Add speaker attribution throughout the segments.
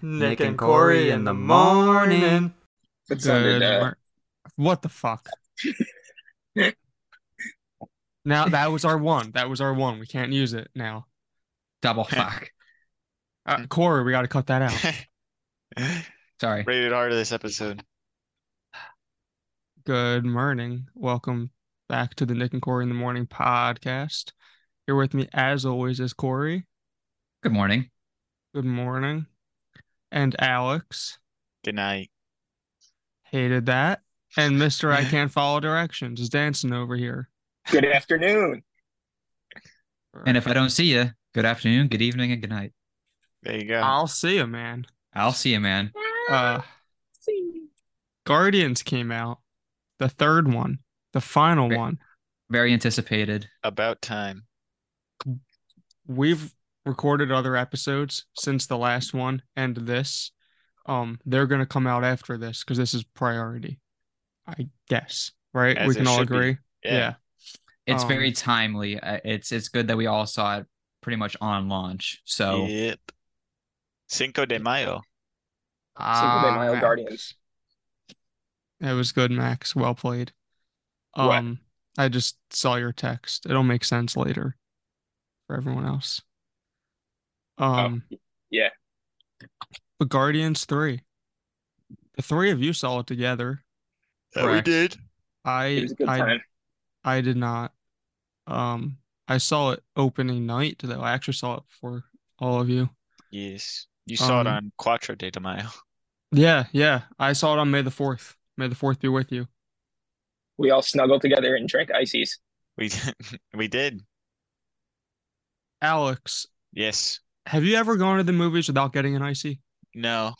Speaker 1: Nick and Corey in the morning.
Speaker 2: That sounded
Speaker 3: Good
Speaker 2: uh,
Speaker 3: mor- What the fuck? now that was our one. That was our one. We can't use it now.
Speaker 4: Double fuck.
Speaker 3: Uh, Corey, we got to cut that out.
Speaker 4: Sorry.
Speaker 5: Rated R to this episode.
Speaker 3: Good morning. Welcome back to the Nick and Corey in the Morning podcast. You're with me as always is Corey.
Speaker 4: Good morning.
Speaker 3: Good morning. And Alex
Speaker 5: Good night.
Speaker 3: hated that. And Mister I can't follow directions is dancing over here.
Speaker 2: good afternoon.
Speaker 4: And if I don't see you, good afternoon, good evening, and good night.
Speaker 5: There you go.
Speaker 3: I'll see you, man.
Speaker 4: I'll see you, man.
Speaker 3: Uh, Guardians came out, the third one, the final
Speaker 4: Great.
Speaker 3: one.
Speaker 4: Very anticipated.
Speaker 5: About time.
Speaker 3: we've recorded other episodes since the last one and this um they're going to come out after this cuz this is priority i guess right
Speaker 5: As
Speaker 3: we
Speaker 5: it
Speaker 3: can all
Speaker 5: should be.
Speaker 3: agree
Speaker 5: Yeah.
Speaker 4: It's
Speaker 3: Um,
Speaker 4: very timely. Uh, It's it's good that we all saw it pretty much on launch. So
Speaker 5: Yep. Cinco de Mayo.
Speaker 2: Cinco de
Speaker 3: Ah,
Speaker 2: Mayo
Speaker 3: Max.
Speaker 2: Guardians.
Speaker 3: that was good max well played
Speaker 2: What?
Speaker 3: um i just saw your text it'll make sense later for everyone else um
Speaker 2: Oh, yeah.
Speaker 3: but guardians 3 the three of you saw it together
Speaker 5: That we
Speaker 3: Correct.
Speaker 5: did.
Speaker 2: It
Speaker 3: i
Speaker 2: was a good
Speaker 3: i
Speaker 2: time.
Speaker 3: I did not. Um, I saw it opening night though. I actually saw it for all of you.
Speaker 5: Yes. You saw it
Speaker 3: Um,
Speaker 5: on Quattro de Mayo.
Speaker 3: Yeah, yeah. I saw it on May the fourth. May the fourth be with you.
Speaker 2: We all snuggled together and drank ices.
Speaker 5: We we did.
Speaker 3: Alex,
Speaker 5: Yes.
Speaker 3: have you ever gone to the movies without getting an icy?
Speaker 5: No.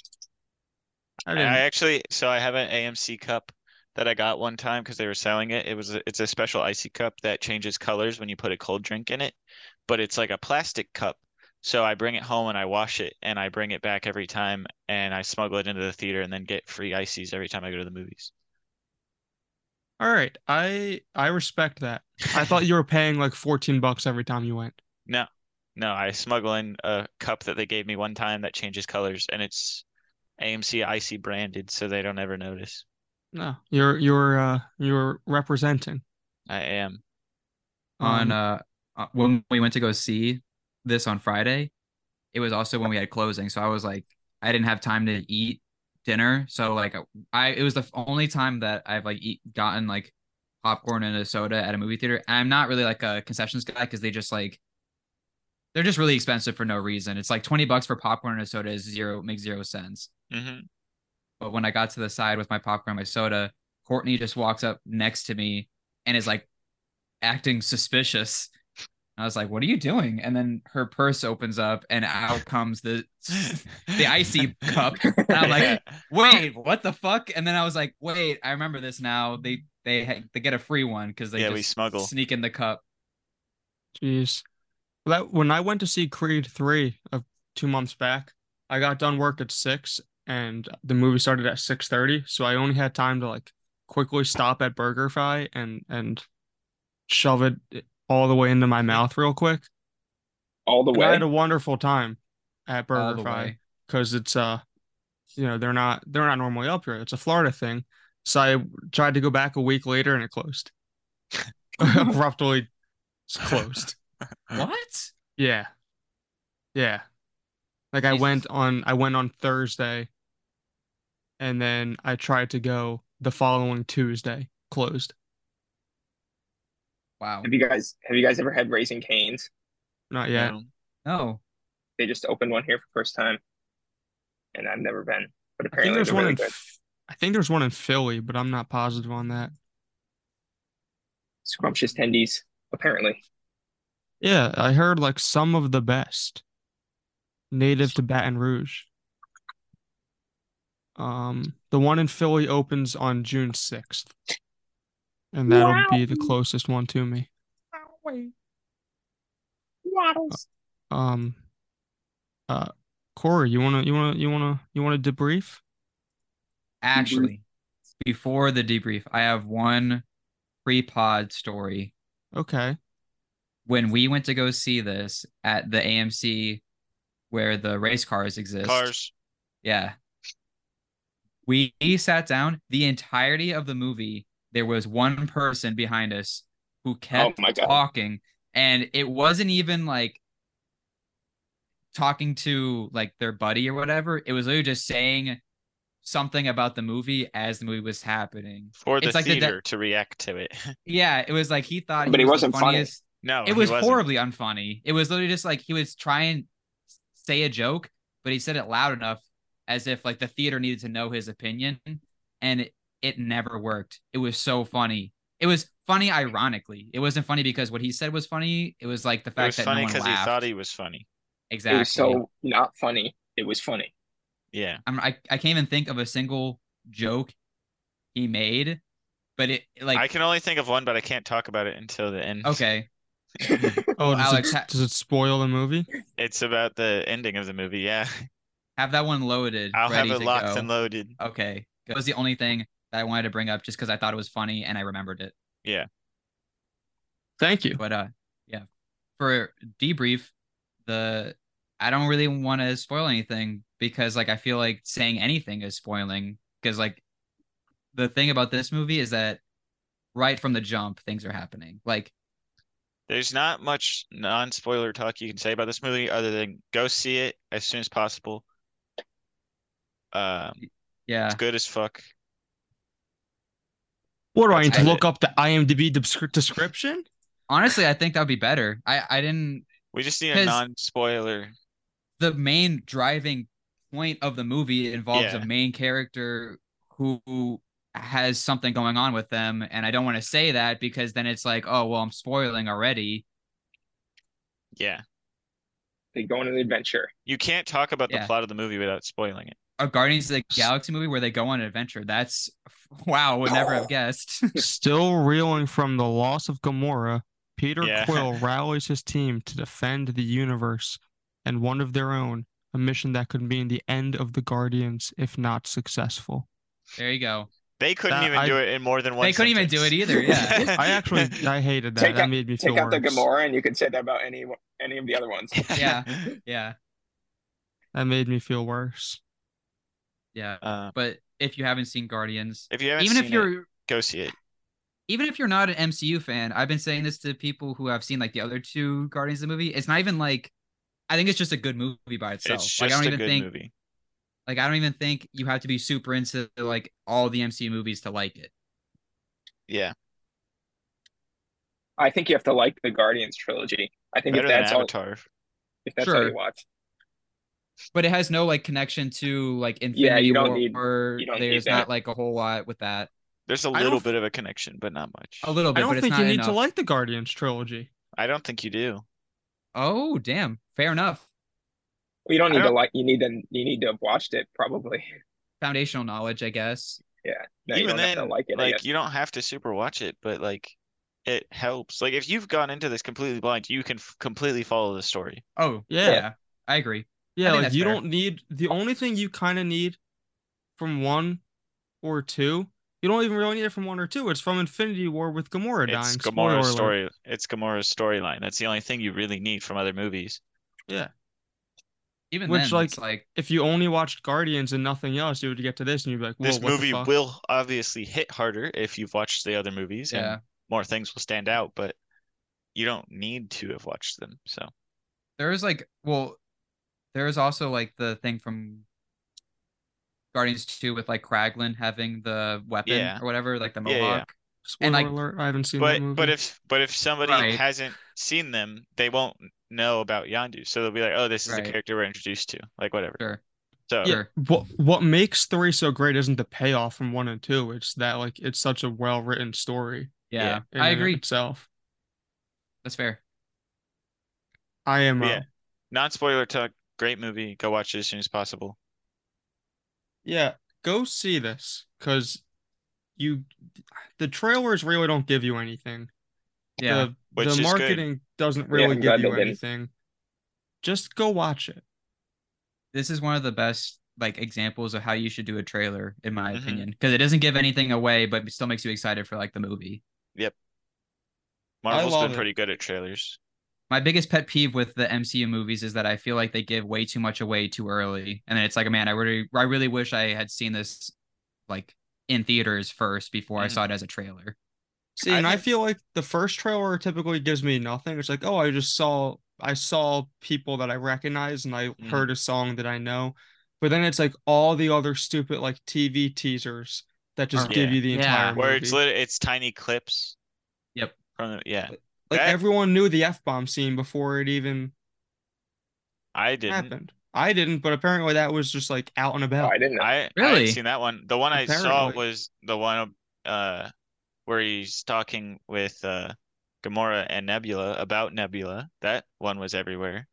Speaker 3: I
Speaker 5: I,
Speaker 3: didn't.
Speaker 5: I actually so I have an AMC cup that I got one time because they were selling it. It was a, it's a special icy cup that changes colors when you put a cold drink in it, but it's like a plastic cup. So I bring it home and I wash it and I bring it back every time and I smuggle it into the theater and then get free ices every time I go to the movies.
Speaker 3: all right. I I respect that. I thought you were paying like fourteen bucks every time you went.
Speaker 5: No, I smuggle in a cup that they gave me one time that changes colors and it's AMC icy branded so they don't ever notice.
Speaker 3: No, you're you're uh you're representing
Speaker 5: I am.
Speaker 4: on
Speaker 3: um,
Speaker 4: uh uh, when we went to go see this on Friday, it was also when we had closing. So I was like, I didn't have time to eat dinner. So like I it was the only time that I've like eat, gotten like popcorn and a soda at a movie theater. And I'm not really like a concessions guy because they just like they're just really expensive for no reason. It's like 20 bucks for popcorn and a soda is zero makes zero sense.
Speaker 5: hmm
Speaker 4: But when I got to the side with my popcorn and my soda, Courtney just walks up next to me and is like acting suspicious. I was like, "What are you doing?" And then her purse opens up, and out comes the the icy cup. And I'm like, "Wait, what the fuck?" And then I was like, "Wait, I remember this now. They they ha- they get a free one because they
Speaker 5: Yeah,
Speaker 4: just
Speaker 5: we smuggle.
Speaker 4: sneak in the cup."
Speaker 3: Jeez. That when I went to see Creed three of two months back, I got done work at six and the movie started at six thirty, so I only had time to like quickly stop at BurgerFi and and shove it all the way into my mouth real quick.
Speaker 2: All the
Speaker 3: And I
Speaker 2: way.
Speaker 3: had a wonderful time at
Speaker 4: all the
Speaker 3: BurgerFi
Speaker 4: way.
Speaker 3: because it's uh you know they're not they're not normally up here. It's a Florida thing. So I tried to go back a week later and it closed. Abruptly it's closed.
Speaker 4: What?
Speaker 3: Yeah. Yeah. Like I
Speaker 4: Jesus.
Speaker 3: went on I went on Thursday and then I tried to go the following Tuesday, closed.
Speaker 4: Wow.
Speaker 2: Have you guys have you guys ever had raising canes?
Speaker 3: Not yet.
Speaker 5: No.
Speaker 4: No.
Speaker 2: They just opened one here for the first time. And I've never been. But
Speaker 3: I think
Speaker 2: apparently
Speaker 3: there's
Speaker 2: they're
Speaker 3: one
Speaker 2: really
Speaker 3: in
Speaker 2: good.
Speaker 3: F- I think there's one in Philly, but I'm not positive on that.
Speaker 2: Scrumptious tendies, apparently.
Speaker 3: Yeah, I heard like some of the best native to Baton Rouge. Um, the one in Philly opens on June 6th. And that'll be the closest one to me. Um uh Corey, you wanna you wanna you wanna you wanna debrief?
Speaker 4: Actually, before the debrief, I have one pre-pod story
Speaker 3: Okay.
Speaker 4: when we went to go see this at the AMC where the race cars exist.
Speaker 5: Cars.
Speaker 4: Yeah. We sat down the entirety of the movie. There was one person behind us who kept
Speaker 2: Oh my God.
Speaker 4: talking, and it wasn't even like talking to like their buddy or whatever. It was literally just saying something about the movie as the movie was happening.
Speaker 5: for the
Speaker 4: It's like the de-
Speaker 5: theater to react to it.
Speaker 4: Yeah, it was like he thought,
Speaker 2: But he
Speaker 4: was the
Speaker 2: wasn't funny.
Speaker 4: funniest-
Speaker 5: no, Oh, he
Speaker 4: it was
Speaker 5: wasn't.
Speaker 4: horribly unfunny. It was literally just like he was trying say a joke, but he said it loud enough as if like the theater needed to know his opinion, and it, it never worked. It was so funny. It was funny ironically. It wasn't funny because what he said was funny. It was like the
Speaker 5: It
Speaker 4: fact
Speaker 5: was
Speaker 4: that
Speaker 5: funny
Speaker 4: no one
Speaker 5: because
Speaker 4: laughed.
Speaker 5: he thought he was funny.
Speaker 4: exactly.
Speaker 2: It was so not funny. It was funny.
Speaker 5: Yeah,
Speaker 4: I'm, I I can't even think of a single joke he made, but it like
Speaker 5: I can only think of one, but I can't talk about it until the end.
Speaker 4: okay.
Speaker 3: Oh, does,
Speaker 4: Alex,
Speaker 3: it,
Speaker 4: ha-
Speaker 3: does it spoil the movie?
Speaker 5: It's about the ending of the movie. Yeah,
Speaker 4: Have that one loaded.
Speaker 5: I'll have
Speaker 4: ready
Speaker 5: it
Speaker 4: to
Speaker 5: locked
Speaker 4: go.
Speaker 5: and loaded.
Speaker 4: Okay. That was the only thing that I wanted to bring up just because I thought it was funny and I remembered it.
Speaker 3: Thank you.
Speaker 4: But uh yeah. For debrief, the I don't really want to spoil anything because like I feel like saying anything is spoiling. Because like the thing about this movie is that right from the jump things are happening. Like
Speaker 5: There's not much non-spoiler talk you can say about this movie other than go see it as soon as possible. Um,
Speaker 4: yeah.
Speaker 5: it's good as fuck.
Speaker 3: What do I need
Speaker 4: That's
Speaker 3: to
Speaker 4: it.
Speaker 3: look up the IMDb descri- description?
Speaker 4: Honestly, I think that would be better. I I didn't
Speaker 5: We just need a
Speaker 4: 'Cause-
Speaker 5: non-spoiler.
Speaker 4: the main driving point of the movie involves
Speaker 5: Yeah.
Speaker 4: a main character who has something going on with them and i don't want to say that because then it's like oh well i'm spoiling already
Speaker 5: Yeah,
Speaker 2: They go on an adventure.
Speaker 5: you can't talk about the
Speaker 4: Yeah.
Speaker 5: plot of the movie without spoiling it.
Speaker 4: a guardians of the galaxy movie where they go on an adventure that's wow would never have guessed
Speaker 3: Still reeling from the loss of Gamora, Peter
Speaker 5: Yeah.
Speaker 3: Quill rallies his team to defend the universe and one of their own, a mission that could mean the end of the Guardians if not successful.
Speaker 4: there you go
Speaker 5: They couldn't
Speaker 3: That-
Speaker 5: even
Speaker 3: I-
Speaker 5: do it in more than one.
Speaker 4: they couldn't even do it
Speaker 5: sentence.
Speaker 4: either yeah
Speaker 3: I actually I hated that.
Speaker 2: Take
Speaker 3: that
Speaker 2: out-
Speaker 3: made me feel
Speaker 2: Take out the
Speaker 3: worse.
Speaker 2: Gamora, and you could say that about any any of the other ones.
Speaker 4: Yeah. yeah
Speaker 3: That made me feel worse.
Speaker 4: yeah
Speaker 5: Uh,
Speaker 4: but if you haven't seen guardians
Speaker 5: if you haven't
Speaker 4: even if
Speaker 5: seen it,
Speaker 4: you're
Speaker 5: go see it.
Speaker 4: even if you're not an MCU fan, I've been saying this to people who have seen like the other two Guardians of the movie. It's not even like I think it's just a good movie by itself.
Speaker 5: It's
Speaker 4: like I
Speaker 5: just
Speaker 4: don't
Speaker 5: a
Speaker 4: even
Speaker 5: good
Speaker 4: think
Speaker 5: movie.
Speaker 4: like I don't even think you have to be super into like all the MCU movies to like it.
Speaker 5: Yeah,
Speaker 2: I think you have to like the Guardians trilogy. I think
Speaker 5: better
Speaker 2: if
Speaker 5: than
Speaker 2: that's all,
Speaker 5: Avatar.
Speaker 2: if that's all
Speaker 4: Sure.
Speaker 2: you watch,
Speaker 4: But it has no like connection to like Infinity
Speaker 2: Yeah, you don't
Speaker 4: War.
Speaker 2: need- you don't need
Speaker 4: There's
Speaker 2: that.
Speaker 4: not like a whole lot with that.
Speaker 5: There's a
Speaker 3: don't
Speaker 5: little
Speaker 3: f-
Speaker 5: bit of a connection, but not much.
Speaker 4: A little bit,
Speaker 3: I don't
Speaker 4: but it's
Speaker 3: think
Speaker 4: not
Speaker 3: you need to
Speaker 4: enough.
Speaker 3: like the Guardians trilogy.
Speaker 5: I don't think you do.
Speaker 4: Oh damn, fair enough.
Speaker 2: you don't
Speaker 5: I
Speaker 2: need to
Speaker 5: don't-
Speaker 2: like. You need to you need to have watched it probably.
Speaker 4: Foundational knowledge, I guess.
Speaker 2: No, you
Speaker 5: Even
Speaker 2: don't have to
Speaker 5: then,
Speaker 2: like it. I
Speaker 5: like
Speaker 2: guess.
Speaker 5: you don't have to super watch it, but like it helps. Like if you've gone into this completely blind, you can f- completely follow the story.
Speaker 4: Oh
Speaker 3: Yeah.
Speaker 4: yeah I agree.
Speaker 3: Yeah,
Speaker 4: think
Speaker 3: like
Speaker 4: that's
Speaker 3: you
Speaker 4: fair.
Speaker 3: don't need the only thing you kind of need from one or two. You don't even really need it from one or two. It's from Infinity War with Gamora dying.
Speaker 5: It's
Speaker 3: Spoiler
Speaker 5: Gamora's
Speaker 3: alert.
Speaker 5: story. It's Gamora's storyline. That's the only thing you really need from other movies.
Speaker 4: Even
Speaker 3: Which,
Speaker 4: then,
Speaker 3: like,
Speaker 4: it's like
Speaker 3: If you only watched Guardians and nothing else, you would get to this and you'd be like, "Whoa,
Speaker 5: This
Speaker 3: what the
Speaker 5: movie
Speaker 3: fuck?"
Speaker 5: will obviously hit harder if you've watched the other movies,
Speaker 4: yeah.
Speaker 5: and more things will stand out. But you don't need to have watched them. So
Speaker 4: there is like well there is also like the thing from guardians 2 with like kraglin having the weapon
Speaker 5: Yeah.
Speaker 4: or whatever like the
Speaker 5: Yeah,
Speaker 4: mohawk
Speaker 5: yeah.
Speaker 3: Spoiler
Speaker 4: like-
Speaker 3: alert! I haven't seen that movie.
Speaker 5: but but if but if somebody
Speaker 4: Right.
Speaker 5: hasn't seen them, they won't know about Yandu. So they'll be like, oh, this is the
Speaker 4: Right.
Speaker 5: character we're introduced to. Like whatever.
Speaker 4: sure
Speaker 5: So
Speaker 3: yeah, what what makes three so great isn't the payoff from one and two. It's that like it's such a well written story.
Speaker 4: yeah,
Speaker 3: in
Speaker 4: i
Speaker 3: and of
Speaker 4: agree
Speaker 3: Itself,
Speaker 4: that's fair
Speaker 3: I am. uh,
Speaker 5: Yeah.
Speaker 3: Yeah,
Speaker 5: non spoiler talk. Great movie. Go watch it as soon as possible.
Speaker 3: yeah. Go see this because you, the trailers really don't give you anything.
Speaker 4: yeah
Speaker 3: the,
Speaker 5: Which is
Speaker 3: the
Speaker 5: good.
Speaker 3: marketing doesn't really
Speaker 2: I'm glad
Speaker 3: give
Speaker 2: they
Speaker 3: you
Speaker 2: didn't.
Speaker 3: anything. Just go watch it.
Speaker 4: this is one of the best like examples of how you should do a trailer in my
Speaker 5: Mhm.
Speaker 2: Mm-hmm.
Speaker 4: opinion because it doesn't give anything away but it still makes you excited for like the movie
Speaker 5: Marvel's
Speaker 3: love
Speaker 5: been
Speaker 3: it.
Speaker 5: pretty good at trailers.
Speaker 4: my biggest pet peeve with the MCU movies is that I feel like they give way too much away too early, and then it's like, man, I really, I really wish I had seen this, like in theaters first before I
Speaker 2: Mm.
Speaker 5: Mhm.
Speaker 4: saw it as a trailer.
Speaker 3: See,
Speaker 5: I
Speaker 3: and I
Speaker 5: think-
Speaker 3: feel like the first trailer typically gives me nothing. It's like, oh, I just saw I saw people that I recognize and I
Speaker 5: Mm-hmm.
Speaker 3: heard a song that I know. But then it's like all the other stupid like TV teasers that just
Speaker 5: Or-
Speaker 3: give
Speaker 5: Uh-huh. Yeah.
Speaker 3: you the
Speaker 4: Yeah.
Speaker 3: entire
Speaker 4: a
Speaker 5: where
Speaker 3: movie.
Speaker 5: it's lit it's tiny clips.
Speaker 4: Yep.
Speaker 5: From the, yeah,
Speaker 3: like
Speaker 5: that-
Speaker 3: everyone knew the F bomb scene before it even
Speaker 5: I didn't.
Speaker 3: happened. I didn't, but apparently that was just like out and
Speaker 2: Oh,
Speaker 3: about.
Speaker 2: I didn't know.
Speaker 5: I I
Speaker 4: Really?
Speaker 5: hadn't seen that one. The one I saw
Speaker 3: Apparently.
Speaker 5: was the one uh where he's talking with uh Gamora and Nebula about Nebula. That one was everywhere.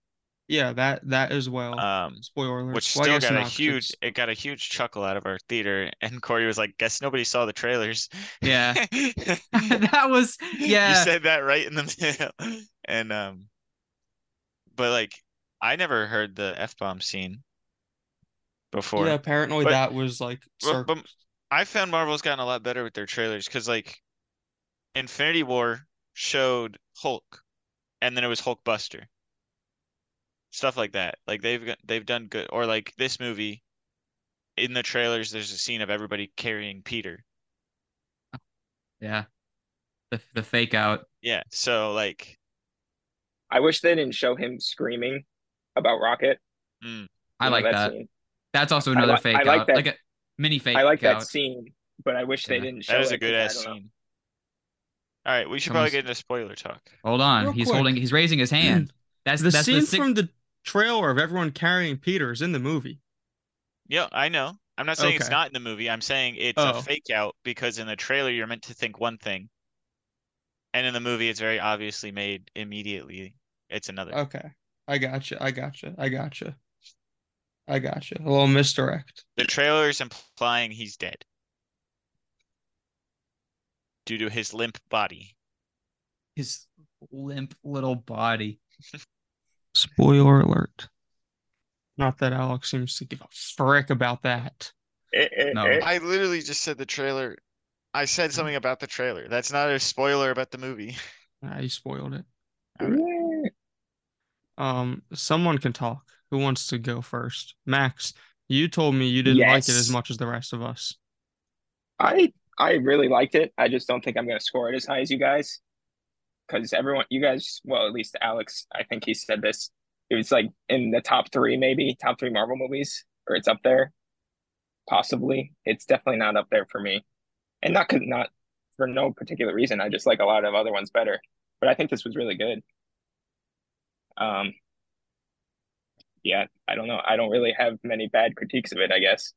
Speaker 3: Yeah, that that as well.
Speaker 5: Um
Speaker 3: Spoiler alert.
Speaker 5: which
Speaker 3: Oh, Well, I
Speaker 5: still
Speaker 3: guess
Speaker 5: got a
Speaker 3: not, 'cause
Speaker 5: huge
Speaker 3: it's-
Speaker 5: it got a huge chuckle out of our theater and Corey was like, Guess nobody saw the trailers.
Speaker 4: Yeah,
Speaker 5: you
Speaker 4: that was yeah.
Speaker 5: said that right in the middle. And um but like I never heard the F bomb scene before.
Speaker 3: Yeah, apparently
Speaker 5: But-
Speaker 3: that was like
Speaker 5: But,
Speaker 3: circ-
Speaker 5: but I found Marvel's gotten a lot better with their trailers because like Infinity War showed Hulk, and then it was Hulk Buster. Stuff like that. Like they've got, they've done good. Or like this movie, in the trailers, there's a scene of everybody carrying Peter.
Speaker 4: Yeah. The the fake out.
Speaker 5: Yeah. So like,
Speaker 2: I wish they didn't show him screaming about Rocket.
Speaker 5: mm,
Speaker 4: I
Speaker 2: You know,
Speaker 4: like that.
Speaker 2: Scene.
Speaker 4: That's also another
Speaker 2: li-
Speaker 4: fake
Speaker 2: I like
Speaker 4: out.
Speaker 2: that-
Speaker 4: Like a mini fake
Speaker 2: I like that
Speaker 4: out.
Speaker 2: scene, but I wish
Speaker 4: Yeah.
Speaker 2: they didn't show
Speaker 5: that is
Speaker 2: it
Speaker 5: a
Speaker 2: 'cause
Speaker 5: good ass
Speaker 2: I don't know.
Speaker 5: scene. All right, we should
Speaker 4: Someone's-
Speaker 5: probably get into spoiler talk.
Speaker 4: Hold on.
Speaker 3: Real
Speaker 4: he's
Speaker 3: quick.
Speaker 4: holding he's raising his hand. That's
Speaker 3: the
Speaker 4: that's
Speaker 3: scene
Speaker 4: the six,
Speaker 3: from the trailer of everyone carrying Peter is in the movie.
Speaker 5: Yeah, I know. I'm not saying it's
Speaker 3: Okay.
Speaker 5: not in the movie. I'm saying it's a
Speaker 3: Oh.
Speaker 5: fake out because in the trailer you're meant to think one thing, and in the movie it's very obviously made immediately. It's another.
Speaker 3: Okay, I gotcha, I gotcha, I gotcha, I gotcha. A little misdirect.
Speaker 5: The trailer is implying he's dead due to his limp body.
Speaker 4: his limp little body.
Speaker 3: Spoiler alert. Not that Alex seems to give a frick about that.
Speaker 5: Eh,
Speaker 2: It- it-
Speaker 4: No.
Speaker 2: it-
Speaker 5: I literally just said the trailer. I said something about the trailer. That's not a spoiler about the movie.
Speaker 3: Nah, you spoiled it.
Speaker 2: yeah.
Speaker 3: Um, someone can talk. Who wants to go first? Max, you told me you didn't like it as
Speaker 2: Yes.
Speaker 3: much as the rest of us.
Speaker 2: I I really liked it. I just don't think I'm gonna score it as high as you guys, because everyone, you guys, well, at least Alex, I think he said this. It was like in the top three, maybe top three Marvel movies, or it's up there, possibly. It's definitely not up there for me, and not 'cause- not for no particular reason. I just like a lot of other ones better, but I think this was really good. Um, yeah, I don't know. I don't really have many bad critiques of it, I guess,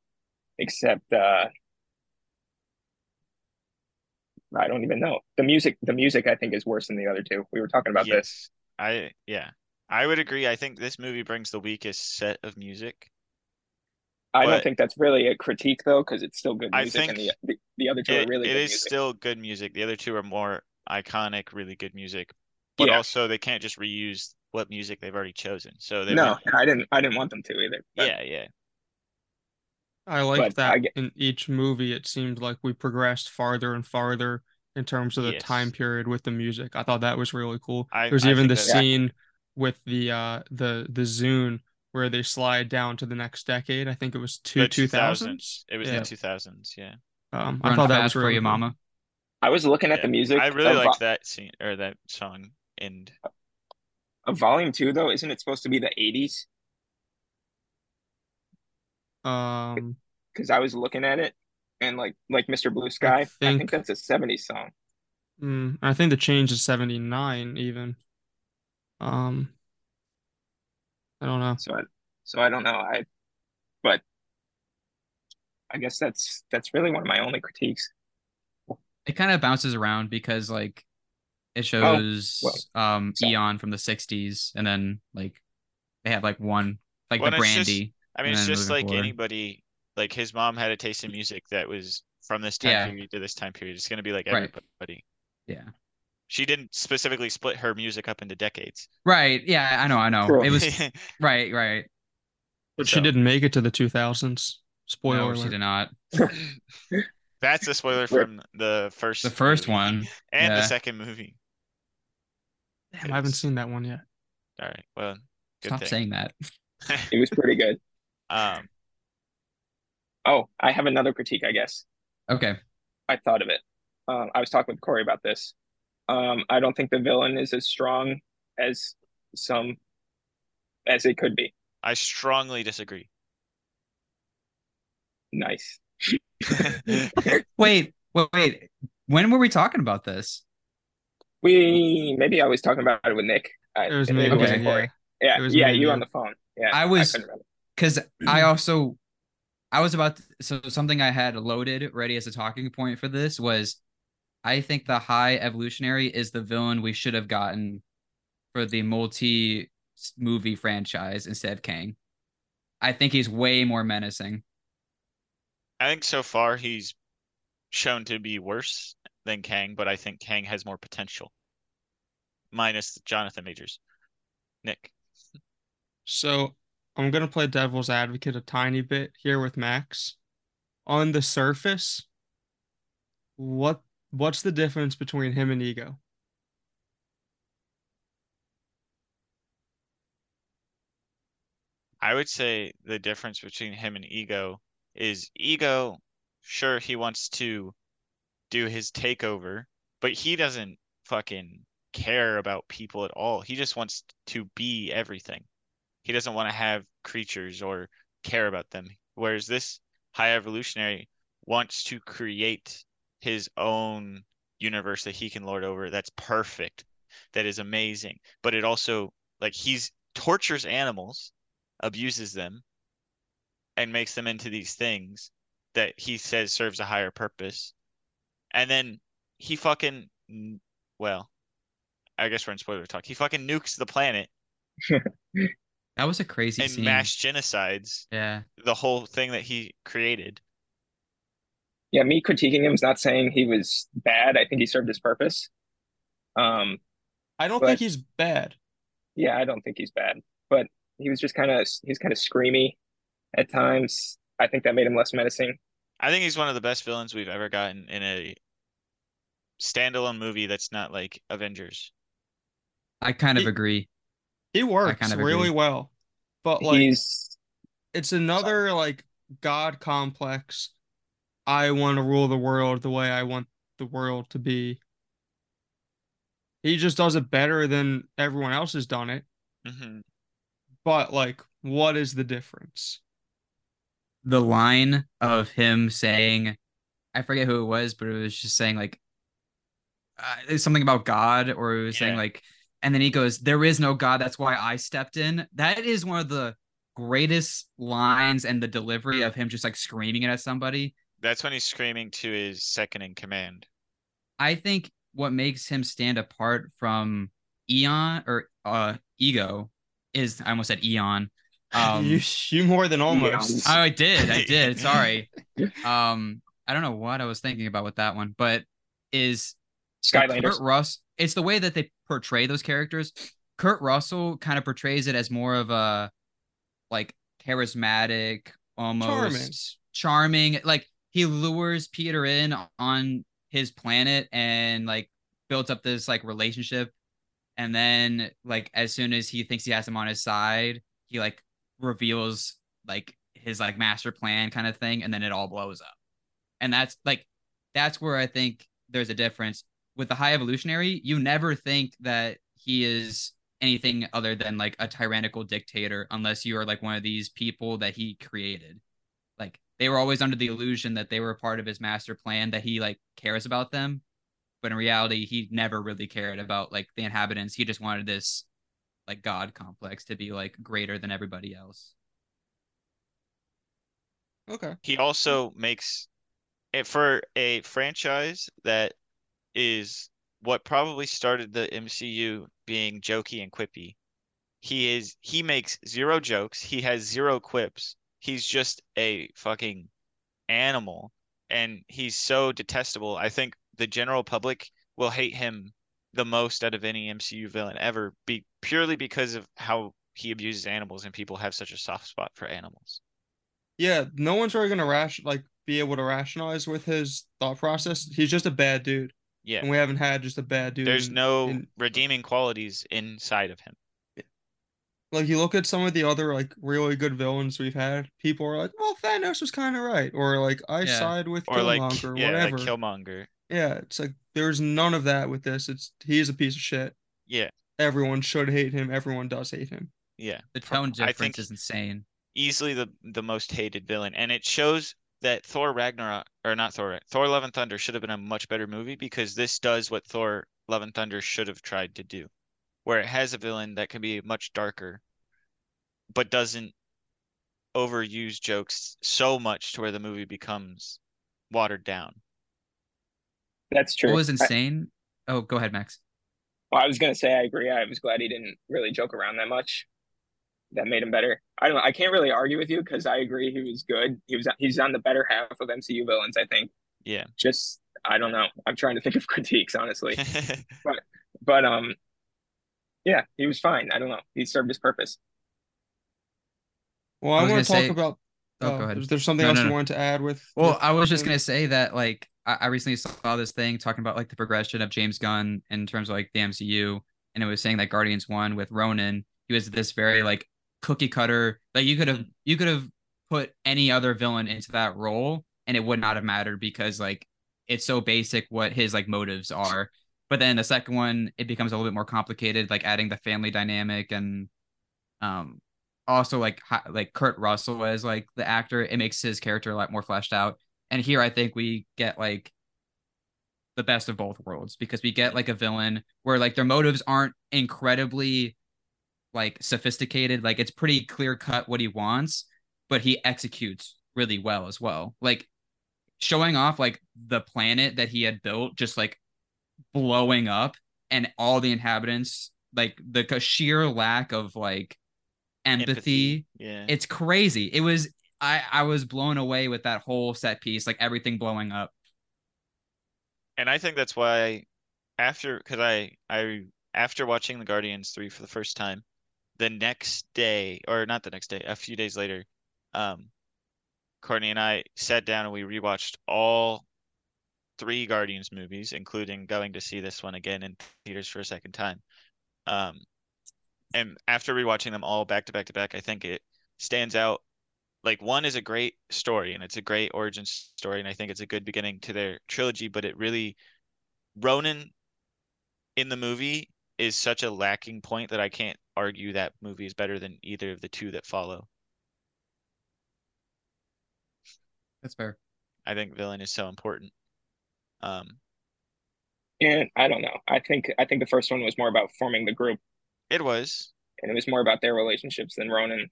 Speaker 2: except uh. I don't even know. The music, the music, I think is worse than the other two. We were talking about this.
Speaker 5: yes. I yeah. I would agree. I think this movie brings the weakest set of music.
Speaker 2: I don't
Speaker 5: But-
Speaker 2: think that's really a critique though, because it's still good
Speaker 5: I
Speaker 2: music, and the,
Speaker 5: think
Speaker 2: the the other two
Speaker 5: It,
Speaker 2: are really
Speaker 5: it
Speaker 2: good
Speaker 5: is
Speaker 2: music.
Speaker 5: still good music. The other two are more iconic, really good music, but
Speaker 2: Yeah.
Speaker 5: also they can't just reuse what music they've already chosen. So they
Speaker 2: no,
Speaker 5: went-
Speaker 2: and I didn't, I didn't want them to either. but-
Speaker 5: yeah, yeah,
Speaker 3: I liked
Speaker 2: But
Speaker 3: that
Speaker 2: I get-
Speaker 3: in each movie, it seemed like we progressed farther and farther in terms of the
Speaker 5: Yes.
Speaker 3: time period with the music. I thought that was really cool.
Speaker 5: I-
Speaker 3: There's
Speaker 5: I
Speaker 3: even the
Speaker 5: think that- Yeah.
Speaker 3: scene with the uh the the Zune where they slide down to the next decade. I think it was two
Speaker 5: The
Speaker 3: two thousands.
Speaker 5: It was
Speaker 3: Yeah.
Speaker 5: the two thousands. Yeah,
Speaker 3: Um, I
Speaker 4: Run fast
Speaker 3: thought that was
Speaker 4: for
Speaker 3: really
Speaker 4: you,
Speaker 3: cool.
Speaker 4: mama.
Speaker 2: I was looking at
Speaker 5: Yeah.
Speaker 2: the music.
Speaker 5: I really
Speaker 2: of,
Speaker 5: like that scene or that song. And
Speaker 2: of Volume Two though. Isn't it supposed to be the '80s?
Speaker 3: Um,
Speaker 2: Because I was looking at it, and like like Mr. Blue Sky, I think,
Speaker 3: think-
Speaker 2: that's a '70s song.
Speaker 3: mm, I think the change is seventy nine even. Um, I don't know.
Speaker 2: So I, so I don't know. I, but I guess that's that's really one of my only critiques.
Speaker 4: It kind of bounces around because like it shows um
Speaker 2: sorry.
Speaker 4: Eon from the sixties and then like they have like one like
Speaker 5: Well,
Speaker 4: the
Speaker 5: and it's just-
Speaker 4: brandy.
Speaker 5: I mean,
Speaker 4: And
Speaker 5: it's
Speaker 4: then
Speaker 5: just
Speaker 4: moving
Speaker 5: like
Speaker 4: forward.
Speaker 5: anybody. Like his mom had a taste in music that was from this time
Speaker 4: Yeah.
Speaker 5: period to this time period. It's gonna be like
Speaker 4: Right.
Speaker 5: everybody.
Speaker 4: Yeah.
Speaker 5: She didn't specifically split her music up into decades.
Speaker 4: Right. Yeah, I know, I know.
Speaker 2: Sure.
Speaker 4: It was right, right.
Speaker 3: But
Speaker 5: So-
Speaker 3: she didn't make it to the two thousands. Spoiler
Speaker 4: No,
Speaker 3: alert.
Speaker 4: she did not.
Speaker 5: That's a spoiler from the first
Speaker 4: The first
Speaker 5: movie
Speaker 4: one.
Speaker 5: and the
Speaker 4: yeah.
Speaker 5: second movie.
Speaker 3: Damn, I haven't seen that one yet.
Speaker 5: All right. Well, good
Speaker 4: Stop
Speaker 5: thing.
Speaker 4: saying that.
Speaker 2: It was pretty good.
Speaker 5: Um,
Speaker 2: Oh, I have another critique, I guess.
Speaker 4: Okay.
Speaker 2: I thought of it. Um, I was talking with Corey about this. Um, I don't think the villain is as strong as some as it could be.
Speaker 5: I strongly disagree.
Speaker 2: Nice.
Speaker 4: Wait, wait, wait. When were we talking about this?
Speaker 2: We maybe I was talking about it with Nick. I,
Speaker 3: It was
Speaker 2: maybe
Speaker 4: Okay.
Speaker 3: me.
Speaker 2: wasn't
Speaker 3: yeah.
Speaker 2: Corey. Yeah,
Speaker 3: It was
Speaker 2: yeah,
Speaker 3: me and
Speaker 2: you
Speaker 3: you.
Speaker 2: on the phone. Yeah,
Speaker 4: I was-
Speaker 2: couldn't remember.
Speaker 4: Because I also, I was about to- so something I had loaded ready as a talking point for this was, I think the high evolutionary is the villain we should have gotten for the multi movie franchise instead of Kang. I think he's way more menacing.
Speaker 5: I think so far he's shown to be worse than Kang, but I think Kang has more potential. Minus Jonathan Majors. Nick.
Speaker 3: So I'm gonna play devil's advocate a tiny bit here with Max. On the surface, what what's the difference between him and Ego?
Speaker 5: I would say the difference between him and Ego is Ego, sure, he wants to do his takeover, but he doesn't fucking care about people at all. He just wants to be everything. He doesn't want to have creatures or care about them. Whereas this high evolutionary wants to create his own universe that he can lord over that's perfect, that is amazing. But it also, like, he's tortures animals abuses them and makes them into these things that he says serves a higher purpose. And then he fucking, n- well, I guess we're in spoiler talk. He fucking nukes the planet
Speaker 4: That was a crazy
Speaker 5: and
Speaker 4: scene.
Speaker 5: mass genocides
Speaker 4: yeah,
Speaker 5: the whole thing that he created.
Speaker 2: Yeah, me critiquing him is not saying he was bad. I think he served his purpose. Um,
Speaker 3: I don't
Speaker 2: But-
Speaker 3: think he's bad.
Speaker 2: yeah, I don't think he's bad, but he was just kind of he's kind of screamy at times. I think that made him less menacing.
Speaker 5: I think he's one of the best villains we've ever gotten in a standalone movie that's not like Avengers.
Speaker 4: I kind of
Speaker 3: He-
Speaker 4: agree.
Speaker 3: He works
Speaker 4: kind of
Speaker 3: really
Speaker 4: agree.
Speaker 3: well. But like
Speaker 2: he's
Speaker 3: it's another like god complex. I want to rule the world the way I want the world to be. He just does it better than everyone else has done it.
Speaker 5: hmm
Speaker 3: But like, what is the difference?
Speaker 4: the line of him saying, I forget who it was, but it was just saying like uh, it was something about God, or it was saying
Speaker 5: Yeah.
Speaker 4: like, and then he goes, "There is no God." That's why I stepped in. That is one of the greatest lines, and the delivery of him just like screaming it at somebody.
Speaker 5: That's when he's screaming to his second in command.
Speaker 4: I think what makes him stand apart from Eon or uh Ego is I almost said Eon. Um,
Speaker 3: you, you more than almost.
Speaker 4: Oh, I did. I did. Sorry. Um, I don't know what I was thinking about with that one, but is that
Speaker 2: Skylanders.
Speaker 4: Kurt Russ? It's the way that they portray those characters. Kurt Russell kind of portrays it as more of a like charismatic, almost charming. Like he lures Peter in on his planet and like builds up this like relationship, and then like as soon as he thinks he has him on his side, he like reveals like his like master plan kind of thing, and then it all blows up. And that's like that's where I think there's a difference with the high evolutionary. You never think that he is anything other than like a tyrannical dictator unless you are like one of these people that he created. Like they were always under the illusion that they were a part of his master plan that he like cares about them, but in reality he never really cared about like the inhabitants. He just wanted this like god complex to be like greater than everybody else.
Speaker 3: Okay.
Speaker 5: he also makes it for a franchise that is what probably started the MCU being jokey and quippy. He is he makes zero jokes, he has zero quips. He's just a fucking animal and he's so detestable. I think the general public will hate him the most out of any MCU villain ever be purely because of how he abuses animals and people have such a soft spot for animals.
Speaker 3: Yeah, no one's really gonna ration like be able to rationalize with his thought process. He's just a bad dude,
Speaker 5: Yeah.
Speaker 3: and we haven't had just a bad dude.
Speaker 5: There's
Speaker 3: in-
Speaker 5: no
Speaker 3: in-
Speaker 5: redeeming qualities inside of him.
Speaker 3: like you look at some of the other like really good villains we've had, people are like, "Well, Thanos was kind of right," or like, "I
Speaker 4: Yeah.
Speaker 3: side with
Speaker 5: or like
Speaker 3: Killmonger," or
Speaker 5: yeah,
Speaker 3: whatever.
Speaker 5: like Killmonger.
Speaker 3: yeah, it's like there's none of that with this. It's he's a piece of shit.
Speaker 5: Yeah,
Speaker 3: Everyone should hate him. Everyone does hate him.
Speaker 5: yeah.
Speaker 4: The tone
Speaker 5: I
Speaker 4: difference
Speaker 5: think-
Speaker 4: is insane.
Speaker 5: easily the the most hated villain, and it shows that Thor Ragnarok or not Thor Thor Love and Thunder should have been a much better movie because this does what Thor Love and Thunder should have tried to do, where it has a villain that can be much darker, but doesn't overuse jokes so much to where the movie becomes watered down.
Speaker 2: That's true.
Speaker 4: What was
Speaker 2: I-
Speaker 4: insane? Oh, go ahead, Max.
Speaker 2: Well, I was gonna say I agree. I was glad he didn't really joke around that much. That made him better. I don't. know. I can't really argue with you because I agree he was good. He was. He's on the better half of MCU villains. I think.
Speaker 5: Yeah.
Speaker 2: Just I don't know. I'm trying to think of critiques honestly, but um, yeah, he was fine. I don't know. He served his purpose.
Speaker 3: Well,
Speaker 4: I
Speaker 3: I,
Speaker 4: was
Speaker 3: want
Speaker 4: gonna
Speaker 3: to talk
Speaker 4: say-
Speaker 3: about.
Speaker 4: Oh,
Speaker 3: uh,
Speaker 4: go ahead.
Speaker 3: Is there something
Speaker 4: No,
Speaker 3: else
Speaker 4: no,
Speaker 3: you
Speaker 4: no.
Speaker 3: wanted to add with?
Speaker 4: Well,
Speaker 3: with
Speaker 4: I was just
Speaker 3: him?
Speaker 4: gonna say that like I, I recently saw this thing talking about like the progression of James Gunn in terms of like the MCU, and it was saying that Guardians One with Ronan, he was this very like cookie cutter. Like you could have you could have put any other villain into that role, and it would not have mattered because like it's so basic what his like motives are. But then the second one, it becomes a little bit more complicated, like adding the family dynamic and um also like hi- like Kurt Russell as like the actor, it makes his character a lot more fleshed out. And here I think we get like the best of both worlds because we get like a villain where like their motives aren't incredibly like sophisticated. Like it's pretty clear cut what he wants, but he executes really well as well. Like showing off like the planet that he had built just like blowing up and all the inhabitants like the c- sheer lack of like empathy
Speaker 5: Yeah.
Speaker 4: it's crazy. It was I I was blown away with that whole set piece, like everything blowing up.
Speaker 5: and I think that's why after because I I after watching the Guardians three for the first time, the next day or not the next day, a few days later, um, Courtney and I sat down and we rewatched all three Guardians movies, including going to see this one again in theaters for a second time. Um, and after rewatching them all back to back to back, I think it stands out like one is a great story and it's a great origin story and i think it's a good beginning to their trilogy but it really ronan in the movie is such a lacking point that i can't argue that movie is better than either of the two that follow
Speaker 4: That's fair.
Speaker 5: i think villain is so important um
Speaker 2: And I don't know. I think I think the first one was more about forming the group,
Speaker 5: it was
Speaker 2: and it was more about their relationships than Ronan.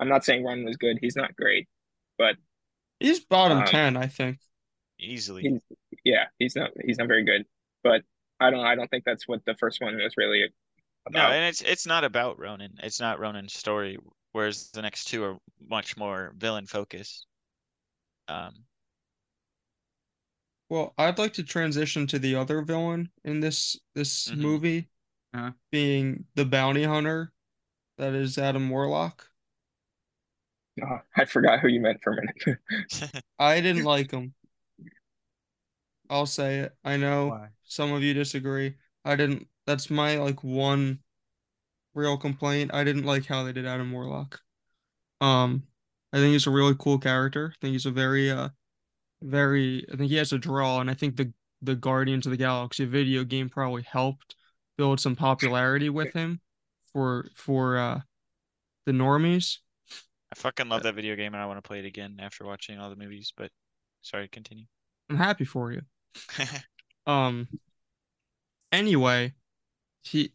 Speaker 2: I'm not saying Ronan was good. He's not great.
Speaker 3: he's bottom
Speaker 2: um,
Speaker 3: ten, I think.
Speaker 5: easily
Speaker 2: He's, yeah, he's not. He's not very good. But I don't. I don't think that's what the first one was really
Speaker 5: No,
Speaker 2: about.
Speaker 5: and it's it's not about Ronan. It's not Ronan's story, whereas the next two are much more villain focused. Um,
Speaker 3: Well, I'd like to transition to the other villain in this this
Speaker 5: Mhm.
Speaker 3: movie,
Speaker 4: Uh-huh.
Speaker 3: being the bounty hunter, that is Adam Warlock.
Speaker 2: Oh, I forgot who you meant for a minute.
Speaker 3: I didn't like him. I'll say it. I know some of you disagree. I didn't. That's my like one real complaint. I didn't like how they did Adam Warlock. Um, I think he's a really cool character. I think he's a very uh, very. I think he has a draw, and I think the the Guardians of the Galaxy video game probably helped build some popularity with him for for uh the normies.
Speaker 5: I fucking love that video game and I want to play it again after watching all the movies, but sorry, continue.
Speaker 3: I'm happy for you. Um. Anyway, he.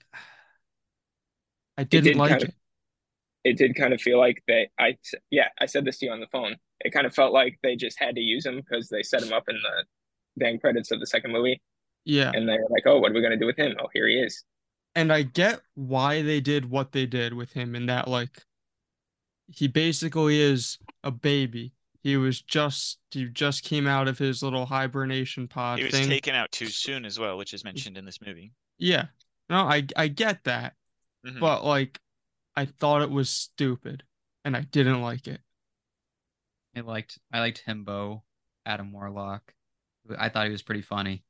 Speaker 3: I didn't
Speaker 2: did
Speaker 3: like
Speaker 2: kind
Speaker 3: it.
Speaker 2: of- It did kind of feel like they. I s- yeah, I said this to you on the phone. It kind of felt like they just had to use him because they set him up in the dang credits of the second movie,
Speaker 3: Yeah,
Speaker 2: and they were like, "Oh, what are we gonna do with him? Oh, here he is."
Speaker 3: and I get why they did what they did with him in that like. He basically is a baby. He was just he just came out of his little hibernation pod
Speaker 5: He was
Speaker 3: thing.
Speaker 5: taken out too soon as well, which is mentioned in this movie.
Speaker 3: yeah, no, I I get that,
Speaker 5: Mhm.
Speaker 3: but like, I thought it was stupid, and I didn't like it.
Speaker 4: I liked I liked Himbo, Adam Warlock. I thought he was pretty funny.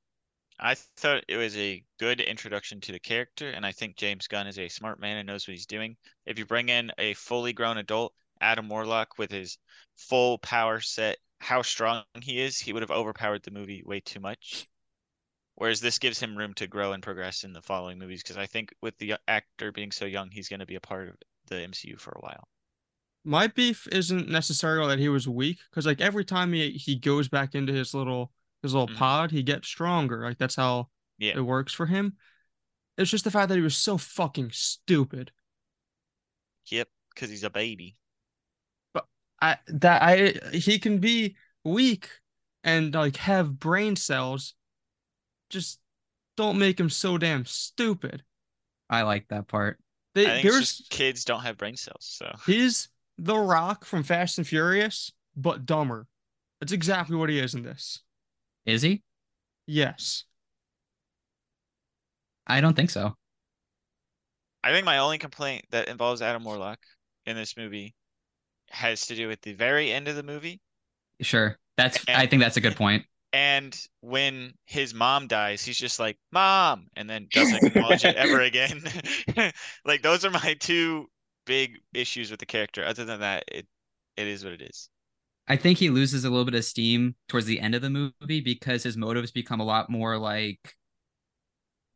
Speaker 5: I thought it was a good introduction to the character, and I think James Gunn is a smart man and knows what he's doing. If you bring in a fully grown adult, Adam Warlock, with his full power set, how strong he is, he would have overpowered the movie way too much. Whereas this gives him room to grow and progress in the following movies, because I think with the actor being so young, he's going to be a part of the MCU for a while.
Speaker 3: My beef isn't necessarily that he was weak, because like every time he he goes back into his little his little
Speaker 5: Mhm.
Speaker 3: pod, he gets stronger. Like that's how
Speaker 5: Yeah.
Speaker 3: it works for him. It's just the fact that he was so fucking stupid.
Speaker 5: Yep, because he's a baby.
Speaker 3: I that I he can be weak and like have brain cells. Just don't make him so damn stupid.
Speaker 4: I like that part.
Speaker 3: They,
Speaker 5: I think it's
Speaker 3: there's
Speaker 5: just kids don't have brain cells, so
Speaker 3: He's The Rock from Fast and Furious, but dumber. That's exactly what he is in this.
Speaker 4: Is he?
Speaker 3: Yes.
Speaker 4: I don't think so.
Speaker 5: I think my only complaint that involves Adam Warlock in this movie has to do with the very end of the movie
Speaker 4: Sure. That's I think that's a good point.
Speaker 5: and when his mom dies, he's just like "mom" and then doesn't acknowledge it ever again. like those are my two big issues with the character. Other than that, it it is what it is.
Speaker 4: I think he loses a little bit of steam towards the end of the movie because his motives become a lot more like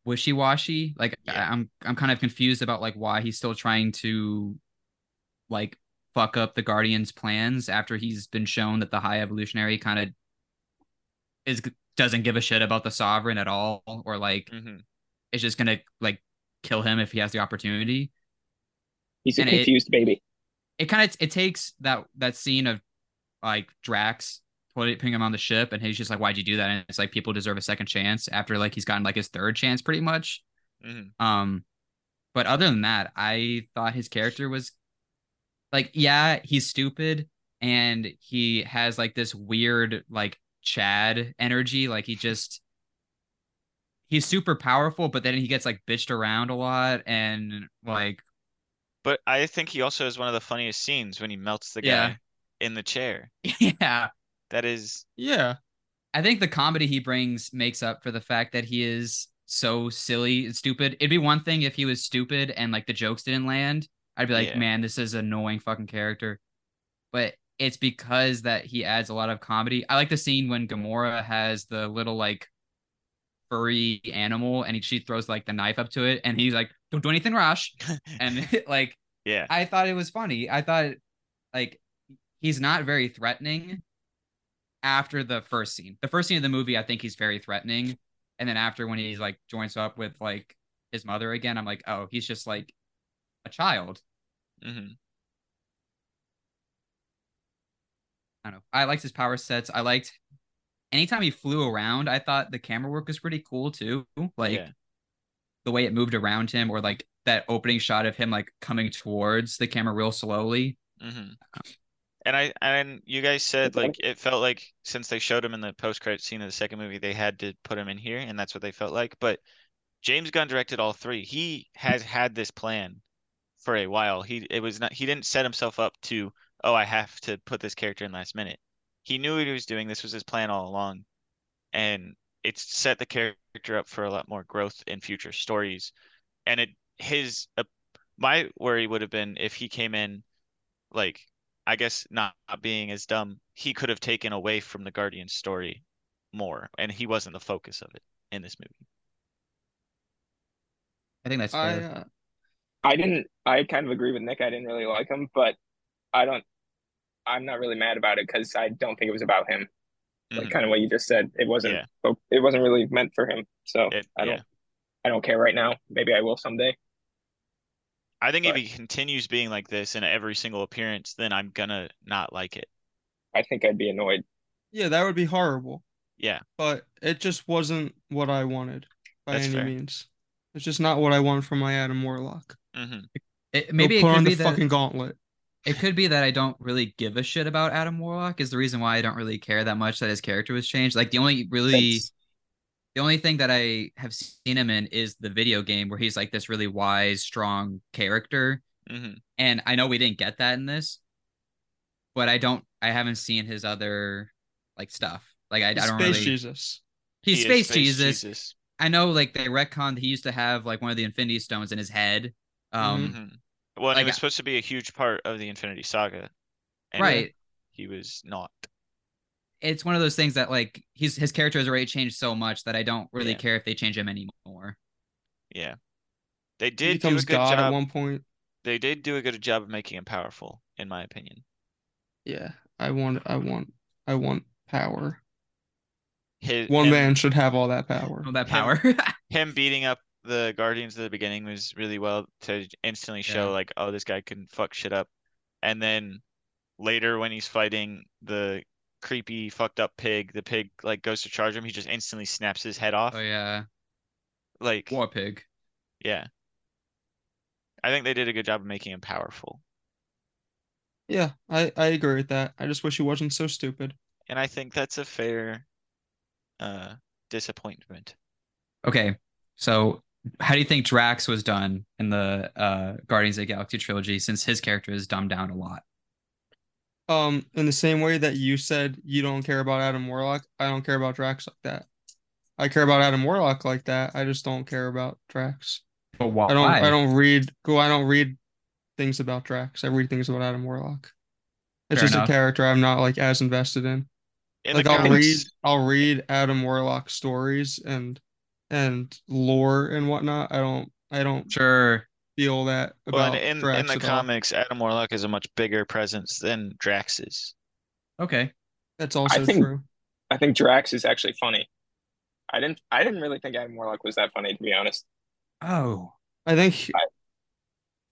Speaker 4: wishy-washy. Like
Speaker 5: Yeah.
Speaker 4: I, I'm I'm kind of confused about like why he's still trying to like fuck up the Guardians' plans after he's been shown that the High Evolutionary kind of is doesn't give a shit about the Sovereign at all, or like
Speaker 5: hmm
Speaker 4: is just gonna like kill him if he has the opportunity.
Speaker 2: He's a
Speaker 4: And it-
Speaker 2: confused baby.
Speaker 4: it kind of it takes that that scene of like Drax putting putting him on the ship and he's just like why'd you do that and it's like people deserve a second chance after like he's gotten like his third chance pretty much
Speaker 5: hmm
Speaker 4: um but other than that I thought his character was like yeah he's stupid and he has like this weird like Chad energy like he just he's super powerful but then he gets like bitched around a lot and like
Speaker 5: But I think he also is one of the funniest scenes when he melts the guy
Speaker 4: Yeah.
Speaker 5: in the chair.
Speaker 4: yeah
Speaker 5: That is
Speaker 3: Yeah.
Speaker 4: I think the comedy he brings makes up for the fact that he is so silly and stupid. It'd be one thing if he was stupid and like the jokes didn't land. I'd be like,
Speaker 5: Yeah.
Speaker 4: man, this is annoying fucking character. But it's because that he adds a lot of comedy. I like the scene when Gamora has the little like furry animal and he, she throws like the knife up to it and he's like, don't do anything rash. And like,
Speaker 5: yeah.
Speaker 4: I thought it was funny. I thought like he's not very threatening after the first scene. The first scene of the movie, I think he's very threatening. And then after when he's like joins up with like his mother again, I'm like, oh, he's just like a child.
Speaker 5: hmm
Speaker 4: I don't know. I liked his power sets. I liked anytime he flew around, I thought the camera work was pretty cool too. Like
Speaker 5: Yeah.
Speaker 4: the way it moved around him or like that opening shot of him like coming towards the camera real slowly.
Speaker 5: Mm-hmm. And I and you guys said
Speaker 2: Okay.
Speaker 5: like it felt like since they showed him in the post credit scene of the second movie, they had to put him in here, and that's what they felt like. But James Gunn directed all three. He has had this plan for a while. He it was not he didn't set himself up to oh I have to put this character in last minute. He knew what he was doing. This was his plan all along, and it's set the character up for a lot more growth in future stories. And it his uh, my worry would have been if he came in like I guess not being as dumb, he could have taken away from the Guardian story more, and he wasn't the focus of it in this movie.
Speaker 4: I think that's
Speaker 3: I,
Speaker 4: fair.
Speaker 3: uh,
Speaker 2: I didn't. I kind of agree with Nick. I didn't really like him, but I don't. I'm not really mad about it because I don't think it was about him. Like
Speaker 5: Mhm.
Speaker 2: kind of what you just said. It wasn't.
Speaker 5: Yeah.
Speaker 2: fo- It wasn't really meant for him. So
Speaker 5: It-
Speaker 2: Oh, I
Speaker 5: yeah.
Speaker 2: don't. I don't care right now. Maybe I will someday.
Speaker 5: I think if
Speaker 2: but-
Speaker 5: he continues being like this in every single appearance, then I'm gonna not like it.
Speaker 2: I think I'd be annoyed.
Speaker 3: Yeah, that would be horrible.
Speaker 5: Yeah.
Speaker 3: But it just wasn't what I wanted by
Speaker 5: That's
Speaker 3: any
Speaker 5: fair.
Speaker 3: means. It's just not what I wanted from my Adam Warlock.
Speaker 5: hmm
Speaker 4: It, maybe
Speaker 3: Maybe put
Speaker 4: it could
Speaker 3: on
Speaker 4: be
Speaker 3: the
Speaker 4: that-
Speaker 3: fucking gauntlet.
Speaker 4: It could be that I don't really give a shit about Adam Warlock is the reason why I don't really care that much that his character was changed. Like the only really
Speaker 2: That's-
Speaker 4: the only thing that I have seen him in is the video game where he's like this really wise, strong character.
Speaker 5: hmm
Speaker 4: And I know we didn't get that in this, but I don't I haven't seen his other like stuff. Like I, I
Speaker 3: Space
Speaker 4: don't really
Speaker 3: Jesus.
Speaker 4: He's
Speaker 5: He
Speaker 4: space,
Speaker 5: is
Speaker 4: Jesus. I know, like they retconned. He used to have like one of the Infinity Stones in his head. Um,
Speaker 5: Mhm. Well, and
Speaker 4: like,
Speaker 5: it was
Speaker 4: I-
Speaker 5: supposed to be a huge part of the Infinity Saga, and
Speaker 4: right.
Speaker 5: He was not.
Speaker 4: It's one of those things that like he's his character has already changed so much that I don't really
Speaker 5: Yeah.
Speaker 4: care if they change him anymore.
Speaker 5: Yeah, they
Speaker 3: He
Speaker 5: did do a
Speaker 3: becomes
Speaker 5: good
Speaker 3: God at
Speaker 5: job.
Speaker 3: one point.
Speaker 5: They did do a good job of making him powerful, in my opinion.
Speaker 3: Yeah, I want, I want, I want power.
Speaker 5: His
Speaker 3: One
Speaker 5: him,
Speaker 3: man should have all that power.
Speaker 4: Oh, that
Speaker 5: Him-
Speaker 4: power.
Speaker 5: him beating up the Guardians at the beginning was really well to instantly show
Speaker 4: Yeah.
Speaker 5: like, oh, this guy can fuck shit up, and then later when he's fighting the creepy fucked up pig, the pig like goes to charge him, he just instantly snaps his head off.
Speaker 4: oh yeah,
Speaker 5: Like,
Speaker 4: War Pig.
Speaker 5: yeah, I think they did a good job of making him powerful.
Speaker 3: Yeah, I, I agree with that. I just wish he wasn't so stupid.
Speaker 5: and I think that's a fair uh disappointment.
Speaker 4: Okay, so how do you think Drax was done in the uh, Guardians of the Galaxy trilogy since his character is dumbed down a lot?
Speaker 3: Um, in the same way that you said you don't care about Adam Warlock, I don't care about Drax like that. I care about Adam Warlock like that. I just don't care about Drax.
Speaker 4: But why?
Speaker 3: I don't I don't read go I don't read things about Drax. I read things about Adam Warlock. It's
Speaker 4: Fair
Speaker 3: just
Speaker 4: enough.
Speaker 3: a character I'm not like as invested in.
Speaker 5: In
Speaker 3: like
Speaker 5: the
Speaker 3: I'll read
Speaker 5: comics,
Speaker 3: I'll read Adam Warlock stories and and lore and whatnot. I don't I don't
Speaker 4: sure.
Speaker 3: feel that
Speaker 5: well,
Speaker 3: about
Speaker 5: in, in,
Speaker 3: Drax
Speaker 5: in the
Speaker 3: at all.
Speaker 5: comics, Adam Warlock is a much bigger presence than Drax is.
Speaker 4: Okay.
Speaker 3: That's also
Speaker 2: think-
Speaker 3: true.
Speaker 2: I think Drax is actually funny. I didn't. I didn't really think Adam Warlock was that funny, to be honest.
Speaker 4: Oh,
Speaker 3: I think he-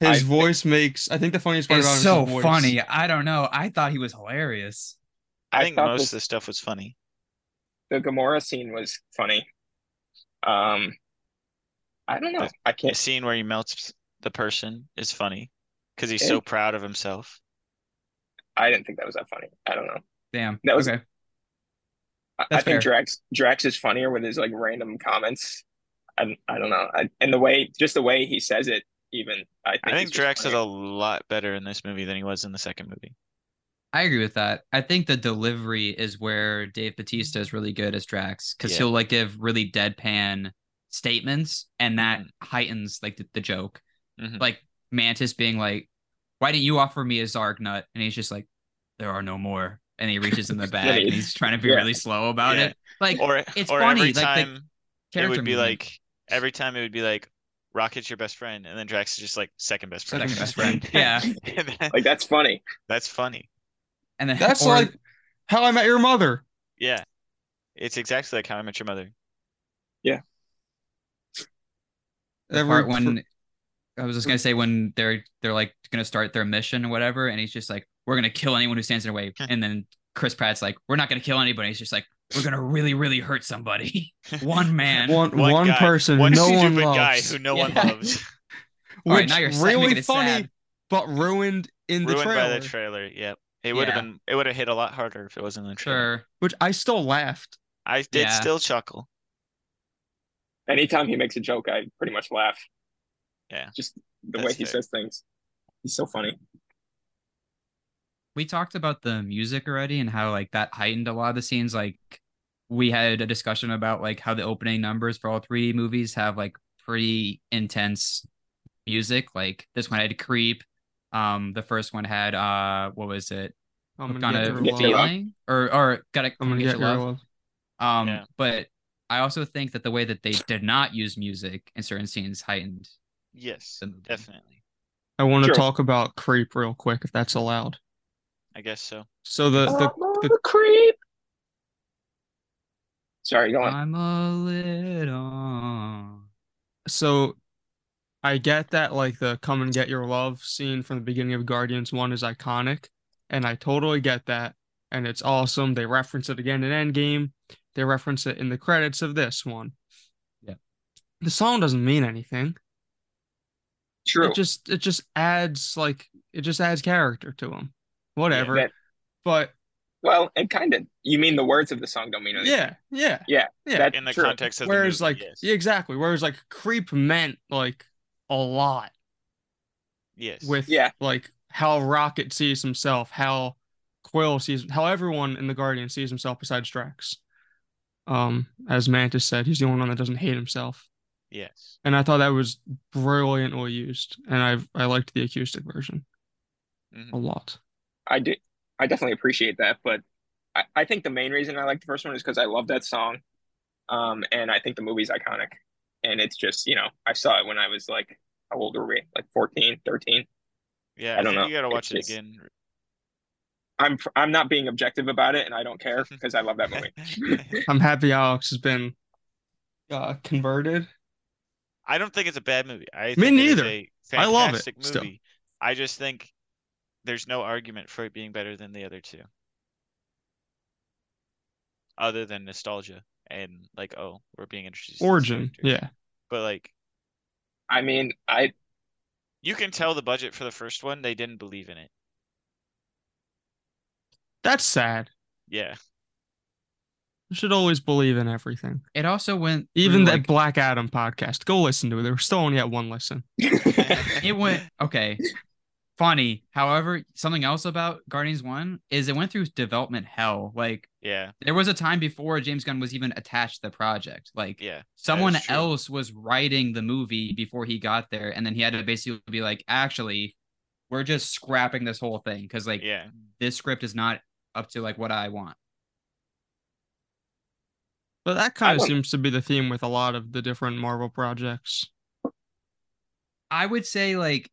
Speaker 2: I
Speaker 3: his
Speaker 2: think-
Speaker 3: voice makes. I think the funniest part
Speaker 4: it's
Speaker 3: about him
Speaker 4: so
Speaker 3: is his voice.
Speaker 4: funny. I don't know. I thought he was hilarious.
Speaker 5: I,
Speaker 2: I
Speaker 5: think
Speaker 2: thought
Speaker 5: most
Speaker 2: this-
Speaker 5: of the stuff was funny.
Speaker 2: The Gamora scene was funny. Um, I don't know. I
Speaker 5: The
Speaker 2: can't.
Speaker 5: scene where he melts the person is funny because he's so
Speaker 2: Yeah.
Speaker 5: proud of himself.
Speaker 2: I didn't think that was that funny. I don't know.
Speaker 4: Damn.
Speaker 2: That was-
Speaker 4: okay.
Speaker 2: I, I
Speaker 4: That's
Speaker 2: think
Speaker 4: fair.
Speaker 2: Drax Drax is funnier with his like random comments. I, I don't know. I, and the way, just the way he says it, even I think,
Speaker 5: I think
Speaker 2: is just
Speaker 5: Drax
Speaker 2: funny.
Speaker 5: did a lot better in this movie than he was in the second movie.
Speaker 4: I agree with that. I think the delivery is where Dave Batista is really good as Drax because
Speaker 5: Yeah.
Speaker 4: he'll like give really deadpan statements, and that
Speaker 5: Mm-hmm.
Speaker 4: heightens like the, the joke.
Speaker 5: Mhm.
Speaker 4: Like Mantis being like, "Why didn't you offer me a Zarg nut?" And he's just like, "There are no more." And he reaches in the bag and he's trying to be
Speaker 2: Yeah.
Speaker 4: really slow about
Speaker 5: Yeah.
Speaker 4: it. Like
Speaker 5: Or
Speaker 4: it's
Speaker 5: or
Speaker 4: funny, like,
Speaker 5: every
Speaker 4: the
Speaker 5: time it
Speaker 4: character
Speaker 5: would be
Speaker 4: movement.
Speaker 5: like every time it would be like Rocket's your best friend, and then Drax is just like second best friend.
Speaker 4: Second best friend. Yeah.
Speaker 5: And then-
Speaker 2: like that's funny.
Speaker 5: that's funny.
Speaker 4: and then
Speaker 3: That's
Speaker 4: or-
Speaker 3: like how I met your mother.
Speaker 5: Yeah. It's exactly like How I Met Your Mother.
Speaker 4: the
Speaker 3: Every-
Speaker 4: part when I was just gonna say when they're they're like gonna start their mission or whatever, and he's just like, "We're gonna kill anyone who stands in our way," and then Chris Pratt's like, "We're not gonna kill anybody." He's just like, "We're gonna really really hurt somebody, one man."
Speaker 3: one
Speaker 5: One
Speaker 3: one
Speaker 5: guy-
Speaker 3: person
Speaker 5: one
Speaker 3: no one
Speaker 5: stupid
Speaker 3: loves,
Speaker 5: guy who no one
Speaker 4: Yeah.
Speaker 5: loves,
Speaker 4: All right,
Speaker 3: which
Speaker 4: now you're sad- making
Speaker 3: really
Speaker 4: it
Speaker 3: funny,
Speaker 4: sad.
Speaker 3: but ruined in the
Speaker 5: ruined
Speaker 3: trailer.
Speaker 5: by the trailer. Yep. It would have
Speaker 4: Yeah.
Speaker 5: been. It would have hit a lot harder if it wasn't in the trailer.
Speaker 4: Sure.
Speaker 3: which I still laughed.
Speaker 5: I did
Speaker 4: Yeah.
Speaker 5: still chuckle.
Speaker 2: Anytime he makes a joke, I pretty much laugh.
Speaker 5: Yeah.
Speaker 2: Just the
Speaker 5: That's
Speaker 2: way he
Speaker 5: fair.
Speaker 2: says things. He's so funny.
Speaker 4: we talked about the music already and how like that heightened a lot of the scenes like we had a discussion about like how the opening numbers for all three movies have like pretty intense music like this one had creep um the first one had uh what was it
Speaker 3: I'm gonna,
Speaker 4: Gotta
Speaker 3: get your
Speaker 2: Get
Speaker 3: love.
Speaker 2: Your Love.
Speaker 4: feeling or or gotta
Speaker 3: I'm gonna get your love.
Speaker 4: um
Speaker 5: Yeah.
Speaker 4: but i also think that the way that they did not use music in certain scenes heightened
Speaker 5: Yes,
Speaker 4: The movie.
Speaker 5: definitely.
Speaker 3: I want to
Speaker 2: Sure.
Speaker 3: talk about creep real quick if that's allowed.
Speaker 5: I guess so.
Speaker 3: So the the
Speaker 2: Oh, I'm
Speaker 3: the-
Speaker 2: a creep. Sorry, go on.
Speaker 3: Uh,
Speaker 4: i'm a little
Speaker 3: so I get that like the come and get your love scene from the beginning of Guardians 1 is iconic and I totally get that and it's awesome. They reference it again in Endgame. They reference it in the credits of this one.
Speaker 4: Yeah.
Speaker 3: The song doesn't mean anything.
Speaker 2: True.
Speaker 3: It just it just adds like it just adds character to them. Whatever.
Speaker 2: that-
Speaker 3: but
Speaker 2: well, and kind of. You mean the words of the song don't mean anything.
Speaker 3: yeah, yeah.
Speaker 2: Yeah,
Speaker 3: Yeah.
Speaker 2: that-
Speaker 5: In the
Speaker 2: Sure.
Speaker 5: context of the
Speaker 3: Whereas
Speaker 5: movie,
Speaker 3: like
Speaker 5: yes.
Speaker 3: yeah, exactly. Whereas like creep meant like a lot.
Speaker 5: yes.
Speaker 3: with
Speaker 2: Yeah.
Speaker 3: like how Rocket sees himself, how Quill sees, how everyone in the Guardian sees himself besides Drax. Um, as Mantis said, he's the only one that doesn't hate himself.
Speaker 5: Yes.
Speaker 3: And I thought that was brilliantly used. And I I liked the acoustic version
Speaker 5: Mhm.
Speaker 3: a lot.
Speaker 2: I do. I definitely appreciate that, but I, I think the main reason I like the first one is because I love that song, um, and I think the movie's iconic. And it's just you know I saw it when I was like how old were we like 14, 13.
Speaker 5: Yeah,
Speaker 2: I
Speaker 5: I,
Speaker 2: don't
Speaker 5: think
Speaker 2: know.
Speaker 5: you gotta
Speaker 2: It's
Speaker 5: watch it
Speaker 2: just-
Speaker 5: again.
Speaker 2: I'm I'm not being objective about it, and I don't care because I love that movie.
Speaker 3: I'm happy Alex has been uh converted.
Speaker 5: I don't think it's a bad movie. I
Speaker 3: Me
Speaker 5: think it is
Speaker 3: neither.
Speaker 5: a
Speaker 3: I love it
Speaker 5: fantastic
Speaker 3: still.
Speaker 5: movie. I just think there's no argument for it being better than the other two, other than nostalgia and like, oh, we're being introduced. to these
Speaker 3: Origin.
Speaker 5: characters.
Speaker 3: Yeah.
Speaker 5: but like,
Speaker 2: I mean, I
Speaker 5: you can tell the budget for the first one they didn't believe in it.
Speaker 3: That's sad.
Speaker 5: Yeah,
Speaker 3: You should always believe in everything.
Speaker 4: It also went
Speaker 3: Even
Speaker 4: through,
Speaker 3: that
Speaker 4: like,
Speaker 3: Black Adam podcast. Go listen to it. There was still only at one listen.
Speaker 4: it went okay. Funny. However, something else about Guardians One is it went through development hell. Like
Speaker 5: yeah,
Speaker 4: there was a time before James Gunn was even attached to the project. Like
Speaker 5: yeah.
Speaker 4: someone
Speaker 5: true.
Speaker 4: else was writing the movie before he got there, and then he had to basically be like, actually, we're just scrapping this whole thing because like
Speaker 5: Yeah.
Speaker 4: this script is not up to like what I want.
Speaker 3: But that
Speaker 2: I
Speaker 3: kind of
Speaker 2: want-
Speaker 3: seems to be the theme with a lot of the different Marvel projects.
Speaker 4: I would say like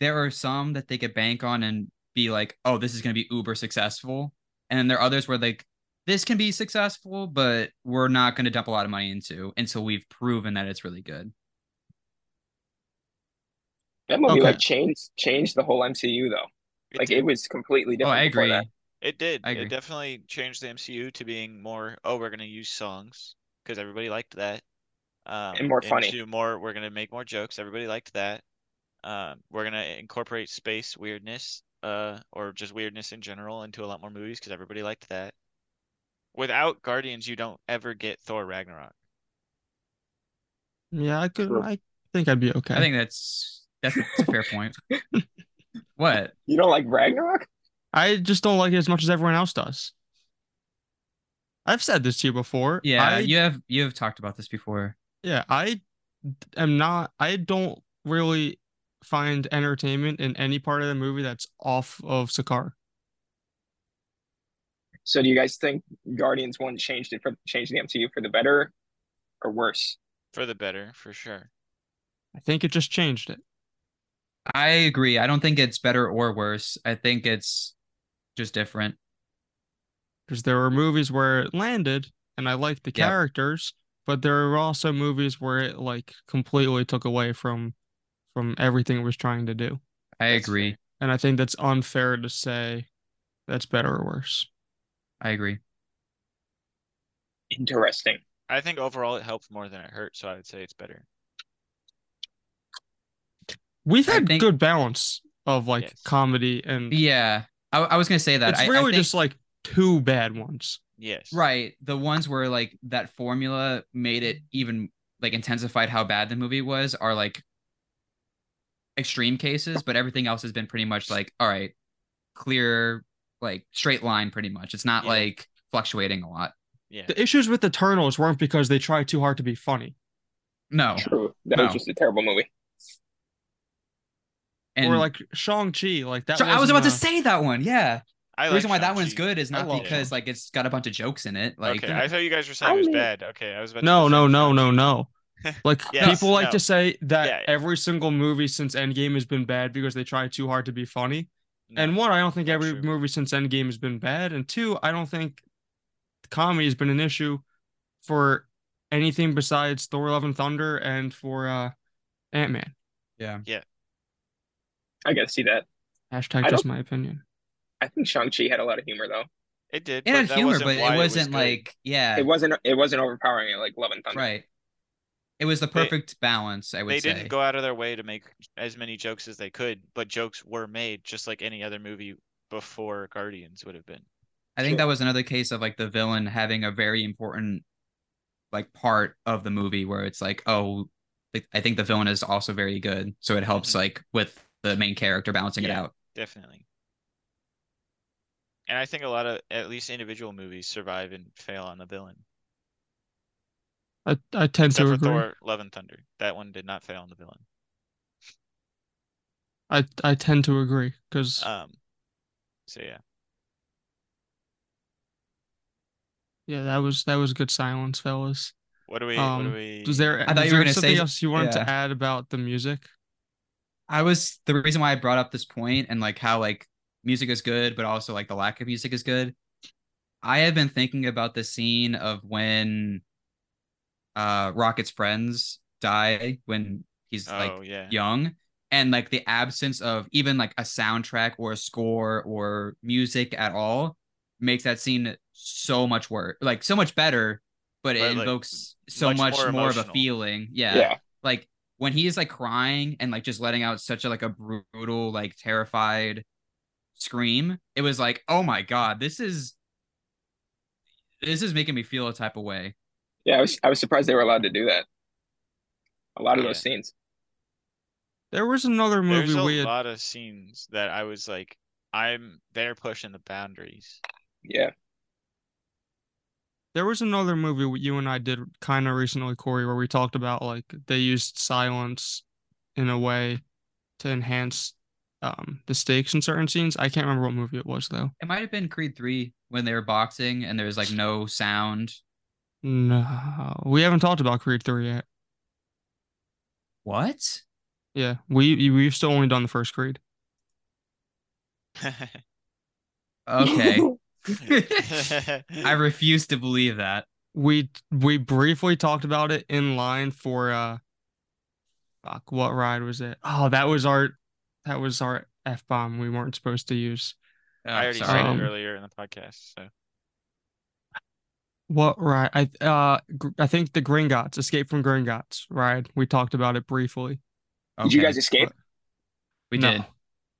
Speaker 4: there are some that they could bank on and be like, oh, this is gonna be uber successful, and then there are others where like this can be successful, but we're not gonna dump a lot of money into until we've proven that it's really good.
Speaker 2: that movie
Speaker 3: Okay.
Speaker 2: like changed changed the whole MCU though.
Speaker 5: It
Speaker 2: Like
Speaker 5: did.
Speaker 2: it was completely
Speaker 4: Oh,
Speaker 2: different.
Speaker 4: I
Speaker 2: before
Speaker 4: agree.
Speaker 2: that.
Speaker 5: It did.
Speaker 4: I agree.
Speaker 5: It definitely changed the MCU to being more, oh, we're gonna use songs because everybody liked that. Um,
Speaker 2: And more funny.
Speaker 5: Into more, we're gonna make more jokes. Everybody liked that. Um, we're gonna incorporate space weirdness, uh, or just weirdness in general into a lot more movies because everybody liked that. Without Guardians, you don't ever get Thor Ragnarok.
Speaker 3: Yeah, I could.
Speaker 2: True.
Speaker 3: I think I'd be okay.
Speaker 4: I think that's that's, that's a fair point. What?
Speaker 2: You don't like Ragnarok?
Speaker 3: I just don't like it as much as everyone else does. I've said this to you before.
Speaker 4: Yeah,
Speaker 3: I,
Speaker 4: you have you have talked about this before.
Speaker 3: yeah. I am not. I don't really find entertainment in any part of the movie that's off of Sakaar.
Speaker 2: So do you guys think Guardians One changed it for changed the MCU for the better or worse?
Speaker 5: For the better, for sure.
Speaker 3: I think it just changed it.
Speaker 4: I agree. I don't think it's better or worse. I think it's just different.
Speaker 3: because there were movies where it landed and I liked the
Speaker 4: Yeah.
Speaker 3: characters, but there were also movies where it like completely took away from from everything it was trying to do.
Speaker 4: I
Speaker 5: That's
Speaker 4: agree.
Speaker 3: And I think that's unfair to say that's better or worse.
Speaker 4: I agree.
Speaker 2: Interesting.
Speaker 5: I think overall it helped more than it hurt, so I would say it's better.
Speaker 3: We've
Speaker 4: I
Speaker 3: had
Speaker 4: think-
Speaker 3: good balance of like
Speaker 5: Yes.
Speaker 3: comedy and
Speaker 4: Yeah, I, I was gonna say that.
Speaker 3: it's
Speaker 4: I- I
Speaker 3: really
Speaker 4: think-
Speaker 3: just like two bad ones.
Speaker 5: Yes.
Speaker 4: Right. The ones where like that formula made it even like intensified how bad the movie was are like extreme cases, but everything else has been pretty much like, all right, clear, like straight line pretty much. It's not
Speaker 5: Yeah.
Speaker 4: like fluctuating a lot.
Speaker 5: Yeah.
Speaker 3: The issues with Eternals weren't because they tried too hard to be funny.
Speaker 4: No.
Speaker 2: True. That
Speaker 4: No.
Speaker 2: was just a terrible movie.
Speaker 4: And
Speaker 3: or like Shang Chi, like that.
Speaker 4: So I was about to
Speaker 3: wasn't a-
Speaker 4: say that one. Yeah.
Speaker 5: I
Speaker 4: The reason why
Speaker 5: like
Speaker 4: that one's
Speaker 5: Shang-Chi.
Speaker 4: good is
Speaker 3: I
Speaker 4: not
Speaker 3: love
Speaker 4: because like it's got a bunch of jokes in it. Like
Speaker 5: okay, I thought you guys were saying it was
Speaker 2: I mean-
Speaker 5: bad. Okay, I was about to
Speaker 3: No,
Speaker 5: defend
Speaker 3: no, no,
Speaker 5: Shang-Chi.
Speaker 3: no, no. Like
Speaker 5: Yes,
Speaker 3: people like
Speaker 5: no.
Speaker 3: to say that
Speaker 5: Yeah.
Speaker 3: every single movie since Endgame has been bad because they try too hard to be funny.
Speaker 5: No.
Speaker 3: And one, I don't think
Speaker 5: not
Speaker 3: every
Speaker 5: true.
Speaker 3: movie since Endgame has been bad. And two, I don't think comedy has been an issue for anything besides Thor: Love and Thunder and for uh, Ant Man.
Speaker 2: I gotta see that.
Speaker 3: Hashtag
Speaker 2: I
Speaker 3: just my opinion.
Speaker 2: I think Shang Chi had a lot of humor though.
Speaker 5: It did.
Speaker 4: it
Speaker 5: but
Speaker 4: had
Speaker 5: that
Speaker 4: humor,
Speaker 5: wasn't
Speaker 4: but it
Speaker 5: why
Speaker 4: wasn't
Speaker 5: was good.
Speaker 4: like yeah.
Speaker 2: It wasn't it wasn't overpowering it like Love and Thunder.
Speaker 4: right. It was the perfect balance, I would
Speaker 5: they
Speaker 4: say.
Speaker 5: didn't go out of their way to make as many jokes as they could, but jokes were made just like any other movie before Guardians would have been.
Speaker 4: I think
Speaker 2: Sure.
Speaker 4: that was another case of like the villain having a very important like part of the movie where it's like, oh, like, I think the villain is also very good, so it helps
Speaker 5: Mhm.
Speaker 4: like with the main character balancing it
Speaker 5: Yeah.
Speaker 4: out.
Speaker 5: Definitely. And I think a lot of at least individual movies survive and fail on the villain.
Speaker 3: I, I tend
Speaker 5: Except
Speaker 3: to
Speaker 5: for
Speaker 3: agree.
Speaker 5: Thor: Love and Thunder. That one did not fail on the villain.
Speaker 3: I I tend to agree because
Speaker 5: Um, so yeah,
Speaker 3: yeah, that was that was good silence, fellas.
Speaker 5: what do we? what
Speaker 3: Um,
Speaker 5: do we?
Speaker 3: Was there?
Speaker 4: I thought
Speaker 3: was
Speaker 4: you were
Speaker 3: there
Speaker 4: gonna
Speaker 3: something
Speaker 4: say-
Speaker 3: else you wanted
Speaker 4: yeah.
Speaker 3: to add about the music.
Speaker 4: I was the reason why I brought up this point and like how like music is good, but also like the lack of music is good. I have been thinking about the scene of when uh Rocket's friends die when he's
Speaker 5: oh
Speaker 4: like
Speaker 5: yeah.
Speaker 4: young and like the absence of even like a soundtrack or a score or music at all makes that scene so much worse like so much better but it
Speaker 5: But, like,
Speaker 4: invokes so
Speaker 5: much
Speaker 4: much,
Speaker 5: more
Speaker 4: more, of a
Speaker 5: emotional.
Speaker 4: feeling yeah.
Speaker 2: Yeah.
Speaker 4: like when he is like crying and like just letting out such a like a brutal like terrified scream it was like oh my god this is this is making me feel a type of way
Speaker 2: Yeah, I was I was surprised they were allowed to do that. A lot of those scenes.
Speaker 3: There was another
Speaker 5: There's
Speaker 3: movie
Speaker 5: a
Speaker 3: we had.
Speaker 5: lot of scenes that I was like, I'm they're pushing the boundaries.
Speaker 2: Yeah.
Speaker 3: There was another movie we- you and I did kind of recently, Corey, where we talked about like they used silence in a way to enhance um the stakes in certain scenes. I can't remember what movie it was though.
Speaker 4: it might have been creed 3 when they were boxing and there was like no sound
Speaker 3: No, we haven't talked about Creed three yet.
Speaker 4: what
Speaker 3: Yeah, we we've still only done the first Creed.
Speaker 4: Okay. I refuse to believe that.
Speaker 3: we we briefly talked about it in line for uh fuck what ride was it oh that was our that was our f-bomb we weren't supposed to use
Speaker 4: Oh,
Speaker 5: I already
Speaker 4: sorry.
Speaker 5: said
Speaker 3: Um,
Speaker 5: it earlier in the podcast. So
Speaker 3: what ride i uh gr- i think the gringotts escape from gringotts ride we talked about it briefly
Speaker 2: Um, Did you
Speaker 4: Okay,
Speaker 2: guys escape?
Speaker 4: We
Speaker 3: No.
Speaker 4: did.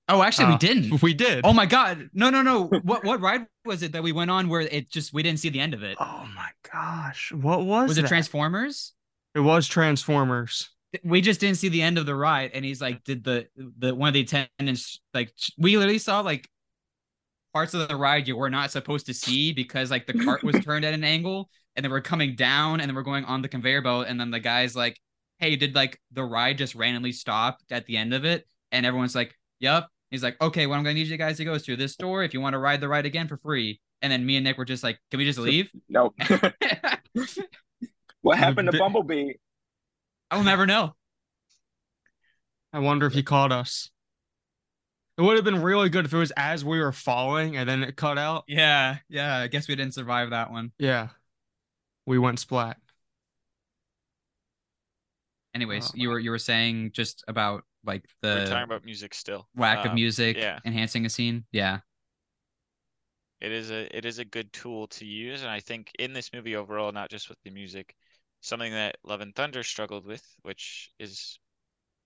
Speaker 4: Oh, actually, we
Speaker 3: Uh,
Speaker 4: didn't.
Speaker 3: we did
Speaker 4: Oh my god! No, no, no. what what ride was it that we went on where it just we didn't see the end of it?
Speaker 3: Oh my gosh what was,
Speaker 4: Was it
Speaker 3: that?
Speaker 4: Transformers?
Speaker 3: it was transformers
Speaker 4: We just didn't see the end of the ride, and he's like, did the the one of the attendants like we literally saw like parts of the ride you were not supposed to see because like the cart was turned at an angle, and then we're coming down, and then we're going on the conveyor belt, and then the guy's like, hey, did like the ride just randomly stop at the end of it? And everyone's like, yep. He's like, okay, what I'm gonna need you guys to go is through this door if you want to ride the ride again for free. And then me and Nick were just like, can we just leave?
Speaker 2: Nope. what happened to
Speaker 3: Bi-
Speaker 2: Bumblebee?
Speaker 4: I'll never know.
Speaker 3: i wonder if he caught us it would have been really good if it was as we were falling and then it cut out
Speaker 4: Yeah, yeah. I guess we didn't survive that one.
Speaker 3: yeah we went splat
Speaker 4: Anyways,
Speaker 3: Oh,
Speaker 4: you were you were saying just about like
Speaker 5: we're talking
Speaker 4: the
Speaker 5: about music still.
Speaker 4: lack of
Speaker 5: Um,
Speaker 4: music
Speaker 5: yeah.
Speaker 4: enhancing a scene. Yeah.
Speaker 5: It is a it is a good tool to use, and I think in this movie overall, not just with the music, something that Love and Thunder struggled with, which is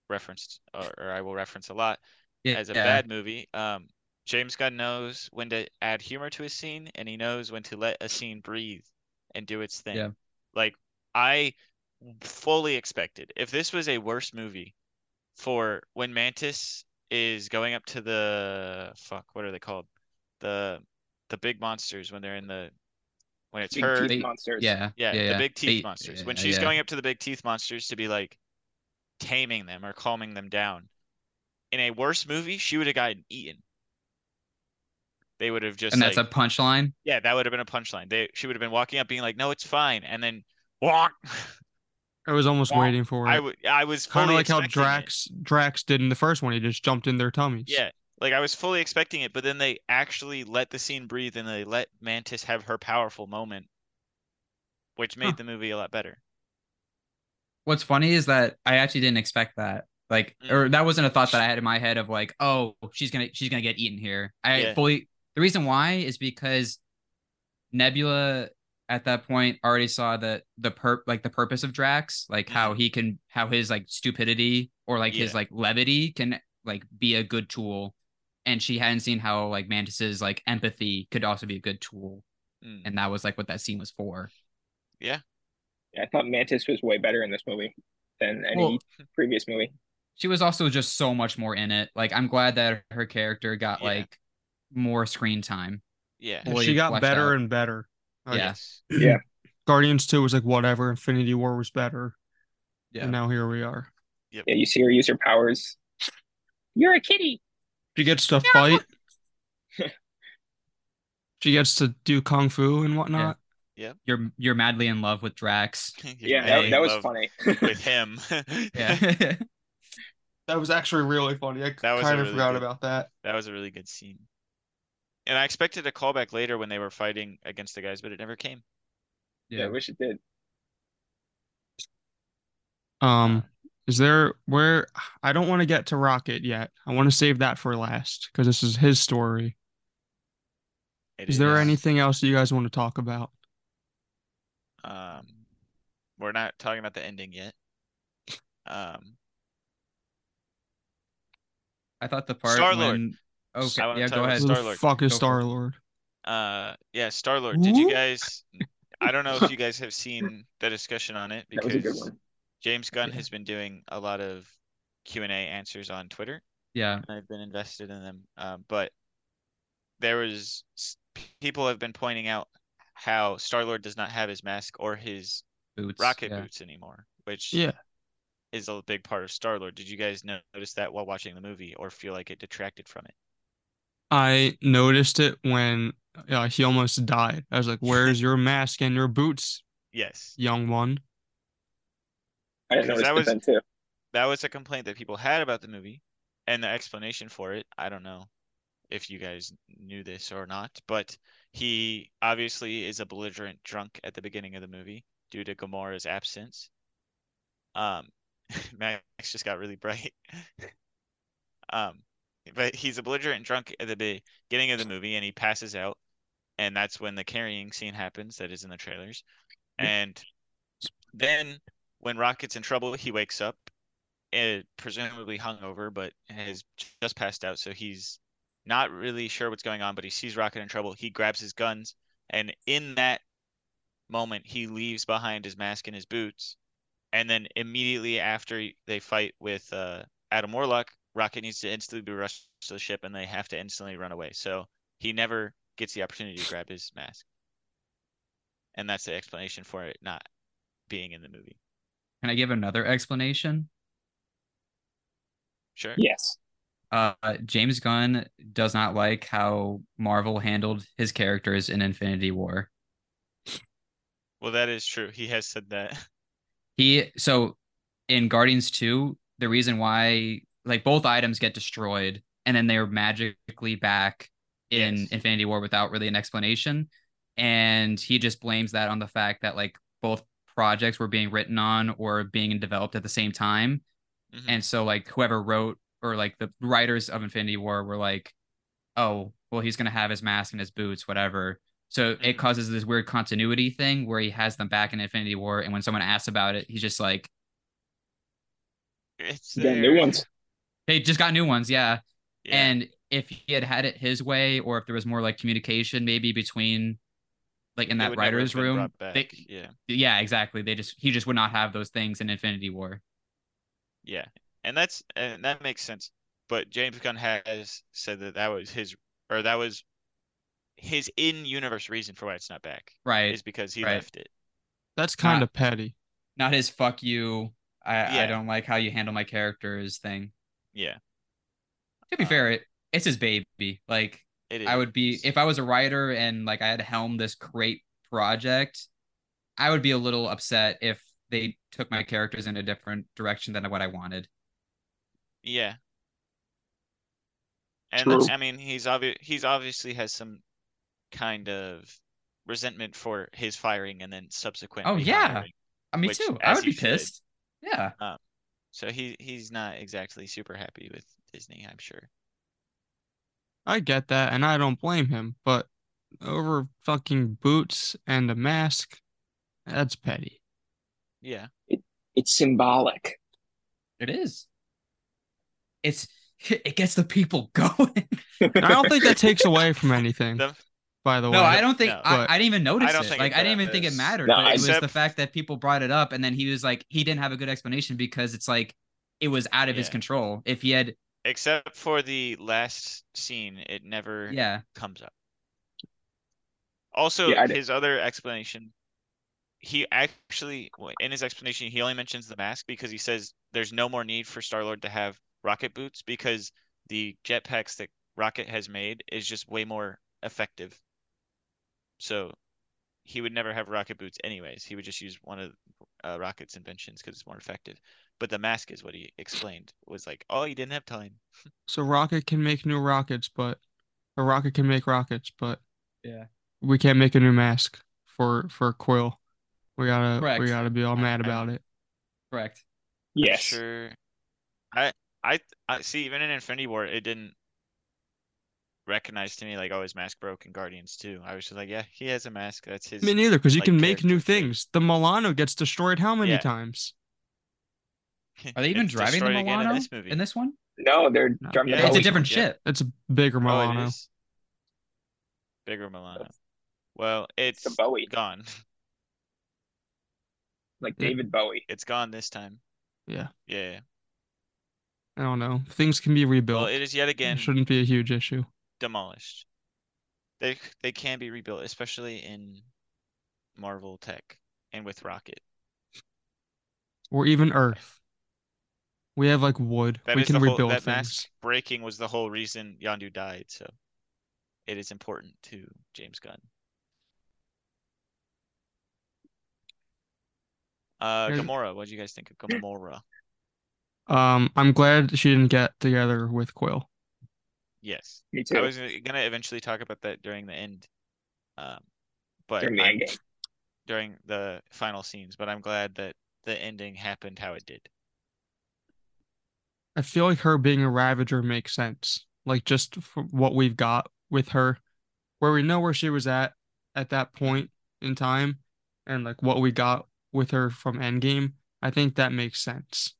Speaker 5: referenced or, or I will reference a lot
Speaker 4: Yeah.
Speaker 5: as a
Speaker 4: yeah.
Speaker 5: bad movie. Um, James Gunn knows when to add humor to a scene, and he knows when to let a scene breathe and do its thing.
Speaker 4: Yeah.
Speaker 5: Like I fully expected if this was a worse movie for when Mantis is going up to the fuck, what are they called? The the big monsters when they're in the when it's
Speaker 2: Big
Speaker 5: her
Speaker 2: teeth monsters.
Speaker 4: Yeah.
Speaker 5: yeah, the big teeth
Speaker 4: They-
Speaker 5: monsters.
Speaker 4: yeah,
Speaker 5: when she's
Speaker 4: yeah.
Speaker 5: going up to the big teeth monsters to be like taming them or calming them down. In a worse movie, she would have gotten eaten. They would have just
Speaker 4: and that's
Speaker 5: like,
Speaker 4: a punchline.
Speaker 5: yeah, that would have been a punchline. They she would have been walking up being like, "No, it's fine," and then walk.
Speaker 3: i was almost
Speaker 5: Well,
Speaker 3: waiting for it
Speaker 5: I would I was
Speaker 3: kind of
Speaker 5: fully
Speaker 3: like how
Speaker 5: expecting it.
Speaker 3: Drax Drax did in the first one. He just jumped in their tummies.
Speaker 5: Yeah, like I was fully expecting it, but then they actually let the scene breathe and they let Mantis have her powerful moment, which made
Speaker 3: Huh.
Speaker 5: the movie a lot better.
Speaker 4: What's funny is that I actually didn't expect that. Like,
Speaker 5: Mm.
Speaker 4: or that wasn't a thought that I had in my head of like, oh, she's gonna she's gonna get eaten here. I
Speaker 5: Yeah.
Speaker 4: fully the reason why is because Nebula at that point already saw the the perp like the purpose of Drax, like how he can how his like stupidity or like his
Speaker 5: Mm-hmm. Yeah.
Speaker 4: like levity can like be a good tool. And she hadn't seen how like Mantis's like empathy could also be a good tool.
Speaker 5: Mm.
Speaker 4: And that was like what that scene was for.
Speaker 2: I thought Mantis was way better in this movie than any
Speaker 4: Well-
Speaker 2: previous movie.
Speaker 4: she was also just so much more in it. Like I'm glad that her character got
Speaker 5: Yeah.
Speaker 4: like more screen time.
Speaker 5: Yeah.
Speaker 3: And
Speaker 4: Fully
Speaker 3: she got
Speaker 4: fleshed
Speaker 3: better
Speaker 4: out.
Speaker 3: and better. Like,
Speaker 4: Yeah.
Speaker 5: Yes.
Speaker 2: Yeah.
Speaker 3: Guardians Two was like whatever. Infinity War was better.
Speaker 6: Yeah.
Speaker 3: And now here we are.
Speaker 2: Yeah, you see her use her powers. You're a kitty.
Speaker 3: She gets to fight. she gets to do kung fu and whatnot.
Speaker 4: You're you're madly in love with Drax.
Speaker 5: You're
Speaker 2: Yeah,
Speaker 5: madly
Speaker 2: that,
Speaker 5: in
Speaker 2: that was
Speaker 5: love
Speaker 2: funny.
Speaker 5: With him.
Speaker 4: Yeah.
Speaker 3: That was actually really funny. I
Speaker 5: That was a
Speaker 3: kind of
Speaker 5: really
Speaker 3: forgot
Speaker 5: good-
Speaker 3: about that.
Speaker 5: That was a really good scene. And I expected a callback later when they were fighting against the guys, but it never came.
Speaker 2: yeah. I wish it did.
Speaker 3: Um, is there where I don't want to get to Rocket yet. I want to save that for last because this is his story.
Speaker 5: It
Speaker 3: Is there anything else that you guys want to talk about?
Speaker 5: Um, we're not talking about the ending yet. Um,
Speaker 4: I thought the part
Speaker 5: Star-Lord.
Speaker 4: when Okay,
Speaker 5: I wanna
Speaker 4: yeah,
Speaker 5: talk
Speaker 4: go
Speaker 5: about
Speaker 4: ahead.
Speaker 3: Who the
Speaker 5: Star-Lord.
Speaker 3: fuck is
Speaker 4: Uh, Go for it.
Speaker 3: Star Lord?
Speaker 5: uh, yeah, Star Lord. Did you
Speaker 3: Ooh.
Speaker 5: guys? I don't know if you guys have seen the discussion on it
Speaker 2: That was a good
Speaker 5: because
Speaker 2: one.
Speaker 5: James Gunn
Speaker 4: Yeah.
Speaker 5: has been doing a lot of Q and A answers on Twitter.
Speaker 4: Yeah.
Speaker 5: and I've been invested in them. Uh, but there was s- people have been pointing out how Star Lord does not have his mask or his
Speaker 4: Boots.
Speaker 5: rocket
Speaker 4: yeah.
Speaker 5: boots anymore, which
Speaker 3: Yeah.
Speaker 5: is a big part of Star Lord. Did you guys no- notice that while watching the movie, or feel like it detracted from it?
Speaker 3: I noticed it when uh, he almost died. I was like, "Where's your mask and your boots,
Speaker 5: Yes,
Speaker 3: young one?"
Speaker 2: I didn't
Speaker 5: Because
Speaker 2: notice
Speaker 5: that
Speaker 2: it
Speaker 5: was-
Speaker 2: then too.
Speaker 5: that was a complaint that people had about the movie, and the explanation for it. I don't know if you guys knew this or not, but he obviously is a belligerent drunk at the beginning of the movie due to Gamora's absence. Um, Max just got really bright. um, but he's a belligerent drunk at the be- beginning of the movie, and he passes out, and that's when the carrying scene happens that is in the trailers, and then when Rocket's in trouble, he wakes up, eh, presumably hungover, but has just passed out, so he's not really sure what's going on, but he sees Rocket in trouble. He grabs his guns, and in that moment, he leaves behind his mask and his boots. And then immediately after he- they fight with uh, Adam Warlock, Rocket needs to instantly be rushed to the ship, and they have to instantly run away. So he never gets the opportunity to grab his mask, and that's the explanation for it not being in the movie.
Speaker 4: Can I give another explanation?
Speaker 5: Sure.
Speaker 2: Yes.
Speaker 4: Uh, James Gunn does not like how Marvel handled his characters in Infinity War.
Speaker 5: Well, that is true. He has said that.
Speaker 4: He so in Guardians 2, the reason why like both items get destroyed and then they're magically back in
Speaker 5: Yes.
Speaker 4: Infinity War without really an explanation. And he just blames that on the fact that like both projects were being written on or being developed at the same time.
Speaker 5: Mhm.
Speaker 4: And so like whoever wrote or like the writers of Infinity War were like, oh, well, he's gonna have his mask and his boots, whatever. So it
Speaker 5: Mhm.
Speaker 4: causes this weird continuity thing where he has them back in Infinity War, and when someone asks about it, he's just like,
Speaker 5: It's
Speaker 2: Again, new
Speaker 5: there.
Speaker 2: ones.
Speaker 4: they just got new ones, yeah.
Speaker 5: Yeah.
Speaker 4: And if he had had it his way, or if there was more like communication maybe between, like in
Speaker 5: It
Speaker 4: that
Speaker 5: would never have
Speaker 4: writers'
Speaker 5: been
Speaker 4: room,
Speaker 5: brought back.
Speaker 4: they,
Speaker 5: yeah,
Speaker 4: yeah, exactly. They just he just would not have those things in Infinity War.
Speaker 5: yeah, and that's and that makes sense. But James Gunn has said that that was his or that was his in-universe reason for why it's not back
Speaker 4: Right,
Speaker 5: is because he
Speaker 4: right.
Speaker 5: left it.
Speaker 3: That's
Speaker 4: Not-
Speaker 3: kind of petty.
Speaker 4: not his fuck you. I, I
Speaker 5: Yeah.
Speaker 4: don't like how you handle my characters thing.
Speaker 5: Yeah,
Speaker 4: To be
Speaker 5: Uh,
Speaker 4: fair, it, it's his baby. Like
Speaker 5: it is.
Speaker 4: I would be if I was a writer and like I had to helm this great project, I would be a little upset if they took my characters in a different direction than what I wanted.
Speaker 5: Yeah. And
Speaker 2: True.
Speaker 5: I mean, he's obvious. He's obviously has some kind of resentment for his firing and then subsequent.
Speaker 4: Oh, yeah.
Speaker 5: rehiring.
Speaker 4: I mean
Speaker 5: Which,
Speaker 4: too. I
Speaker 5: as
Speaker 4: would
Speaker 5: you
Speaker 4: be
Speaker 5: should.
Speaker 4: pissed. Yeah.
Speaker 5: So he he's not exactly super happy with Disney, I'm sure.
Speaker 3: I get that, and I don't blame him. But over fucking boots and a mask, that's petty.
Speaker 5: Yeah.
Speaker 2: It's symbolic.
Speaker 4: It is. It's it gets the people going.
Speaker 3: And I don't think that takes away from anything.
Speaker 5: The-
Speaker 3: By the way,
Speaker 4: No, I don't think
Speaker 5: No.
Speaker 4: I,
Speaker 3: But-
Speaker 4: I didn't even notice
Speaker 5: don't
Speaker 4: it.
Speaker 5: think
Speaker 4: Like
Speaker 5: it
Speaker 4: I didn't even think it
Speaker 5: does.
Speaker 4: mattered.
Speaker 2: No,
Speaker 4: but it was the
Speaker 5: except-
Speaker 4: fact that people brought it up, and then he was like, he didn't have a good explanation because it's like it was out of his
Speaker 5: Yeah.
Speaker 4: control. If he had,
Speaker 5: Except for the last scene, it never
Speaker 4: yeah,
Speaker 5: comes up. Also,
Speaker 2: Yeah, I did-
Speaker 5: his other explanation, he actually in his explanation he only mentions the mask because he says there's no more need for Star Lord to have rocket boots because the jetpacks that Rocket has made is just way more effective. So he would never have rocket boots anyways. He would just use one of uh, Rocket's inventions because it's more effective. But the mask is what he explained was like, oh, he didn't have time.
Speaker 3: So Rocket can make new rockets, but a rocket can make rockets, but
Speaker 4: Yeah.
Speaker 3: we can't make a new mask for for Quill. We gotta
Speaker 4: Correct.
Speaker 3: we gotta be all mad
Speaker 5: I-
Speaker 3: about it.
Speaker 4: Correct.
Speaker 5: Yeah,
Speaker 2: Yes.
Speaker 5: Sure. I I I see. Even in Infinity War, it didn't recognize to me like, oh, his mask broke in Guardians too. I was just like, yeah, he has a mask. That's his.
Speaker 3: Me neither, because you
Speaker 5: like
Speaker 3: can make new
Speaker 5: character trait.
Speaker 3: things. The Milano gets destroyed how many
Speaker 5: Yeah.
Speaker 3: times?
Speaker 4: Are they even
Speaker 5: It's
Speaker 4: driving the
Speaker 5: destroyed again
Speaker 4: Milano
Speaker 5: in this movie?
Speaker 4: one?
Speaker 2: No, they're
Speaker 3: No.
Speaker 2: driving
Speaker 5: Yeah,
Speaker 2: the
Speaker 5: Oh,
Speaker 4: it's a
Speaker 5: we-
Speaker 2: Bowie.
Speaker 4: different
Speaker 5: yeah.
Speaker 4: ship.
Speaker 3: It's a bigger
Speaker 5: Oh, it
Speaker 3: Milano.
Speaker 5: is. Bigger Milano. Well,
Speaker 2: It's the
Speaker 5: it's
Speaker 2: Bowie,
Speaker 5: gone.
Speaker 2: like
Speaker 3: Yeah.
Speaker 2: David Bowie.
Speaker 5: It's gone this time.
Speaker 3: Yeah.
Speaker 5: Yeah.
Speaker 3: I don't know. Things can be rebuilt.
Speaker 5: Well, it is yet
Speaker 3: It
Speaker 5: again
Speaker 3: shouldn't be a huge issue.
Speaker 5: demolished. They they can be rebuilt, especially in Marvel tech and with Rocket.
Speaker 3: Or even Earth. We have like wood.
Speaker 5: That
Speaker 3: we
Speaker 5: is
Speaker 3: can
Speaker 5: the whole,
Speaker 3: rebuild
Speaker 5: that
Speaker 3: things.
Speaker 5: mask breaking was the whole reason Yandu died, so it is important to James Gunn. Uh,
Speaker 3: There's-
Speaker 5: Gamora, what do you guys think of Gamora?
Speaker 3: Um, I'm glad she didn't get together with Quill.
Speaker 5: Yes,
Speaker 2: Me too.
Speaker 5: I was gonna gonna eventually talk about that during the end, um, but
Speaker 2: during the
Speaker 5: I'm-
Speaker 2: end game.
Speaker 5: during the final scenes. But I'm glad that the ending happened how it did.
Speaker 3: I feel like her being a Ravager makes sense. Like just from what we've got with her, where we know where she was at at that point in time, and like what we got with her from Endgame. I think that makes sense.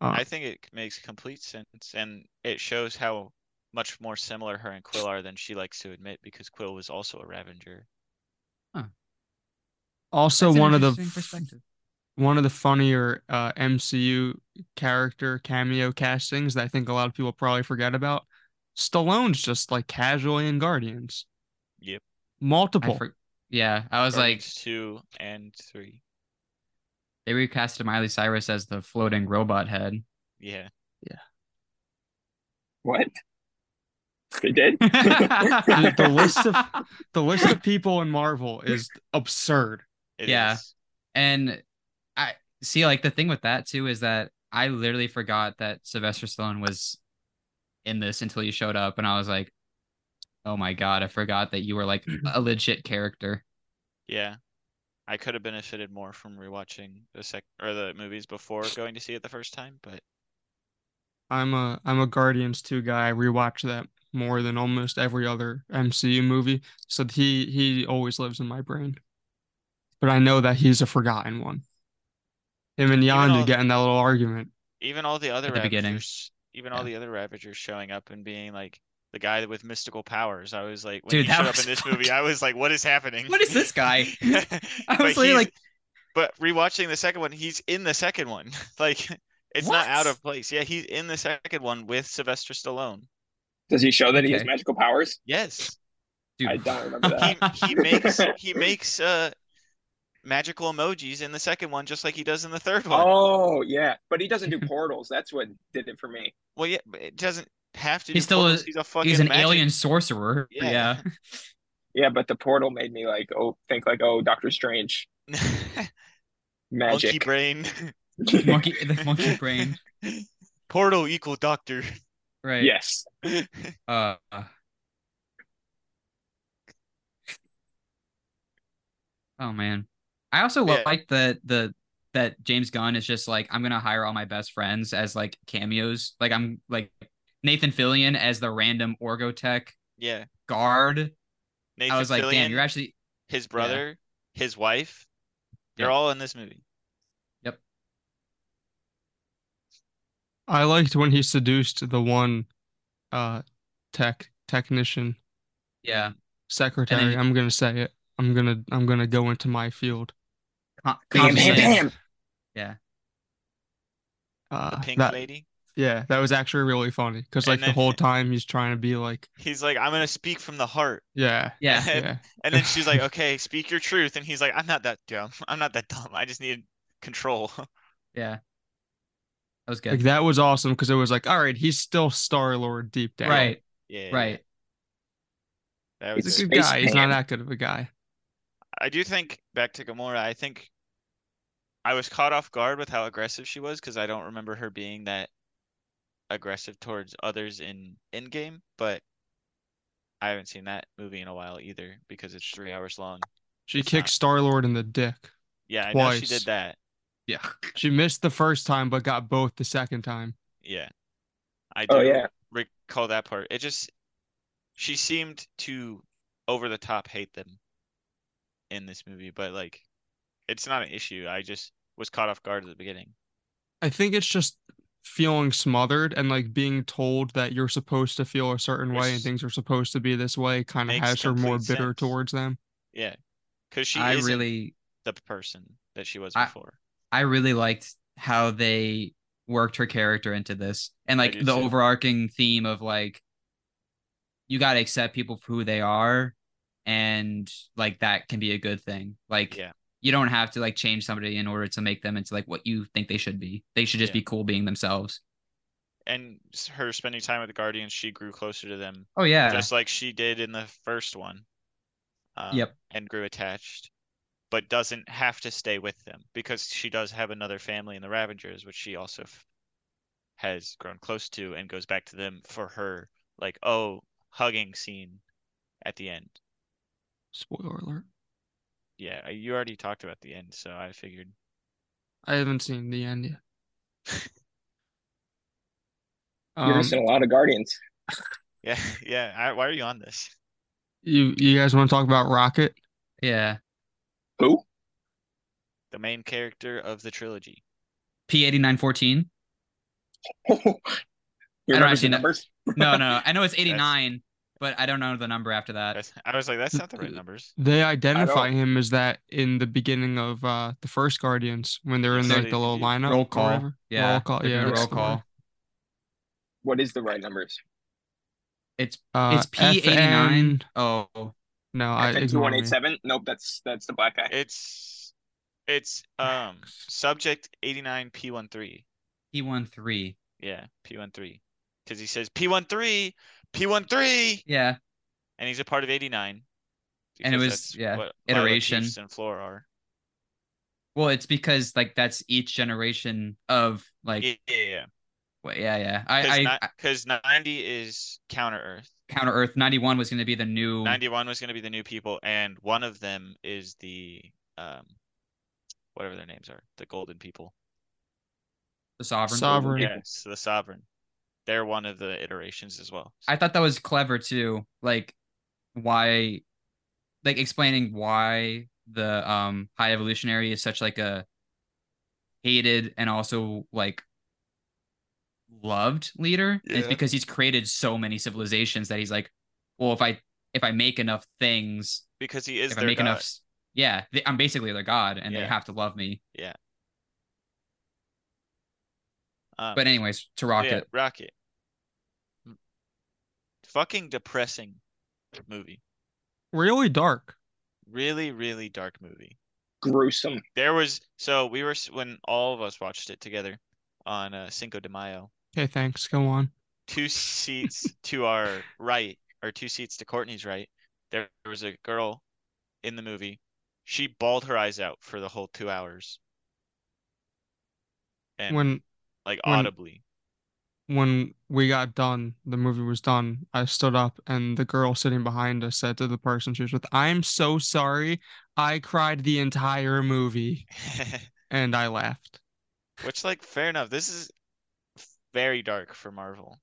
Speaker 3: Uh,
Speaker 5: I think it makes complete sense, and it shows how much more similar her and Quill are than she likes to admit, because Quill was also a Ravenger.
Speaker 3: also,
Speaker 4: That's an
Speaker 3: one of the
Speaker 4: interesting
Speaker 3: f-
Speaker 4: perspective.
Speaker 3: one of the funnier uh, MCU character cameo castings that I think a lot of people probably forget about. Stallone's just like casually in Guardians.
Speaker 5: Yep.
Speaker 4: I
Speaker 3: Multiple.
Speaker 4: for- yeah, I was like,
Speaker 5: Guardians two and three.
Speaker 4: they recasted Miley Cyrus as the floating robot head.
Speaker 5: Yeah,
Speaker 2: What? They did?
Speaker 3: the, the list of the list of people in Marvel is absurd.
Speaker 5: it
Speaker 4: Yeah.
Speaker 5: is.
Speaker 4: And I see, like, the thing with that too is that I literally forgot that Sylvester Stallone was in this until you showed up, and I was like, oh my god, I forgot that you were like a legit character.
Speaker 5: Yeah, I could have benefited more from rewatching the sec or the movies before going to see it the first time, but
Speaker 3: I'm a I'm a Guardians 2 guy. I rewatch that more than almost every other MCU movie. So he he always lives in my brain. But I know that he's a forgotten one. Him and
Speaker 5: Even
Speaker 3: Yondu
Speaker 5: though-
Speaker 3: get in that little argument.
Speaker 5: even all the other
Speaker 4: the beginning.
Speaker 5: Ravagers, even all
Speaker 4: Yeah.
Speaker 5: the other Ravagers showing up and being like the guy with mystical powers. I was like, when
Speaker 4: Dude,
Speaker 5: he
Speaker 4: that
Speaker 5: showed up
Speaker 4: was
Speaker 5: in this
Speaker 4: fucking-
Speaker 5: movie, I was like, what is happening?
Speaker 4: What is this guy? I
Speaker 5: But
Speaker 4: was literally
Speaker 5: he's-
Speaker 4: like,
Speaker 5: But rewatching the second one, he's in the second one. Like it's not out
Speaker 4: What?
Speaker 5: of place. Yeah, he's in the second one with Sylvester Stallone.
Speaker 2: Does he show that he has
Speaker 4: Okay.
Speaker 2: magical powers?
Speaker 5: Yes.
Speaker 4: dude,
Speaker 2: I don't remember that.
Speaker 5: He makes he makes uh magical emojis in the second one just like he does in the third one.
Speaker 2: oh, yeah. But he doesn't do portals. That's what did it for me.
Speaker 5: Well, yeah, but it doesn't have to.
Speaker 4: He
Speaker 5: do
Speaker 4: still
Speaker 5: portals.
Speaker 4: is-
Speaker 5: He's a fucking
Speaker 4: he's an
Speaker 5: magic-
Speaker 4: alien sorcerer.
Speaker 5: Yeah.
Speaker 4: yeah.
Speaker 2: Yeah, but the portal made me like, oh, think like, oh, Doctor Strange,
Speaker 5: monkey
Speaker 2: magic.
Speaker 5: brain.
Speaker 4: monkey the monkey brain
Speaker 5: Portal equal doctor.
Speaker 4: right
Speaker 2: yes.
Speaker 4: uh uh. oh man i also lo-
Speaker 5: Yeah.
Speaker 4: like that the that james gunn is just like i'm gonna hire all my best friends as like cameos like i'm like nathan fillion as the random orgotech
Speaker 5: Yeah.
Speaker 4: guard
Speaker 5: Nathan
Speaker 4: i was like damn
Speaker 5: Fillion,
Speaker 4: you're actually
Speaker 5: his brother, his wife. They're
Speaker 4: Yeah.
Speaker 5: all in this movie.
Speaker 3: I liked when he seduced the one uh tech technician
Speaker 4: yeah
Speaker 3: secretary.
Speaker 4: you-
Speaker 3: I'm gonna say it. I'm gonna I'm gonna go into my field.
Speaker 4: con-
Speaker 3: Bam, bam,
Speaker 4: conversation.
Speaker 2: bam.
Speaker 4: yeah
Speaker 5: The
Speaker 3: Uh,
Speaker 5: pink
Speaker 3: that,
Speaker 5: lady.
Speaker 3: Yeah, that was actually really funny because
Speaker 5: And
Speaker 3: like the
Speaker 5: then-
Speaker 3: whole time he's trying to be like,
Speaker 5: He's like, I'm gonna speak from the heart.
Speaker 3: yeah,
Speaker 4: Yeah.
Speaker 3: yeah,
Speaker 5: And then she's like, Okay, speak your truth. And he's like, I'm not that dumb. I'm not that dumb. I just need control.
Speaker 4: Yeah. That was good.
Speaker 3: like that was awesome because it was like, all right, he's still Star Lord deep down.
Speaker 4: Right.
Speaker 5: yeah.
Speaker 4: Right.
Speaker 5: That was
Speaker 3: he's a
Speaker 5: it.
Speaker 3: good
Speaker 2: Space
Speaker 3: guy. He's not
Speaker 2: Jam.
Speaker 3: that good of a guy.
Speaker 5: I do think back to Gamora, I think I was caught off guard with how aggressive she was because I don't remember her being that aggressive towards others in Endgame, but I haven't seen that movie in a while either because it's three hours long.
Speaker 3: She
Speaker 5: It's
Speaker 3: kicked
Speaker 5: not.
Speaker 3: Star Lord in the dick.
Speaker 5: Yeah, I know she
Speaker 3: Twice.
Speaker 5: did that.
Speaker 4: Yeah.
Speaker 3: She missed the first time, but got both the second time.
Speaker 5: Yeah. I do
Speaker 2: Oh yeah,
Speaker 5: recall that part. It just she seemed to over the top hate them in this movie, but like it's not an issue. I just was caught off guard at the beginning.
Speaker 3: I think it's just feeling smothered and like being told that you're supposed to feel a certain way and
Speaker 5: Which
Speaker 3: things are supposed to be this way kind of
Speaker 5: makes
Speaker 3: has her more
Speaker 5: complete
Speaker 3: bitter
Speaker 5: sense.
Speaker 3: towards them.
Speaker 5: Yeah. Cuz she
Speaker 4: I
Speaker 5: isn't
Speaker 4: really
Speaker 5: the person that she was
Speaker 4: I-
Speaker 5: before.
Speaker 4: I really liked how they worked her character into this and like
Speaker 5: do
Speaker 4: the
Speaker 5: too.
Speaker 4: overarching theme of like you got to accept people for who they are and like that can be a good thing like
Speaker 5: Yeah.
Speaker 4: you don't have to like change somebody in order to make them into like what you think they should be they should just
Speaker 5: Yeah.
Speaker 4: be cool being themselves
Speaker 5: And s- her spending time with the Guardians, she grew closer to them
Speaker 4: oh yeah
Speaker 5: just like she did in the first one. Um,
Speaker 4: Yep.
Speaker 5: And grew attached, but doesn't have to stay with them because she does have another family in the Ravengers, which she also f- has grown close to and goes back to them for her, like, oh, hugging scene at the end.
Speaker 3: Spoiler alert.
Speaker 5: Yeah, uh, you already talked about the end, so I figured.
Speaker 3: I haven't seen the end yet.
Speaker 2: you're
Speaker 3: Um,
Speaker 2: missing a lot of Guardians.
Speaker 5: Yeah, yeah. I, why are you on this?
Speaker 3: you you guys want to talk about Rocket?
Speaker 4: yeah
Speaker 2: Who?
Speaker 5: The main character of the trilogy.
Speaker 4: p8914
Speaker 2: you remember
Speaker 4: actually
Speaker 2: the
Speaker 4: know.
Speaker 2: numbers?
Speaker 4: no no i know it's 89 but i don't know the number after that
Speaker 5: That's- I was like, that's not the right numbers.
Speaker 3: They identify him as that in the beginning of uh the first Guardians when they're in
Speaker 5: So
Speaker 3: like
Speaker 5: they-
Speaker 3: the little lineup.
Speaker 4: roll
Speaker 3: or
Speaker 4: call
Speaker 3: whatever.
Speaker 4: yeah
Speaker 3: Roll call.
Speaker 4: They're
Speaker 3: Yeah.
Speaker 4: doing a
Speaker 3: that's
Speaker 4: roll
Speaker 3: the word.
Speaker 4: call
Speaker 2: What is the right numbers?
Speaker 4: it's
Speaker 3: Uh,
Speaker 4: it's p89
Speaker 3: FN
Speaker 4: oh
Speaker 3: No, I
Speaker 2: I think two
Speaker 3: ignore
Speaker 2: one
Speaker 3: me.
Speaker 2: eight seven. Nope, that's that's the black guy.
Speaker 5: It's it's um subject 89P13.
Speaker 4: p13
Speaker 5: Yeah, P13. Cuz he says P13, P13
Speaker 4: yeah
Speaker 5: and he's a part of 89.
Speaker 4: And it
Speaker 5: because
Speaker 4: was-
Speaker 5: that's
Speaker 4: yeah,
Speaker 5: what
Speaker 4: iteration.
Speaker 5: Lila Pease and Flora are.
Speaker 4: Well, it's because like that's each generation of like
Speaker 5: Yeah, yeah, yeah.
Speaker 4: wha- yeah yeah. I, I, I
Speaker 5: Cuz 90 is Counter Earth.
Speaker 4: Counter Earth ninety one was going to be the new
Speaker 5: 91 was going to be the new people and one of them is the um whatever their names are, the golden people.
Speaker 4: the sovereign.
Speaker 3: Sovereign.
Speaker 5: Yes, the sovereign. They're one of the iterations as well.
Speaker 4: I thought that was clever too. Like why, like explaining why the um high evolutionary is such like a hated and also like loved leader. And It's
Speaker 3: Yeah.
Speaker 4: because he's created so many civilizations that he's like, well, if I if I make enough things,
Speaker 5: because he is
Speaker 4: if I
Speaker 5: their
Speaker 4: make
Speaker 5: god.
Speaker 4: enough, s- yeah, they, I'm basically their god, and they
Speaker 5: Yeah.
Speaker 4: have to love me.
Speaker 5: Um,
Speaker 4: But anyways, to
Speaker 5: yeah,
Speaker 4: Rocket,
Speaker 5: Rocket. M- Fucking depressing movie.
Speaker 3: Really dark.
Speaker 5: Really, really dark movie.
Speaker 2: Gruesome.
Speaker 5: There was so we were s- when all of us watched it together on uh, Cinco de Mayo.
Speaker 3: Okay, thanks. Go on.
Speaker 5: Two seats to our right, or two seats to Courtney's right. There was a girl in the movie. She bawled her eyes out for the whole two hours, and
Speaker 3: When
Speaker 5: like
Speaker 3: when-
Speaker 5: audibly.
Speaker 3: when we got done, the movie was done. I stood up, and the girl sitting behind us said to the person she was with, "I'm so sorry. I cried the entire movie," and I laughed.
Speaker 5: Which, like, fair enough. This is very dark for Marvel.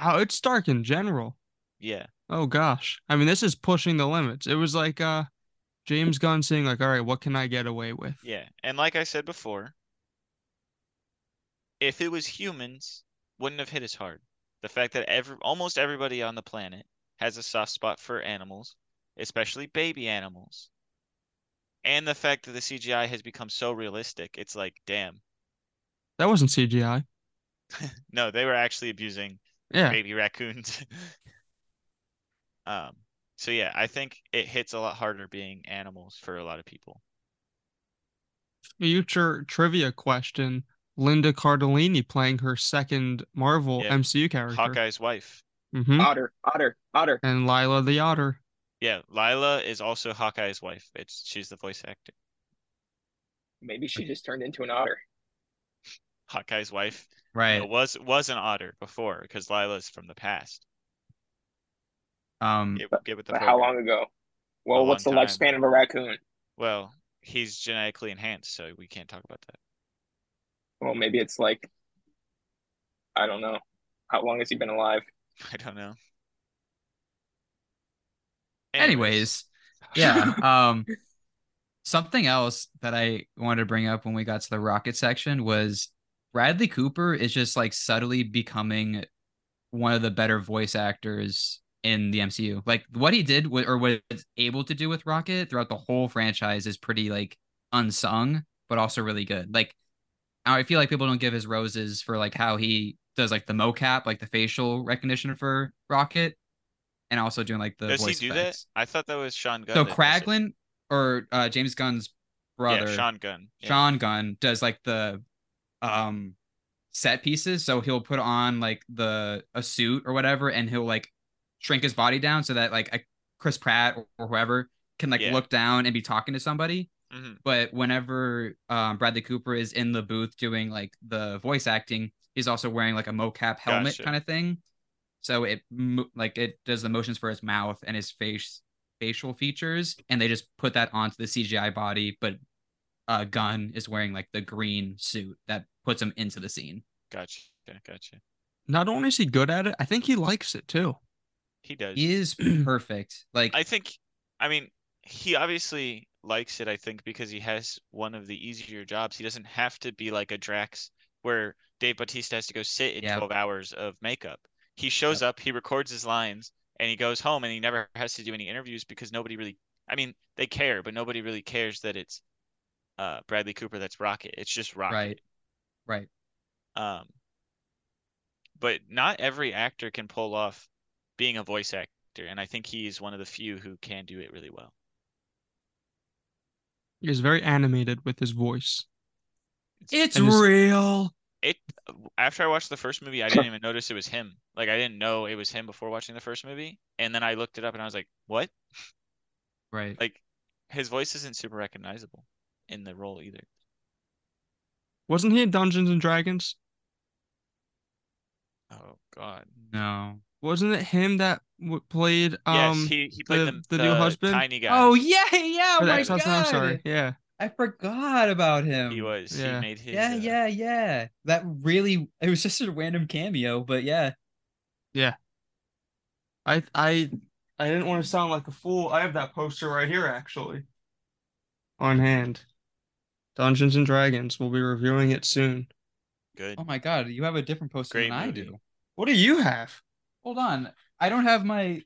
Speaker 3: How it's dark in general.
Speaker 5: Yeah.
Speaker 3: Oh gosh. I mean, this is pushing the limits. It was like uh, James Gunn saying, "Like, all right, what can I get away with?"
Speaker 5: Yeah. And like I said before, if it was humans, wouldn't have hit as hard. The fact that every almost everybody on the planet has a soft spot for animals, especially baby animals. And the fact that the CGI has become so realistic, it's like, damn,
Speaker 3: That wasn't CGI.
Speaker 5: no, they were actually abusing
Speaker 3: Yeah.
Speaker 5: baby raccoons. um, so yeah, I think it hits a lot harder being animals for a lot of people.
Speaker 3: Future trivia question. Linda Cardellini playing her second Marvel
Speaker 5: Yeah.
Speaker 3: MCU character.
Speaker 5: Hawkeye's wife.
Speaker 3: hmm
Speaker 2: Otter, otter, otter.
Speaker 3: And Lila the Otter.
Speaker 5: Yeah, Lila is also Hawkeye's wife. It's she's the voice actor.
Speaker 2: Maybe she just turned into an otter.
Speaker 5: Hawkeye's wife uh,
Speaker 4: right?
Speaker 5: was was an otter before because Lila's from the past.
Speaker 4: Um, Mm.
Speaker 5: Get, get with the
Speaker 2: But how
Speaker 5: program.
Speaker 2: long ago?
Speaker 5: A
Speaker 2: Well,
Speaker 5: long
Speaker 2: what's the
Speaker 5: time.
Speaker 2: lifespan of a raccoon?
Speaker 5: Well, he's genetically enhanced, so we can't talk about that.
Speaker 2: Well, maybe it's like, I don't know. How long has he been alive?
Speaker 5: I don't know.
Speaker 4: anyways, yeah. Um, something else that I wanted to bring up when we got to the rocket section was Bradley Cooper is just like subtly becoming one of the better voice actors in the MCU. Like what he did wi- or what was able to do with Rocket throughout the whole franchise is pretty like unsung, but also really good. Like I feel like people don't give his roses for like how he does like the mocap, like the facial recognition for Rocket, and also doing like the
Speaker 5: does he
Speaker 4: voice
Speaker 5: do
Speaker 4: effects.
Speaker 5: that? I thought that was Sean Gunn.
Speaker 4: So
Speaker 5: that does it.
Speaker 4: Kraglin or uh, James Gunn's brother,
Speaker 5: yeah, Sean Gunn. Yeah.
Speaker 4: Sean Gunn, does like the um set pieces. So he'll put on like the a suit or whatever, and he'll like shrink his body down so that like a Chris Pratt or, or whoever can like
Speaker 5: Yeah.
Speaker 4: look down and be talking to somebody.
Speaker 5: Mhm.
Speaker 4: But whenever um, Bradley Cooper is in the booth doing like the voice acting, he's also wearing like a mocap helmet
Speaker 5: Gotcha.
Speaker 4: kind of thing. So it mo- like it does the motions for his mouth and his face facial features, and they just put that onto the CGI body. But uh, Gunn is wearing like the green suit that puts him into the scene.
Speaker 5: Gotcha. Gotcha.
Speaker 3: Not only is he good at it, I think he likes it too.
Speaker 5: He does.
Speaker 4: He is perfect. Like
Speaker 5: I think, I mean, he obviously likes it, I think, because he has one of the easier jobs. He doesn't have to be like a Drax where Dave Bautista has to go sit in
Speaker 4: Yep.
Speaker 5: 12 hours of makeup. He shows up, he records his lines, and he goes home and he never has to do any interviews because nobody really, I mean, they care, but nobody really cares that it's uh, Bradley Cooper that's Rocket. It's just Rocket.
Speaker 4: right, right.
Speaker 5: Um, but not every actor can pull off being a voice actor, and I think he's one of the few who can do it really well.
Speaker 3: He's very animated with his voice.
Speaker 4: It's
Speaker 3: And his-
Speaker 4: real.
Speaker 5: It after I watched the first movie, I didn't even notice it was him. Like I didn't know it was him before watching the first movie, and then I looked it up and I was like, "What?"
Speaker 4: Right.
Speaker 5: Like his voice isn't super recognizable in the role either.
Speaker 3: Wasn't he in Dungeons and Dragons?
Speaker 5: Oh God.
Speaker 4: no.
Speaker 3: Wasn't it him that w- played um
Speaker 5: yes, he he played
Speaker 3: the-
Speaker 5: the,
Speaker 3: the new husband?
Speaker 5: tiny guy.
Speaker 4: Oh yeah, yeah.
Speaker 3: for
Speaker 4: Oh
Speaker 3: the
Speaker 4: my
Speaker 3: ex-husband?
Speaker 4: god.
Speaker 3: I'm sorry. Yeah.
Speaker 4: I forgot about him.
Speaker 5: he was.
Speaker 3: Yeah.
Speaker 5: He made his.
Speaker 4: Yeah,
Speaker 5: uh,
Speaker 4: yeah, yeah. That really it was just a random cameo, but yeah.
Speaker 3: I I I didn't want to sound like a fool. I have that poster right here actually. On hand. Dungeons and Dragons. We'll be reviewing it soon.
Speaker 5: Good.
Speaker 4: Oh my god, you have a different poster
Speaker 5: Great
Speaker 4: than I
Speaker 5: movie.
Speaker 4: do.
Speaker 3: What do you have?
Speaker 4: Hold on. I don't have my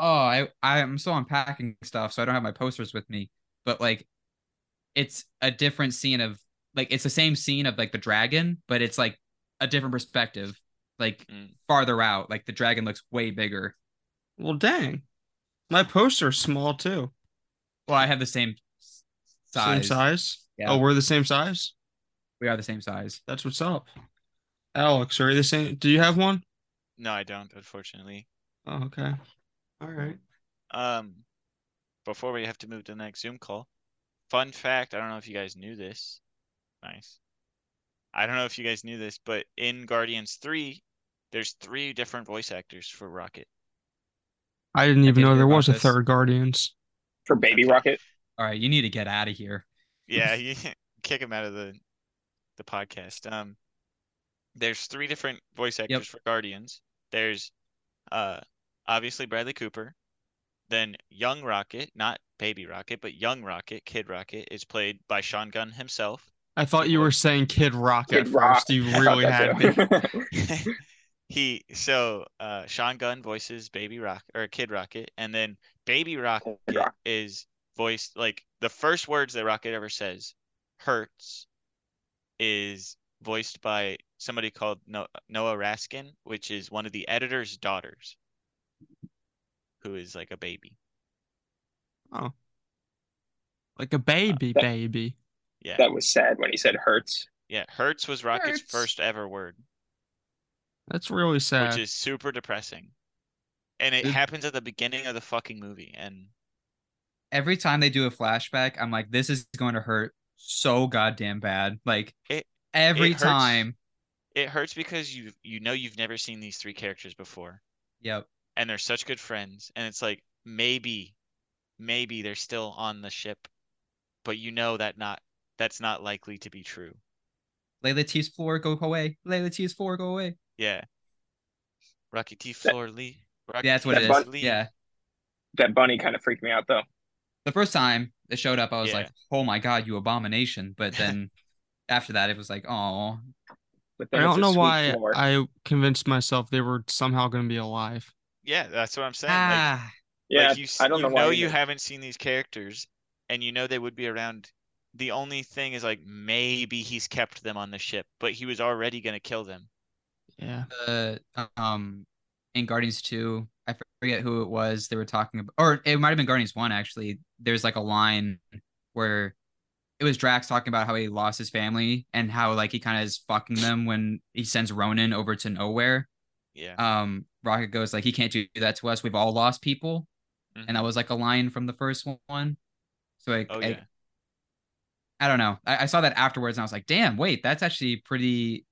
Speaker 4: Oh, I I'm still unpacking stuff, so I don't have my posters with me. But like it's a different scene of like it's the same scene of like the dragon, but it's like a different perspective. Like
Speaker 5: Mm.
Speaker 4: farther out, like the dragon looks way bigger.
Speaker 3: Well, dang. My poster's small too.
Speaker 4: Well, I have the same s-
Speaker 3: Same
Speaker 4: size.
Speaker 3: size?
Speaker 4: Yeah.
Speaker 3: Oh, we're the same size?
Speaker 4: We are the same size.
Speaker 3: That's what's up. Alex, are you the same? Do you have one?
Speaker 5: No, I don't, unfortunately.
Speaker 3: Oh, okay. All right.
Speaker 5: Um, before we have to move to the next Zoom call, fun fact, I don't know if you guys knew this. Nice. I don't know if you guys knew this, but in Guardians 3, there's three different voice actors for Rocket.
Speaker 3: I didn't
Speaker 4: I
Speaker 3: even
Speaker 4: did
Speaker 3: know
Speaker 4: hear
Speaker 3: there
Speaker 4: about
Speaker 3: was a
Speaker 4: this.
Speaker 3: third Guardians.
Speaker 2: For Baby
Speaker 5: Okay.
Speaker 2: Rocket?
Speaker 4: All right, you need to get out of here.
Speaker 5: Yeah, you kick him out of the the podcast. Um, there's three different voice actors for Guardians. There's uh obviously Bradley Cooper, then Young Rocket, not Baby Rocket, but Young Rocket, Kid Rocket is played by Sean Gunn himself.
Speaker 3: I thought you were saying Kid Rock at
Speaker 2: Kid Rock.
Speaker 3: first. You
Speaker 2: I
Speaker 3: really
Speaker 2: thought
Speaker 3: had me.
Speaker 2: that too.
Speaker 5: he so uh Sean Gunn voices Baby Rock or Kid Rocket, and then Baby Rocket
Speaker 2: Rock.
Speaker 5: is voiced like the first words that Rocket ever says, "Hurts," is voiced by somebody called no- Noah Raskin, which is one of the editor's daughters, who is like a baby.
Speaker 3: Like a baby,
Speaker 2: that-
Speaker 3: baby.
Speaker 5: Yeah,
Speaker 2: That was sad when he said hurts.
Speaker 5: yeah. Hertz was Rocket's
Speaker 4: Hertz.
Speaker 5: first ever word,
Speaker 3: That's really sad.
Speaker 5: which is super depressing, and it
Speaker 3: It-
Speaker 5: happens at the beginning of the fucking movie. And
Speaker 4: Every time they do a flashback, I'm like, this is going to hurt so goddamn bad. Like
Speaker 5: It-
Speaker 4: every
Speaker 5: it hurts.
Speaker 4: time.
Speaker 5: it hurts because you you know you've never seen these three characters before,
Speaker 4: Yep.
Speaker 5: and they're such good friends, and it's like maybe, maybe they're still on the ship, but you know that not that's not likely to be true.
Speaker 4: Layla T's floor, go away. Layla T's floor, go away.
Speaker 5: Yeah. Rocky T Floor Lee. Rocky
Speaker 4: Yeah, that's what it
Speaker 5: T.
Speaker 4: is.
Speaker 5: Floor Lee.
Speaker 4: Yeah.
Speaker 2: That bunny kind of freaked me out though.
Speaker 4: The first time it showed up, I was
Speaker 5: Yeah.
Speaker 4: like, oh my God, you abomination. But then after that, it was like, oh,
Speaker 2: But
Speaker 3: I
Speaker 2: then it's
Speaker 3: don't
Speaker 2: a
Speaker 3: know
Speaker 2: sweet
Speaker 3: why
Speaker 2: floor.
Speaker 3: I convinced myself they were somehow going to be alive.
Speaker 5: Yeah, that's what I'm saying. Like,
Speaker 4: ah.
Speaker 2: yeah,
Speaker 5: like you, s-
Speaker 2: I don't know
Speaker 5: you
Speaker 2: why.
Speaker 5: you
Speaker 2: either.
Speaker 5: haven't seen these characters and you know they would be around. The only thing is like maybe he's kept them on the ship, but he was already gonna kill them.
Speaker 3: Yeah.
Speaker 4: the um in Guardians 2, I forget who it was they were talking about or it might have been Guardians 1 actually. There's like a line where it was Drax talking about how he lost his family and how like he kind of is fucking them when he sends Ronan over to nowhere.
Speaker 5: Yeah.
Speaker 4: Um Rocket goes like he can't do that to us. We've all lost people.
Speaker 5: Mhm.
Speaker 4: And that was like a line from the first one. So like
Speaker 5: Oh
Speaker 4: I-
Speaker 5: yeah.
Speaker 4: I, don't know. I, I saw that afterwards and I was like, damn, wait, that's actually pretty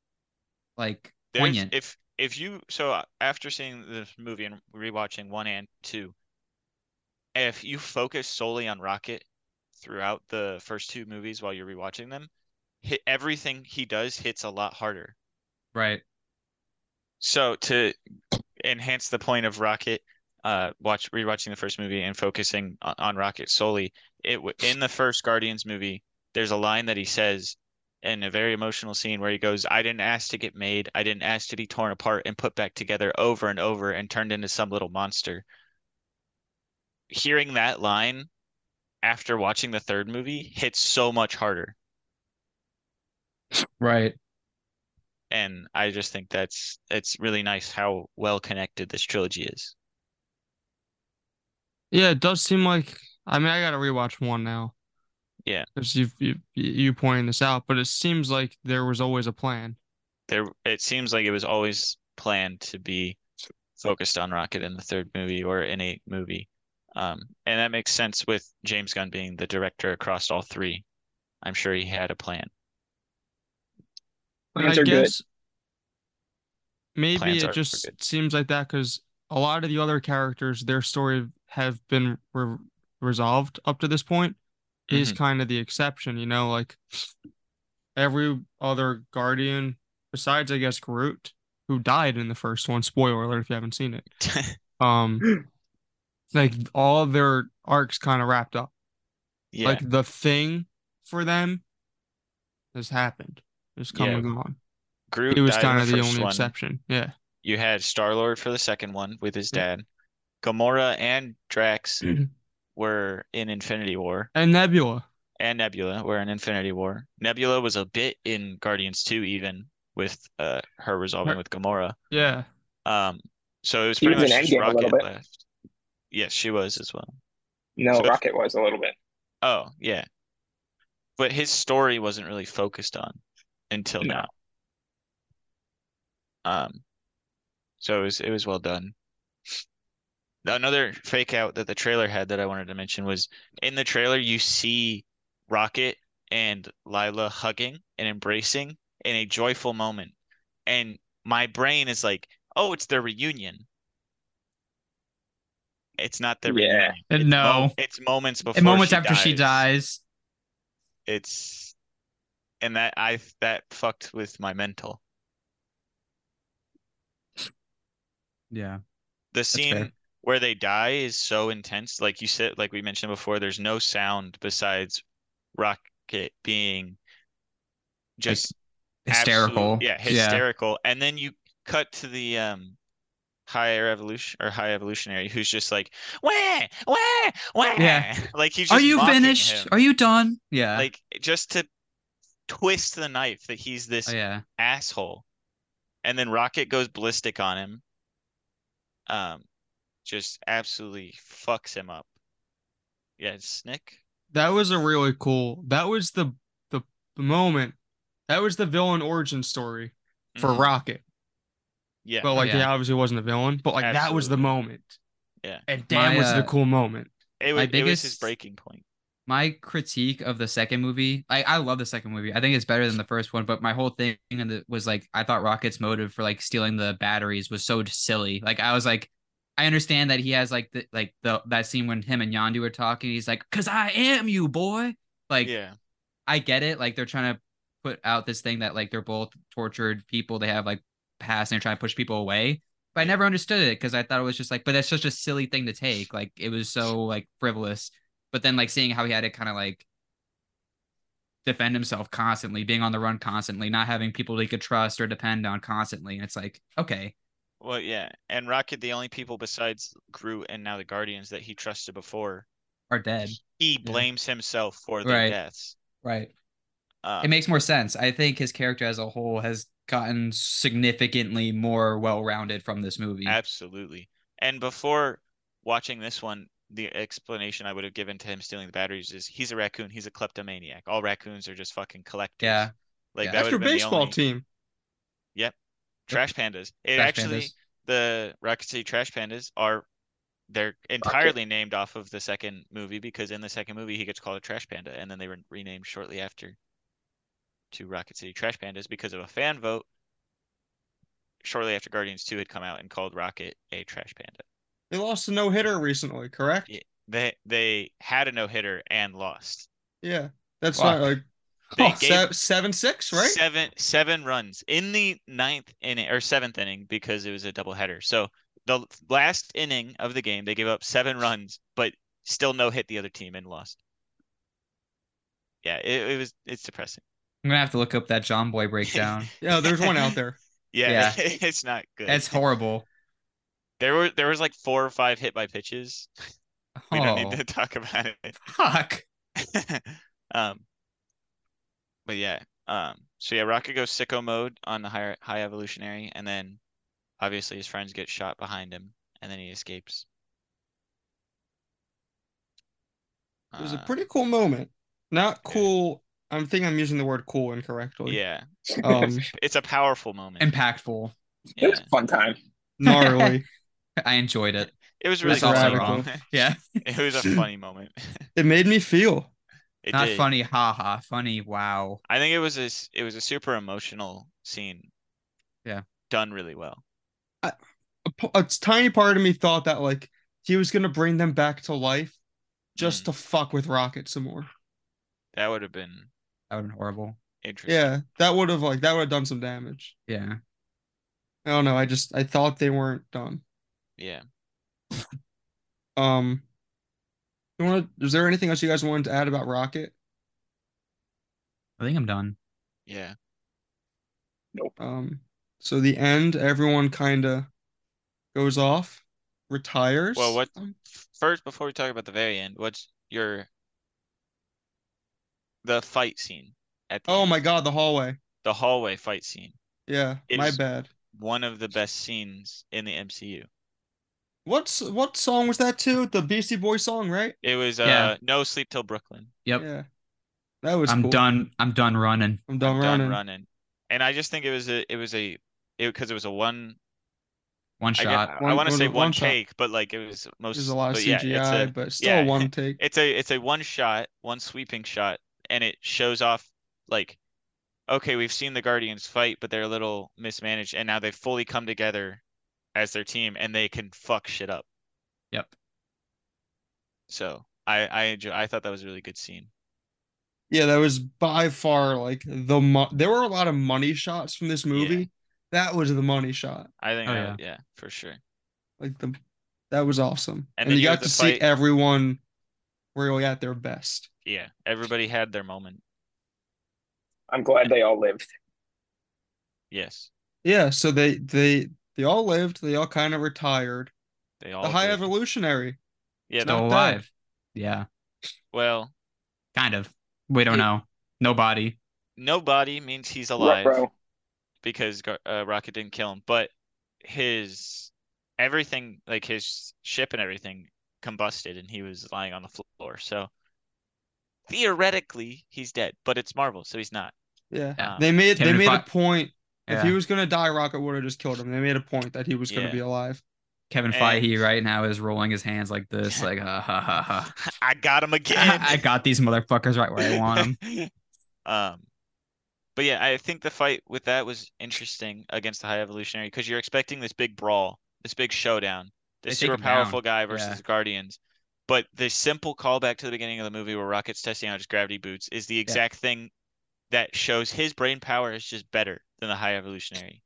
Speaker 4: like
Speaker 5: There's-
Speaker 4: poignant.
Speaker 5: if if you so uh, after seeing this movie and rewatching one and two, if you focus solely on Rocket throughout the first two movies while you're rewatching them, hit everything he does hits a lot harder.
Speaker 4: right.
Speaker 5: So to enhance the point of Rocket, uh, watch rewatching the first movie and focusing on, on Rocket solely, it w- in the first Guardians movie, there's a line that he says in a very emotional scene where he goes, "I didn't ask to get made. I didn't ask to be torn apart and put back together over and over and turned into some little monster." Hearing that line after watching the third movie hits so much harder,
Speaker 4: Right.
Speaker 5: and I just think that's it's really nice how well connected this trilogy is.
Speaker 3: Yeah, it does seem like I mean I gotta rewatch one now.
Speaker 5: Yeah.
Speaker 3: Because you you you pointing this out, but it seems like there was always a plan.
Speaker 5: there it seems like it was always planned to be focused on Rocket in the third movie or in a movie. Um, and that makes sense with James Gunn being the director across all three. I'm sure he had a plan.
Speaker 3: But
Speaker 2: Plans
Speaker 3: I
Speaker 2: are good.
Speaker 3: guess maybe
Speaker 5: Plans
Speaker 3: it
Speaker 5: are
Speaker 3: just
Speaker 5: good.
Speaker 3: seems like that because a lot of the other characters, their story have been re- resolved up to this point. He's
Speaker 5: Mm-hmm.
Speaker 3: kind of the exception, you know, like every other guardian besides I guess Groot, who died in the first one. Spoiler alert if you haven't seen it. um like all their arcs kind of wrapped up
Speaker 5: yeah.
Speaker 3: like the thing for them has happened it's come
Speaker 5: Yeah.
Speaker 3: and gone
Speaker 5: Groot
Speaker 3: he was
Speaker 5: died in
Speaker 3: kind of the
Speaker 5: first
Speaker 3: only
Speaker 5: one.
Speaker 3: exception yeah
Speaker 5: You had Star Lord for the second one with his
Speaker 3: Mhm.
Speaker 5: dad. Gamora and Drax were in Infinity War,
Speaker 3: and nebula
Speaker 5: and Nebula were in Infinity War. Nebula was a bit in Guardians 2 even with uh her resolving
Speaker 3: Her-
Speaker 5: with Gamora.
Speaker 3: yeah
Speaker 5: Um, so it was
Speaker 2: She
Speaker 5: pretty
Speaker 2: was
Speaker 5: much
Speaker 2: in
Speaker 5: just
Speaker 2: Endgame a little
Speaker 5: Rocket
Speaker 2: bit.
Speaker 5: left. Yes, she was as well.
Speaker 2: No,
Speaker 5: So if-
Speaker 2: Rocket was a little bit.
Speaker 5: Oh, yeah. But his story wasn't really focused on until
Speaker 2: No.
Speaker 5: now. Um, so it was it was well done. Another fake out that the trailer had that I wanted to mention was in the trailer you see Rocket and Lila hugging and embracing in a joyful moment. And my brain is like, oh, it's their reunion. It's not their
Speaker 2: Yeah.
Speaker 5: reunion.
Speaker 4: And
Speaker 5: It's mo-
Speaker 4: no.
Speaker 5: it's moments before
Speaker 4: and moments
Speaker 5: she
Speaker 4: after she dies.
Speaker 5: It's and that I that fucked with my mental.
Speaker 4: Yeah.
Speaker 5: The
Speaker 4: fair.
Speaker 5: scene where they die is so intense. Like you said, like we mentioned before, there's no sound besides Rocket being just absolute-
Speaker 4: Hysterical.
Speaker 5: yeah, hysterical. And then you cut to the um higher evolution or high evolutionary who's just like wah wah wah
Speaker 4: Yeah.
Speaker 5: like he's
Speaker 4: Are
Speaker 5: just
Speaker 4: you
Speaker 5: mocking
Speaker 4: finished?
Speaker 5: him.
Speaker 4: Are you done? Yeah.
Speaker 5: like just to twist the knife that he's this
Speaker 4: Oh, yeah.
Speaker 5: asshole and then Rocket goes ballistic on him. Um, just absolutely fucks him up. Yeah, it's Nick.
Speaker 3: That was a really cool. That was the the moment. That was the villain origin story for
Speaker 5: Mhm.
Speaker 3: Rocket.
Speaker 5: Yeah,
Speaker 3: But like,
Speaker 4: Yeah.
Speaker 3: he obviously wasn't a villain. But like, that was the
Speaker 5: Absolutely.
Speaker 3: moment.
Speaker 5: Yeah.
Speaker 3: And damn, was it
Speaker 4: My,
Speaker 3: a
Speaker 4: uh,
Speaker 3: cool moment.
Speaker 5: it
Speaker 4: my
Speaker 5: was it was his
Speaker 4: biggest-
Speaker 5: breaking point.
Speaker 4: my critique of the second movie, I, I love the second movie. I think it's better than the first one, but my whole thing in the, was like I thought Rocket's motive for like stealing the batteries was so silly. Like I was like, I understand that he has like the like the that scene when him and Yondu are talking. He's like, "Cause I am you, boy." Like
Speaker 5: yeah,
Speaker 4: I get it. Like they're trying to put out this thing that like they're both tortured people. They have like past and they're trying to push people away. But I never understood it because I thought it was just like, but that's such a silly thing to take. Like it was so like frivolous. But then like seeing how he had to kind of like defend himself constantly, being on the run constantly, not having people he could trust or depend on constantly. And it's like, okay,
Speaker 5: well, yeah, and Rocket, the only people besides Groot and now the Guardians that he trusted before,
Speaker 4: are dead.
Speaker 5: he
Speaker 4: Yeah.
Speaker 5: blames himself for their
Speaker 4: Right.
Speaker 5: deaths.
Speaker 4: Right.
Speaker 5: Um,
Speaker 4: It makes more sense. I think his character as a whole has gotten significantly more well rounded from this movie.
Speaker 5: Absolutely. And before watching this one, the explanation I would have given to him stealing the batteries is he's a raccoon. He's a kleptomaniac. All raccoons are just fucking collectors.
Speaker 4: Yeah.
Speaker 5: Like
Speaker 4: Yeah.
Speaker 5: that
Speaker 3: That's
Speaker 5: would
Speaker 3: your
Speaker 5: have been the
Speaker 3: baseball
Speaker 5: only-
Speaker 3: team.
Speaker 5: Trash pandas. It
Speaker 4: Trash
Speaker 5: actually
Speaker 4: Pandas.
Speaker 5: the Rocket City Trash Pandas are they're entirely named off of the second movie because in the second movie he gets called a trash panda and then they were renamed shortly after to Rocket City Trash Pandas because of a fan vote shortly after Guardians 2 had come out and called Rocket a trash panda.
Speaker 3: They lost a no hitter recently, correct?
Speaker 5: Yeah. they they had a no hitter and lost.
Speaker 3: Yeah. That's
Speaker 4: Fuck.
Speaker 3: not like
Speaker 5: They
Speaker 3: Oh, se-
Speaker 5: gave
Speaker 3: seven six, right?
Speaker 5: seven seven runs in the ninth inning or seventh inning because it was a doubleheader. So the last inning of the game, they gave up seven runs, but still no hit the other team and lost. Yeah, it, it was it's depressing.
Speaker 4: I'm gonna have to look up that John Boy breakdown.
Speaker 3: Yeah, there's one out there.
Speaker 5: Yeah, it's not good.
Speaker 4: That's horrible.
Speaker 5: there were there was like four or five hit by pitches. We don't
Speaker 4: Oh,
Speaker 5: need to talk about it.
Speaker 4: fuck.
Speaker 5: um, but yeah, um, so yeah, Rocket goes sicko mode on the high high evolutionary, and then obviously his friends get shot behind him, and then he escapes.
Speaker 3: It was a
Speaker 5: Uh,
Speaker 3: pretty cool moment. Not
Speaker 5: yeah.
Speaker 3: cool. I'm thinking I'm using the word cool incorrectly.
Speaker 5: yeah,
Speaker 3: Um,
Speaker 5: it's a powerful moment.
Speaker 4: Impactful.
Speaker 5: yeah.
Speaker 2: It was a fun time.
Speaker 3: gnarly.
Speaker 4: I enjoyed it.
Speaker 5: It was
Speaker 3: It
Speaker 5: really
Speaker 3: was
Speaker 5: cool.
Speaker 3: also
Speaker 5: moment.
Speaker 4: Yeah.
Speaker 5: it was a funny moment.
Speaker 3: It made me feel.
Speaker 5: It
Speaker 4: Not
Speaker 5: did.
Speaker 4: funny, haha. Funny, wow.
Speaker 5: I think it was a s- it was a super emotional scene.
Speaker 4: Yeah.
Speaker 5: done really well.
Speaker 3: A, p- a tiny part of me thought that like he was gonna bring them back to life just
Speaker 5: Mm.
Speaker 3: to fuck with Rocket some more.
Speaker 5: That would have been
Speaker 4: That would have been horrible.
Speaker 5: interesting.
Speaker 3: Yeah, that would have like that would have done some damage.
Speaker 4: Yeah.
Speaker 3: I don't know. I just I thought they weren't done.
Speaker 5: yeah.
Speaker 3: Um, you want? Is there anything else you guys wanted to add about Rocket?
Speaker 4: I think I'm done.
Speaker 5: Yeah.
Speaker 3: Um, so the end, everyone kind of goes off, retires.
Speaker 5: Well, what-
Speaker 3: Um,
Speaker 5: first before we talk about the very end what's your the fight scene at the
Speaker 3: Oh
Speaker 5: end,
Speaker 3: my God, the hallway.
Speaker 5: the hallway fight scene
Speaker 3: Yeah, my
Speaker 5: It's-
Speaker 3: bad.
Speaker 5: one of the best scenes in the mcu
Speaker 3: What's what song was that too? The Beastie Boy song, right?
Speaker 5: it was uh
Speaker 4: Yeah.
Speaker 5: no sleep till brooklyn
Speaker 4: Yep.
Speaker 3: Yeah, that was.
Speaker 4: I'm
Speaker 3: cool.
Speaker 4: done. I'm done running.
Speaker 3: I'm done
Speaker 5: done
Speaker 3: running.
Speaker 5: running and i just think it was a it was a because it, was a one
Speaker 4: One
Speaker 5: i,
Speaker 4: shot.
Speaker 3: One-
Speaker 5: want
Speaker 3: it
Speaker 5: to
Speaker 3: was
Speaker 5: say
Speaker 3: a
Speaker 5: one
Speaker 3: one-shot.
Speaker 5: take but like it was most
Speaker 3: There's a lot of
Speaker 5: but
Speaker 3: CGI,
Speaker 5: yeah, it's a,
Speaker 3: but still
Speaker 5: yeah,
Speaker 3: a one take.
Speaker 5: it's a it's a one shot one sweeping shot and it shows off like okay we've seen the guardians fight but they're a little mismanaged and now they've fully come together as their team and they can fuck shit up
Speaker 4: Yep.
Speaker 5: so i i enjoy, i thought that was a really good scene
Speaker 3: Yeah, that was by far like the mo- there were a lot of money shots from this movie. That was the money shot.
Speaker 5: i think
Speaker 4: Oh,
Speaker 5: I would- yeah. for sure
Speaker 3: Like the that was awesome.
Speaker 5: And
Speaker 3: And,
Speaker 5: then
Speaker 3: you
Speaker 5: you have
Speaker 3: got
Speaker 5: the
Speaker 3: to see
Speaker 5: fight-
Speaker 3: everyone really at their best.
Speaker 5: yeah everybody had their moment
Speaker 2: I'm glad they all lived.
Speaker 5: yes
Speaker 3: Yeah, so they they they all lived, they all kind of retired.
Speaker 5: they all
Speaker 3: the high
Speaker 5: did.
Speaker 3: evolutionary.
Speaker 5: yeah
Speaker 3: not
Speaker 4: Still
Speaker 3: dead.
Speaker 4: alive. Yeah.
Speaker 5: well
Speaker 4: Kind of. We don't know. Nobody.
Speaker 5: nobody means he's alive
Speaker 2: Ruh-roh.
Speaker 5: because Gar- uh, Rocket didn't kill him, but his everything, like his ship and everything, combusted, and he was lying on the floor. So theoretically, he's dead, but it's Marvel, so he's not.
Speaker 3: Yeah.
Speaker 5: Um,
Speaker 3: They made
Speaker 4: Him
Speaker 3: they
Speaker 4: and
Speaker 3: made a
Speaker 4: Fi-
Speaker 3: point. If he
Speaker 4: Yeah.
Speaker 3: was gonna die, Rocket would have just killed him. They made a point that he was gonna
Speaker 5: Yeah.
Speaker 3: be alive.
Speaker 4: Kevin
Speaker 5: And-
Speaker 4: Feige right now is rolling his hands like this, like ha ha ha ha.
Speaker 5: I got him again.
Speaker 4: I got these motherfuckers right where I want them.
Speaker 5: um, but yeah, I think the fight with that was interesting against the High Evolutionary because you're expecting this big brawl, this big showdown,
Speaker 4: They
Speaker 5: this
Speaker 4: take
Speaker 5: super
Speaker 4: him down,
Speaker 5: powerful guy versus
Speaker 4: yeah.
Speaker 5: Guardians. But the simple callback to the beginning of the movie where Rocket's testing out his gravity boots is the exact thing that shows his brain power is just better than the High Evolutionary,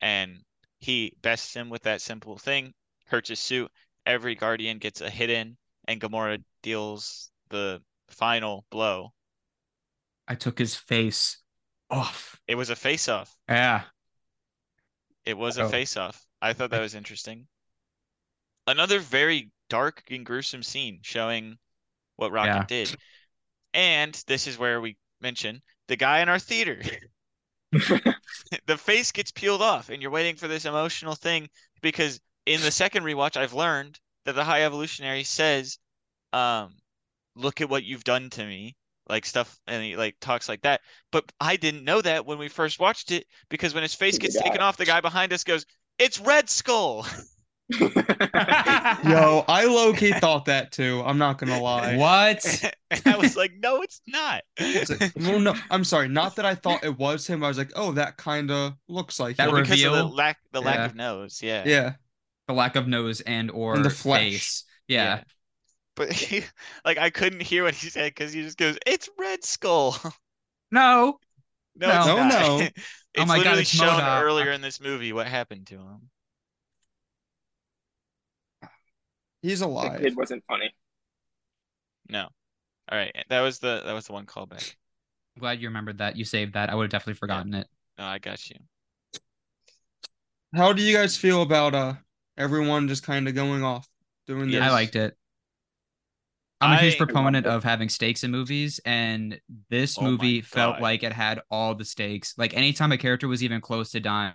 Speaker 5: and he bests him with that simple thing, hurts his suit. Every Guardian gets a hit in, and Gamora deals the final blow.
Speaker 4: I took his face off.
Speaker 5: It was a face off.
Speaker 4: Yeah.
Speaker 5: It was a
Speaker 4: Oh.
Speaker 5: face off. I thought that was interesting. Another very dark and gruesome scene showing what Rocket
Speaker 4: Yeah.
Speaker 5: did. And this is where we mention the guy in our theater. the face gets peeled off, and you're waiting for this emotional thing because in the second rewatch, I've learned that the High Evolutionary says, um, look at what you've done to me. Like stuff, and he like talks like that. But I didn't know that when we first watched it because when his face
Speaker 2: The
Speaker 5: gets
Speaker 2: guy.
Speaker 5: taken off, the guy behind us goes, "It's Red Skull."
Speaker 3: Yo, I low key thought that too. I'm not gonna lie.
Speaker 4: What?
Speaker 5: and I was like, "No, it's not."
Speaker 3: It's like, well, no, I'm sorry. Not that I thought it was him. I was like, oh, that kind of looks like
Speaker 4: That
Speaker 5: Well,
Speaker 3: him.
Speaker 5: because of the
Speaker 4: reveal?
Speaker 5: lack, the lack
Speaker 4: Yeah.
Speaker 5: of nose, yeah.
Speaker 3: yeah,
Speaker 4: the lack of nose and or
Speaker 3: the flesh.
Speaker 4: face. Yeah.
Speaker 5: But he, like, I couldn't hear what he said because he just goes, "It's Red Skull."
Speaker 4: No.
Speaker 5: No,
Speaker 4: No.
Speaker 5: it's
Speaker 3: No,
Speaker 5: not.
Speaker 3: no.
Speaker 5: it's
Speaker 4: Oh my God,
Speaker 5: literally
Speaker 4: it's
Speaker 5: shown
Speaker 4: Modok.
Speaker 5: earlier in this movie what happened to him.
Speaker 3: he's
Speaker 2: The
Speaker 3: alive.
Speaker 2: kid wasn't funny.
Speaker 5: No. All right, that was the that was the one callback.
Speaker 4: Glad you remembered that. You saved that. I would have definitely forgotten it.
Speaker 5: No, I got you.
Speaker 3: How do you guys feel about uh everyone just kind of going off doing
Speaker 5: Yeah,
Speaker 3: this?
Speaker 5: Yes.
Speaker 4: I liked it. I'm a huge
Speaker 5: I-
Speaker 4: proponent of having stakes in movies, and this
Speaker 5: Oh my
Speaker 4: movie felt
Speaker 5: God.
Speaker 4: like it had all the stakes. Like anytime a character was even close to dying,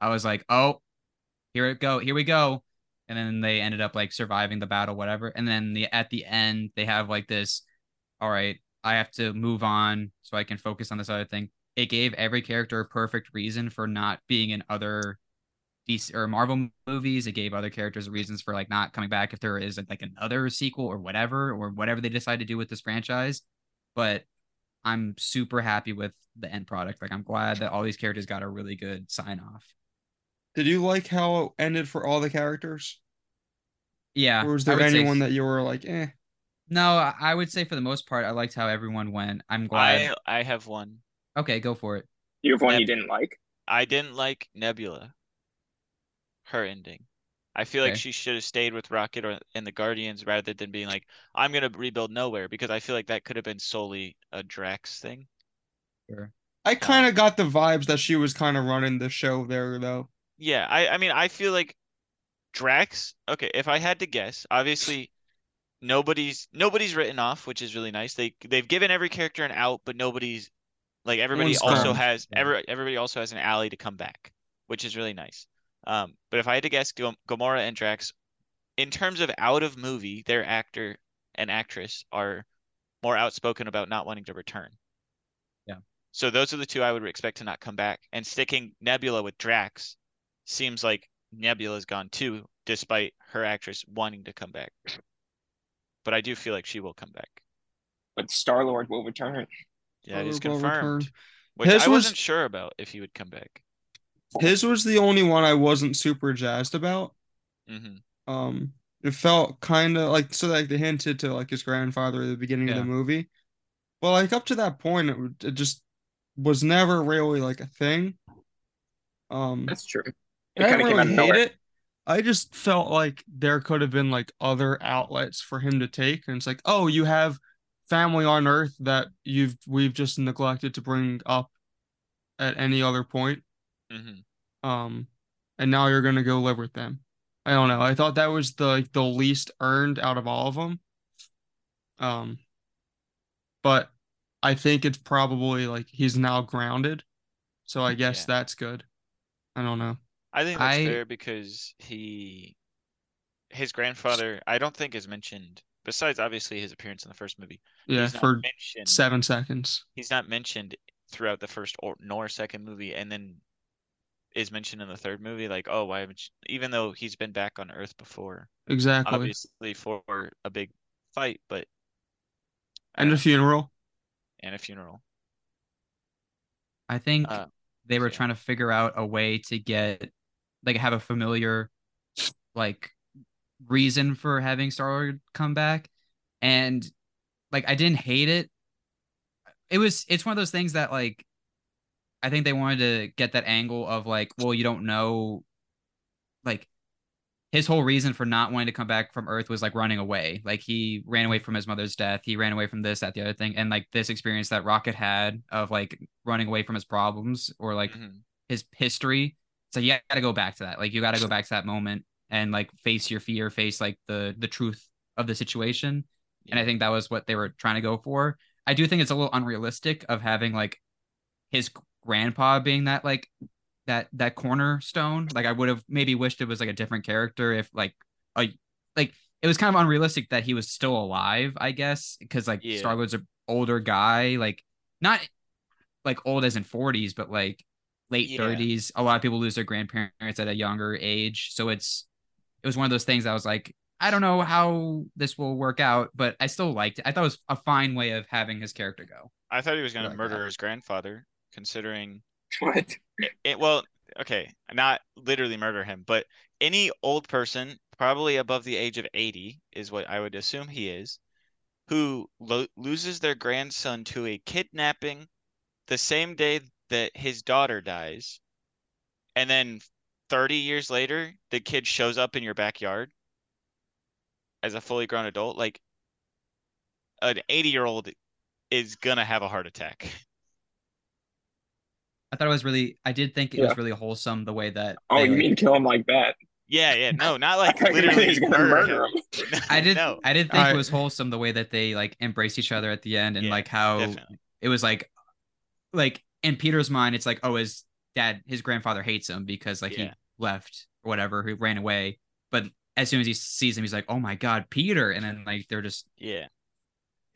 Speaker 4: I was like, "Oh, here it go, here we go," and then they ended up like surviving the battle, whatever. And then the at the end, they have like this, "All right, I have to move on so I can focus on this other thing." It gave every character a perfect reason for not being in other DC or Marvel movies. It gave other characters reasons for like not coming back if there is like another sequel or whatever or whatever they decide to do with this franchise. But I'm super happy with the end product. Like I'm glad that all these characters got a really good sign off.
Speaker 3: Did you like how it ended for all the characters,
Speaker 4: Yeah.
Speaker 3: or was
Speaker 4: I
Speaker 3: there
Speaker 4: would say-
Speaker 3: anyone that you were like, eh?
Speaker 4: No, I- I would say for the most part, I liked how everyone went. I'm glad.
Speaker 5: I I have one.
Speaker 4: Okay, go for it.
Speaker 2: You have one
Speaker 5: Yep.
Speaker 2: you didn't like.
Speaker 5: I didn't like Nebula. Her ending. I feel like
Speaker 4: Okay.
Speaker 5: she should have stayed with Rocket or and the Guardians rather than being like, I'm gonna rebuild nowhere because I feel like that could have been solely a Drax thing.
Speaker 3: I kind of got the vibes that she was kind of running the show there, though.
Speaker 5: Yeah, I I mean I feel like Drax, okay, if I had to guess, obviously nobody's nobody's written off, which is really nice. They they've given every character an out, but nobody's like everybody
Speaker 3: One's
Speaker 5: also
Speaker 3: gone.
Speaker 5: has
Speaker 4: Yeah.
Speaker 5: every everybody also has an alley to come back, which is really nice. Um, but if I had to guess, Gam- Gamora and Drax, in terms of out of movie, their actor and actress are more outspoken about not wanting to return.
Speaker 4: Yeah.
Speaker 5: So those are the two I would expect to not come back. And sticking Nebula with Drax seems like Nebula's gone too, despite her actress wanting to come back. But I do feel like she will come back.
Speaker 2: But Star Lord will return.
Speaker 5: Yeah, it is
Speaker 3: Well
Speaker 5: confirmed.
Speaker 3: returned.
Speaker 5: Which
Speaker 3: His
Speaker 5: I
Speaker 3: was-
Speaker 5: wasn't sure about if he would come back.
Speaker 3: His was the only one I wasn't super jazzed about.
Speaker 5: hmm
Speaker 3: um it felt kind of like so like they hinted to like his grandfather at the beginning of
Speaker 4: Yeah.
Speaker 3: the movie but like up to that point it, would- it just was never really like a thing um
Speaker 2: That's true. It
Speaker 3: and i
Speaker 2: kind of
Speaker 3: don't
Speaker 2: came out
Speaker 3: really
Speaker 2: of
Speaker 3: hate
Speaker 2: nowhere.
Speaker 3: it i just felt like there could have been like other outlets for him to take and it's like oh you have family on earth that you've we've just neglected to bring up at any other point
Speaker 5: hmm
Speaker 3: um and now you're gonna go live with them i don't know i thought that was the like, the least earned out of all of them um but i think it's probably like he's now grounded So I guess
Speaker 5: Yeah.
Speaker 3: that's good. I don't know.
Speaker 5: I think that's
Speaker 4: I-
Speaker 5: fair because he, his grandfather, I don't think is mentioned. Besides, obviously, his appearance in the first movie.
Speaker 3: Yeah,
Speaker 5: he's not
Speaker 3: for
Speaker 5: mentioned.
Speaker 3: seven seconds.
Speaker 5: He's not mentioned throughout the first or nor second movie, and then is mentioned in the third movie. Like, oh, why haven't you, even though he's been back on Earth before,
Speaker 3: Exactly.
Speaker 5: obviously for a big fight, but
Speaker 3: And a funeral.
Speaker 5: and a funeral.
Speaker 4: I think
Speaker 5: Uh,
Speaker 4: they were
Speaker 5: so-
Speaker 4: trying to figure out a way to get like have a familiar like reason for having Star Lord come back. And like I didn't hate it. It was it's one of those things that like I think they wanted to get that angle of like, well, you don't know like his whole reason for not wanting to come back from Earth was like running away. Like he ran away from his mother's death. He ran away from this, that, the other thing. And like this experience that Rocket had of like running away from his problems or like
Speaker 5: Mhm.
Speaker 4: his history. So you gotta go back to that. Like you gotta go back to that moment and like face your fear, face like the the truth of the situation. And I think that was what they were trying to go for. I do think it's a little unrealistic of having like his grandpa being that like that that cornerstone. Like I would have maybe wished it was like a different character if like a like it was kind of unrealistic that he was still alive, I guess, because like
Speaker 5: Yeah.
Speaker 4: Star Lord's an older guy, like not like old as in 40s, but like late
Speaker 5: Yeah.
Speaker 4: 30s. A lot of people lose their grandparents at a younger age, so it's it was one of those things I was like, I don't know how this will work out, but I still liked it. I thought it was a fine way of having his character go.
Speaker 5: I thought he was gonna
Speaker 4: Like uh, that.
Speaker 5: murder his grandfather, considering
Speaker 2: What?
Speaker 5: it, well, okay, not literally murder him, but any old person, probably above the age of 80, is what I would assume he is, who lo- loses their grandson to a kidnapping the same day that his daughter dies. And then 30 years later, the kid shows up in your backyard as a fully grown adult. Like, an 80 year old is going to have a heart attack.
Speaker 4: I thought it was really. I did think it
Speaker 2: Yeah.
Speaker 4: was really wholesome the way that.
Speaker 2: Oh,
Speaker 4: they,
Speaker 2: you
Speaker 4: like-
Speaker 2: mean kill him like that?
Speaker 5: Yeah, yeah, no, not like
Speaker 2: I thought you meant
Speaker 5: literally
Speaker 2: he's gonna murder him.
Speaker 4: I did.
Speaker 5: No,
Speaker 4: I did think
Speaker 3: I-
Speaker 4: it was wholesome the way that they like embraced each other at the end and
Speaker 5: Yeah,
Speaker 4: like how
Speaker 5: definitely.
Speaker 4: it was like, like in Peter's mind, it's like, oh, his dad, his grandfather hates him because like he
Speaker 5: Yeah.
Speaker 4: left or whatever, he ran away. But as soon as he sees him, he's like, oh my god, Peter, and then like they're just
Speaker 5: Yeah.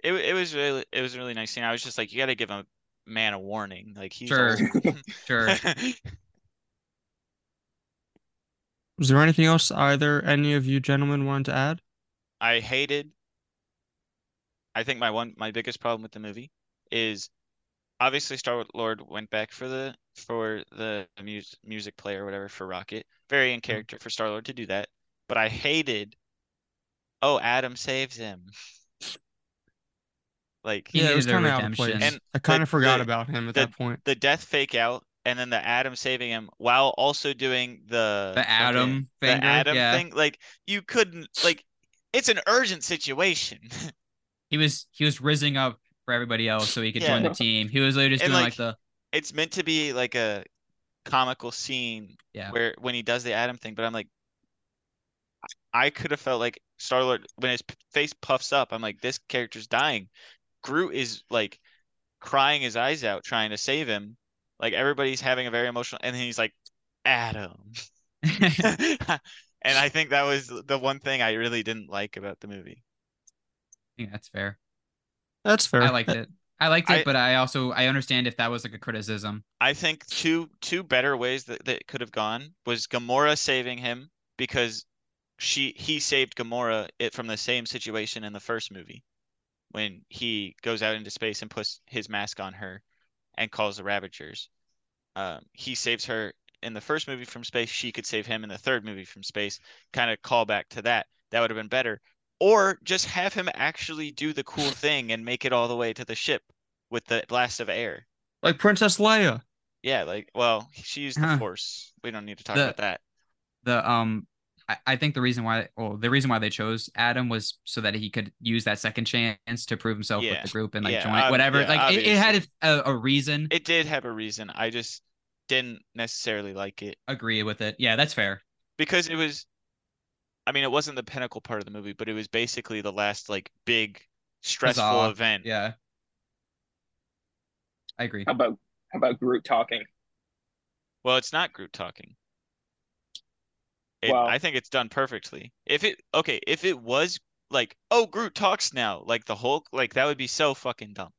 Speaker 5: It wa- it was really it was a really nice scene. I was just like, you got to give a man a warning. Like he's
Speaker 4: Sure.
Speaker 5: old.
Speaker 4: sure.
Speaker 3: Was there anything else either any of you gentlemen wanted to add?
Speaker 5: I hated. I think my one my biggest problem with the movie is obviously Star Lord went back for the for the mus- music player or whatever for Rocket. Very
Speaker 4: Mm-hmm.
Speaker 5: in character for Star Lord to do that. But I hated. Oh, Adam saves him. Like
Speaker 4: He
Speaker 3: yeah, it was
Speaker 4: needed
Speaker 3: kind
Speaker 4: a
Speaker 3: of out of place.
Speaker 4: redemption.
Speaker 5: And
Speaker 3: I kind
Speaker 5: the-
Speaker 3: of forgot
Speaker 5: the-
Speaker 3: about him at
Speaker 5: the-
Speaker 3: that point.
Speaker 5: the death fake out and then the Adam saving him while also doing the
Speaker 4: the Adam
Speaker 5: fucking-
Speaker 4: finger,
Speaker 5: the Adam
Speaker 4: yeah.
Speaker 5: thing. Like you couldn't like it's an urgent situation.
Speaker 4: He was he was rising up for everybody else so he could join
Speaker 5: Yeah.
Speaker 4: the team. He was literally just
Speaker 5: And,
Speaker 4: doing
Speaker 5: like,
Speaker 4: like the
Speaker 5: it's meant to be like a comical scene
Speaker 4: Yeah.
Speaker 5: where when he does the Adam thing, but I'm like I could have felt like Star Lord when his p- face puffs up, I'm like, this character's dying. Groot is like crying his eyes out trying to save him. Like everybody's having a very emotional and then he's like, Adam. and I think that was the one thing I really didn't like about the movie.
Speaker 4: Yeah, that's fair.
Speaker 3: That's fair.
Speaker 4: I liked it. I liked it,
Speaker 5: I-
Speaker 4: but I also I understand if that was like a criticism.
Speaker 5: I think two two better ways that, that it could have gone was Gamora saving him because she he saved Gamora it from the same situation in the first movie when he goes out into space and puts his mask on her and calls the Ravagers. Um, he saves her in the first movie from space. She could save him in the third movie from space. Kind of call back to that. That would have been better. Or just have him actually do the cool thing and make it all the way to the ship with the blast of air.
Speaker 3: like Princess Leia.
Speaker 5: Yeah, like well, she used the
Speaker 4: Huh.
Speaker 5: force. We don't need to talk
Speaker 4: The-
Speaker 5: about that.
Speaker 4: The um I, I think the reason why well the reason why they chose Adam was so that he could use that second chance to prove himself
Speaker 5: Yeah.
Speaker 4: with the group and like
Speaker 5: Yeah,
Speaker 4: join
Speaker 5: ob-
Speaker 4: whatever.
Speaker 5: yeah,
Speaker 4: like it, it had a, a reason.
Speaker 5: It did have a reason. I just didn't necessarily like it
Speaker 4: Agree with it. Yeah, that's fair.
Speaker 5: because it was I mean, it wasn't the pinnacle part of the movie, but it was basically the last like big stressful
Speaker 4: Huzzah.
Speaker 5: event.
Speaker 4: Yeah. I agree.
Speaker 2: How about how about Groot talking?
Speaker 5: Well, it's not Groot talking. It,
Speaker 2: Well-
Speaker 5: I think it's done perfectly. If it okay, if it was like, oh, Groot talks now, like the Hulk, like that would be so fucking dumb.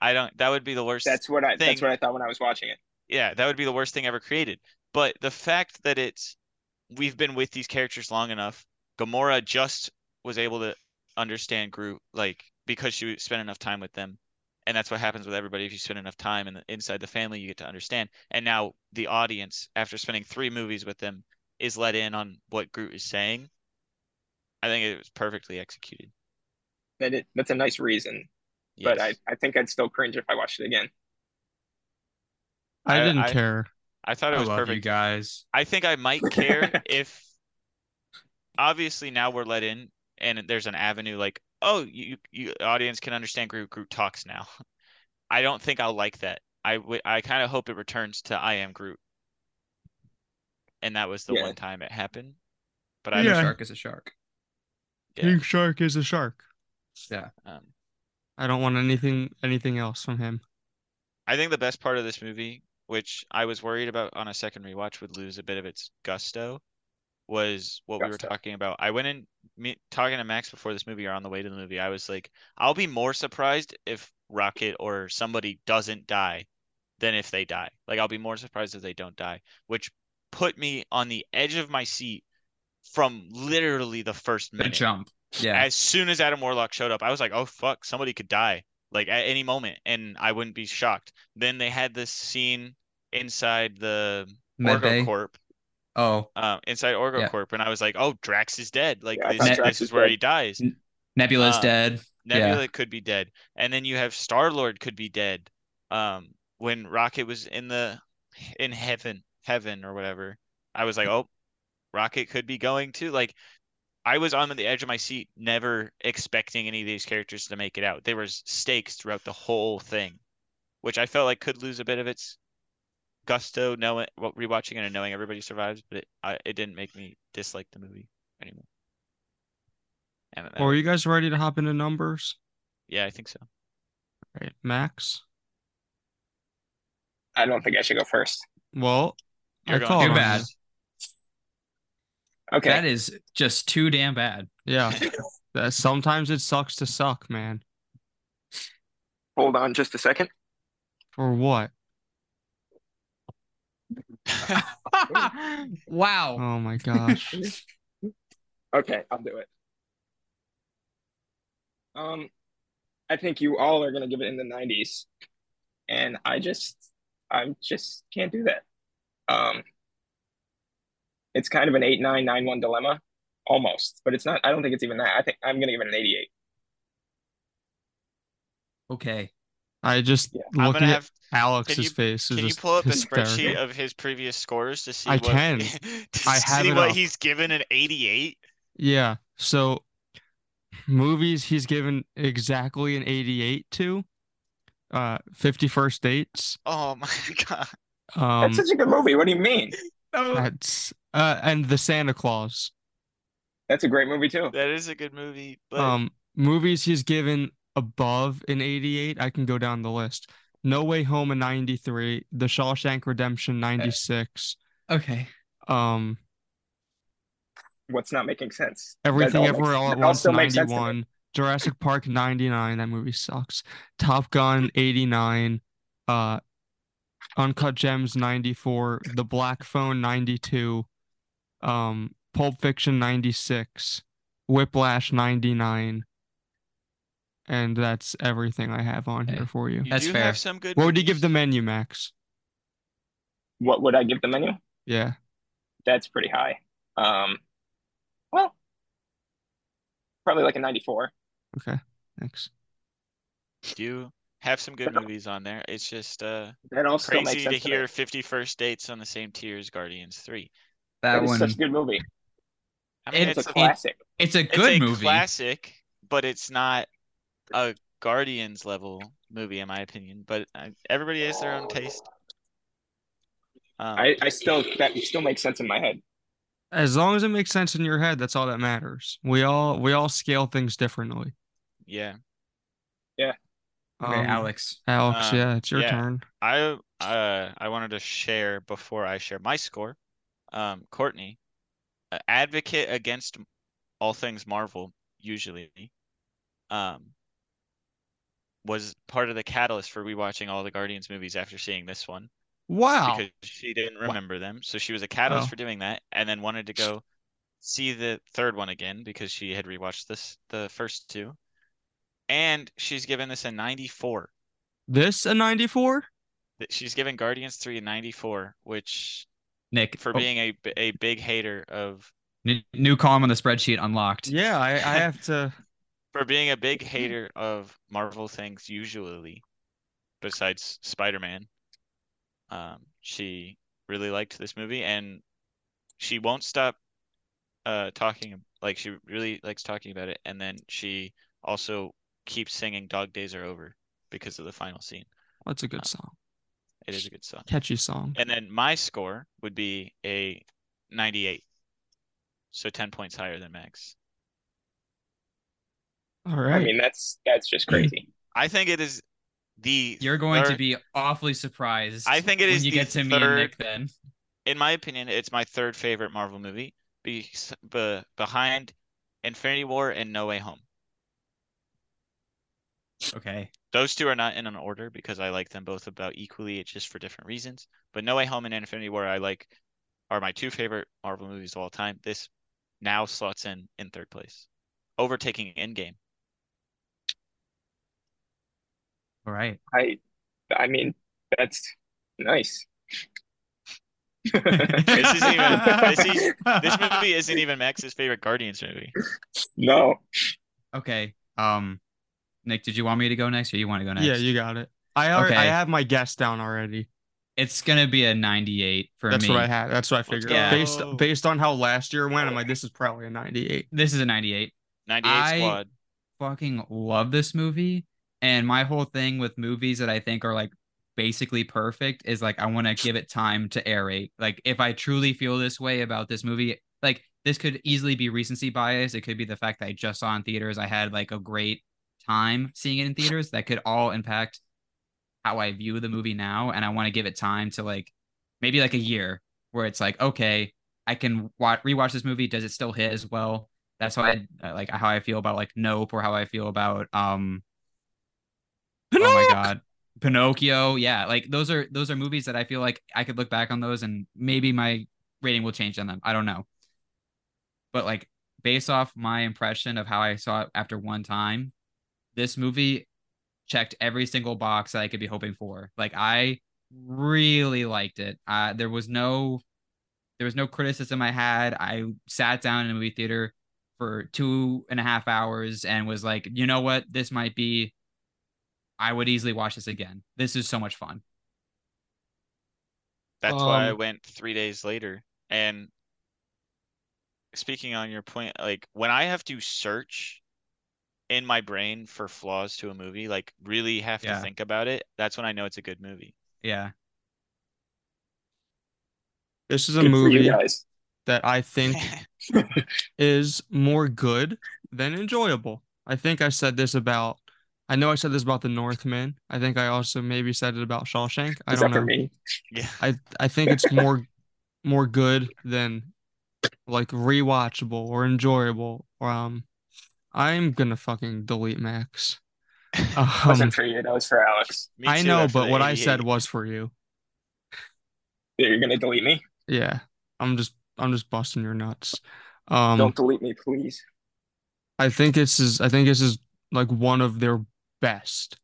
Speaker 5: I don't. That would be the worst.
Speaker 2: That's what I.
Speaker 5: Thing.
Speaker 2: That's what I thought when I was watching it.
Speaker 5: yeah, that would be the worst thing ever created. But the fact that it's we've been with these characters long enough, Gamora just was able to understand Groot like because she spent enough time with them. And that's what happens with everybody. If you spend enough time in the, inside the family, you get to understand. And now the audience, after spending three movies with them, is let in on what Groot is saying. I think it was perfectly executed.
Speaker 2: That it, that's a nice reason, but I,
Speaker 5: Yes.
Speaker 2: I think I'd still cringe if I watched it again.
Speaker 3: I,
Speaker 5: I-
Speaker 3: didn't
Speaker 5: I-
Speaker 3: care.
Speaker 5: I thought it
Speaker 4: I
Speaker 5: was
Speaker 4: love you
Speaker 5: perfect.
Speaker 4: guys.
Speaker 5: I think I might care if obviously now we're let in and there's an avenue like, oh, you you audience can understand group group talks now. I don't think I'll like that. I would I kind of hope it returns to I am Groot. And that was the
Speaker 2: Yeah.
Speaker 5: one time it happened. But
Speaker 4: But
Speaker 5: I
Speaker 3: Yeah.
Speaker 4: a shark is a shark.
Speaker 5: yeah.
Speaker 3: King Shark is a shark.
Speaker 5: um,
Speaker 3: I don't want anything anything else from him.
Speaker 5: I think the best part of this movie, which I was worried about on a second rewatch would lose a bit of its gusto, was what we
Speaker 2: Gusto.
Speaker 5: were talking about. I went in me, talking to Max before this movie or on the way to the movie. I was like, I'll be more surprised if Rocket or somebody doesn't die than if they die. Like, I'll be more surprised if they don't die, which put me on the edge of my seat from literally the first
Speaker 4: The
Speaker 5: minute
Speaker 4: jump. Yeah.
Speaker 5: as soon as Adam Warlock showed up, I was like, oh fuck, somebody could die like at any moment, and I wouldn't be shocked. Then they had this scene inside the
Speaker 4: Med Bay.
Speaker 5: Orgo Corp,
Speaker 4: Oh,
Speaker 5: um, inside Orgo
Speaker 4: Yeah.
Speaker 5: Corp, and I was like, oh, Drax is dead. Like
Speaker 2: Yeah, I
Speaker 5: this,
Speaker 2: thought
Speaker 5: this
Speaker 2: Drax
Speaker 5: is
Speaker 2: was
Speaker 5: where
Speaker 2: dead.
Speaker 5: he dies.
Speaker 4: Nebula's
Speaker 5: Um,
Speaker 4: dead.
Speaker 5: Nebula could be dead, and then you have Star Lord could be dead. Um, when Rocket was in the in heaven, heaven or whatever, I was like, oh, Rocket could be going too. Like, I was on the edge of my seat, never expecting any of these characters to make it out. There was stakes throughout the whole thing, which I felt like could lose a bit of its gusto, knowing well, rewatching it and knowing everybody survives. But it, I, it didn't make me dislike the movie anymore. And that-
Speaker 3: Well, are you guys ready to hop into numbers?
Speaker 5: yeah, I think so.
Speaker 3: All right, Max.
Speaker 2: I don't think I should go first.
Speaker 3: Well, I
Speaker 5: You're going
Speaker 3: called
Speaker 4: Too
Speaker 3: on
Speaker 4: bad.
Speaker 3: you.
Speaker 2: Okay.
Speaker 4: That is just too damn bad.
Speaker 3: Yeah. That- Sometimes it sucks to suck, man.
Speaker 2: Hold on just a second.
Speaker 3: For what?
Speaker 4: wow.
Speaker 3: Oh my gosh.
Speaker 2: Okay, I'll do it. Um, I think you all are gonna give it in the nineties, and I just, I just can't do that. Um, it's kind of an eight nine nine one dilemma, almost, but it's not. I don't think it's even that. I think I'm gonna give it an eighty eight.
Speaker 4: Okay.
Speaker 3: I just
Speaker 2: Yeah.
Speaker 5: I'm
Speaker 3: looking
Speaker 5: gonna
Speaker 3: at
Speaker 5: have.
Speaker 3: Alex's
Speaker 5: can you-
Speaker 3: face. is
Speaker 5: Can you
Speaker 3: just
Speaker 5: pull up
Speaker 3: hysterical.
Speaker 5: a spreadsheet of his previous scores to see?
Speaker 3: I
Speaker 5: what,
Speaker 3: can.
Speaker 5: to
Speaker 3: I have
Speaker 5: see
Speaker 3: it
Speaker 5: what
Speaker 3: up.
Speaker 5: he's given an 88.
Speaker 3: Yeah. So movies he's given exactly an 88 to. Uh 51st dates.
Speaker 5: Oh my god!
Speaker 3: Um
Speaker 2: That's such a good movie. What do you mean?
Speaker 3: that's uh and the Santa Claus.
Speaker 2: That's a great movie too.
Speaker 5: That is a good movie, but
Speaker 3: Um movies he's given above an 88. I can go down the list. No Way Home a 93, The Shawshank Redemption 96.
Speaker 4: Okay.
Speaker 3: Um
Speaker 2: What's not making sense? That
Speaker 3: Everything
Speaker 2: all
Speaker 3: Everywhere
Speaker 2: makes-
Speaker 3: All at
Speaker 2: that all
Speaker 3: Once
Speaker 2: still makes sense to me.
Speaker 3: 91, Jurassic Park 99, that movie sucks. Top Gun 89, uh Uncut Gems 94, The Black Phone 92, um Pulp Fiction 96, Whiplash 99. And that's everything I have on here
Speaker 4: Okay.
Speaker 3: for you.
Speaker 5: you
Speaker 4: that's
Speaker 5: do
Speaker 4: fair.
Speaker 5: have some good.
Speaker 3: What would you give
Speaker 5: movies.
Speaker 3: the menu, Max?
Speaker 2: What would I give the menu?
Speaker 3: Yeah.
Speaker 2: That's pretty high. Um, well, probably like a ninety four.
Speaker 3: Thanks.
Speaker 5: You have some good movies on there. It's just uh,
Speaker 2: That all still makes
Speaker 5: crazy to
Speaker 2: sense.
Speaker 5: hear 51st dates on the same tier as Guardians 3.
Speaker 4: That
Speaker 2: That is
Speaker 4: one.
Speaker 2: such a good movie.
Speaker 5: I mean,
Speaker 2: It's,
Speaker 5: it's,
Speaker 2: a
Speaker 5: a,
Speaker 2: classic.
Speaker 4: it's a
Speaker 5: it's
Speaker 4: good
Speaker 5: a
Speaker 4: movie.
Speaker 5: classic, but it's not a Guardians level movie in my opinion. But uh, everybody has their own taste. Um,
Speaker 2: I, I still
Speaker 3: Oh.
Speaker 2: that still makes sense in my head.
Speaker 3: As long as it makes sense in your head, that's all that matters. We all we all scale things differently.
Speaker 5: yeah.
Speaker 4: Okay,
Speaker 3: Um,
Speaker 4: Alex.
Speaker 3: Alex,
Speaker 4: Um,
Speaker 5: Uh,
Speaker 2: Um,
Speaker 3: yeah, it's your
Speaker 5: yeah.
Speaker 3: turn.
Speaker 5: I uh, I wanted to share before I share my score. Um, Courtney, a advocate against all things Marvel, usually, um, was part of the catalyst for rewatching all the Guardians movies after seeing this one
Speaker 3: Wow.
Speaker 5: because she didn't
Speaker 3: Wha-
Speaker 5: remember them. So she was a catalyst
Speaker 3: Oh.
Speaker 5: for doing that, and then wanted to go see the third one again because she had rewatched this the first two, and she's given this a 94.
Speaker 3: this a 94?
Speaker 5: Th- She's given Guardians three a 94, which
Speaker 4: Nick
Speaker 5: for
Speaker 4: oh,
Speaker 5: being a b- a big hater of
Speaker 4: n- new column on the spreadsheet unlocked.
Speaker 3: Yeah, I, I have to.
Speaker 5: for being a big hater of Marvel things usually, besides Spider Man, um, she really liked this movie and she won't stop uh talking ab- like she really likes talking about it and then she also keeps singing Dog Days Are Over because of the final scene.
Speaker 3: That's a
Speaker 2: Uh,
Speaker 3: good song.
Speaker 5: It is a good song.
Speaker 3: Catchy song.
Speaker 5: And then my score would be a ninety eight. So ten points higher than Max.
Speaker 3: All
Speaker 2: I
Speaker 3: right.
Speaker 2: mean, that's that's just crazy.
Speaker 5: I think it is the
Speaker 4: You're going to
Speaker 5: third-
Speaker 4: be awfully surprised.
Speaker 5: I think it
Speaker 4: when
Speaker 5: is
Speaker 4: you
Speaker 5: the
Speaker 4: get to me and Nick
Speaker 5: third-
Speaker 4: then.
Speaker 5: in my opinion, it's my third favorite Marvel movie, be, be, behind Infinity War and No Way Home.
Speaker 4: Okay.
Speaker 5: Those two are not in an order because I like them both about equally. It's just for different reasons. But No Way Home and Infinity War, I like, are my two favorite Marvel movies of all time. This now slots in in third place, overtaking Endgame.
Speaker 4: All right.
Speaker 3: Hmm.
Speaker 2: I I mean, that's nice. this
Speaker 5: isn't even- this is- This movie isn't even Max's favorite Guardians movie.
Speaker 2: No.
Speaker 4: Okay. Um, Nick, did you want me to go next, or you want to go next?
Speaker 3: Yeah, you got it. I already, I
Speaker 4: Okay.
Speaker 3: have my guess down already.
Speaker 4: It's gonna be a 98 for
Speaker 3: That's
Speaker 4: me.
Speaker 3: what I had. That's what I figured.
Speaker 5: go.
Speaker 3: Based based on how last year went, I'm like, this is probably a 98.
Speaker 4: This is a 98.
Speaker 5: 98
Speaker 4: I-
Speaker 5: Squad.
Speaker 4: Fucking love this movie, and my whole thing with movies that I think are like basically perfect is like I want to give it time to aerate. Like if I truly feel this way about this movie, like this could easily be recency bias. It could be the fact that I just saw in theaters. I had like a great time seeing it in theaters. That could all impact how I view the movie now, and I want to give it time to like maybe like a year where it's like okay, I can wa- rewatch this movie. Does it still hit as well? That's how I uh, like how I feel about like Nope or how I feel about um oh my god Pinocchio. Yeah, like those are those are movies that I feel like I could look back on those and maybe my rating will change on them. I don't know, but like based off my impression of how I saw it after one time, this movie checked every single box that I could be hoping for. Like I really liked it. Uh, there was no there was no criticism I had. I sat down in a movie theater for two and a half hours and was like, you know what, this might be. I would easily watch this again. This is so much fun.
Speaker 5: That's why I
Speaker 3: Um,
Speaker 5: went three days later. And speaking on your point, like when I have to search in my brain for flaws to a movie, like really have to
Speaker 4: Yeah.
Speaker 5: think about it, that's when I know it's a good movie.
Speaker 4: Yeah,
Speaker 3: This is a
Speaker 2: Good for you
Speaker 3: movie
Speaker 2: guys.
Speaker 3: that I think is more good than enjoyable. I think I said this about. I know I said this about The Northman. I think I also maybe said it about Shawshank. I
Speaker 2: Except
Speaker 3: don't
Speaker 2: for
Speaker 3: know.
Speaker 2: me.
Speaker 5: yeah.
Speaker 3: I I think it's more more good than like rewatchable or enjoyable. Um, I'm gonna fucking delete Max. Um,
Speaker 2: Wasn't for you. That was for Alex.
Speaker 5: Me
Speaker 3: I
Speaker 5: too,
Speaker 3: know,
Speaker 5: after
Speaker 3: but
Speaker 5: the
Speaker 3: what I said
Speaker 5: 88.
Speaker 3: was for you.
Speaker 2: You're gonna delete me?
Speaker 3: Yeah, I'm just I'm just busting your nuts. Um,
Speaker 2: Don't delete me, please.
Speaker 3: I think this is I think this is like one of their best.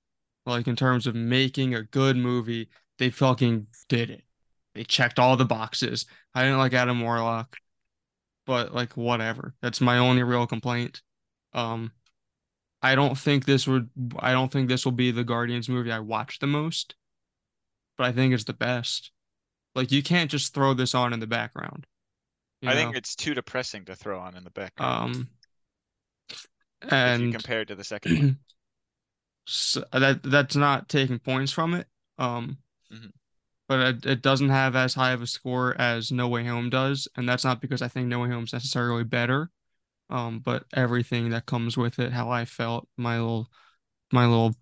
Speaker 3: Like in terms of making a good movie, they fucking did it. They checked all the boxes. I didn't like Adam Warlock, but like whatever. That's my only real complaint. Um I don't think this would I don't think this will be the Guardians movie I watch the most, but I think it's the best. Like you can't just throw this on in the background. you
Speaker 5: I
Speaker 3: know?
Speaker 5: think it's too depressing to throw on in the background
Speaker 3: um
Speaker 5: if
Speaker 3: and
Speaker 5: you compare it to the second one.
Speaker 3: so uh, that that's not taking points from it. Um,
Speaker 5: Mhm.
Speaker 3: but it, it doesn't have as high of a score as No Way Home does, and that's not because I think No Way Home's necessarily better. Um, but everything that comes with it, how I felt, my little, my little,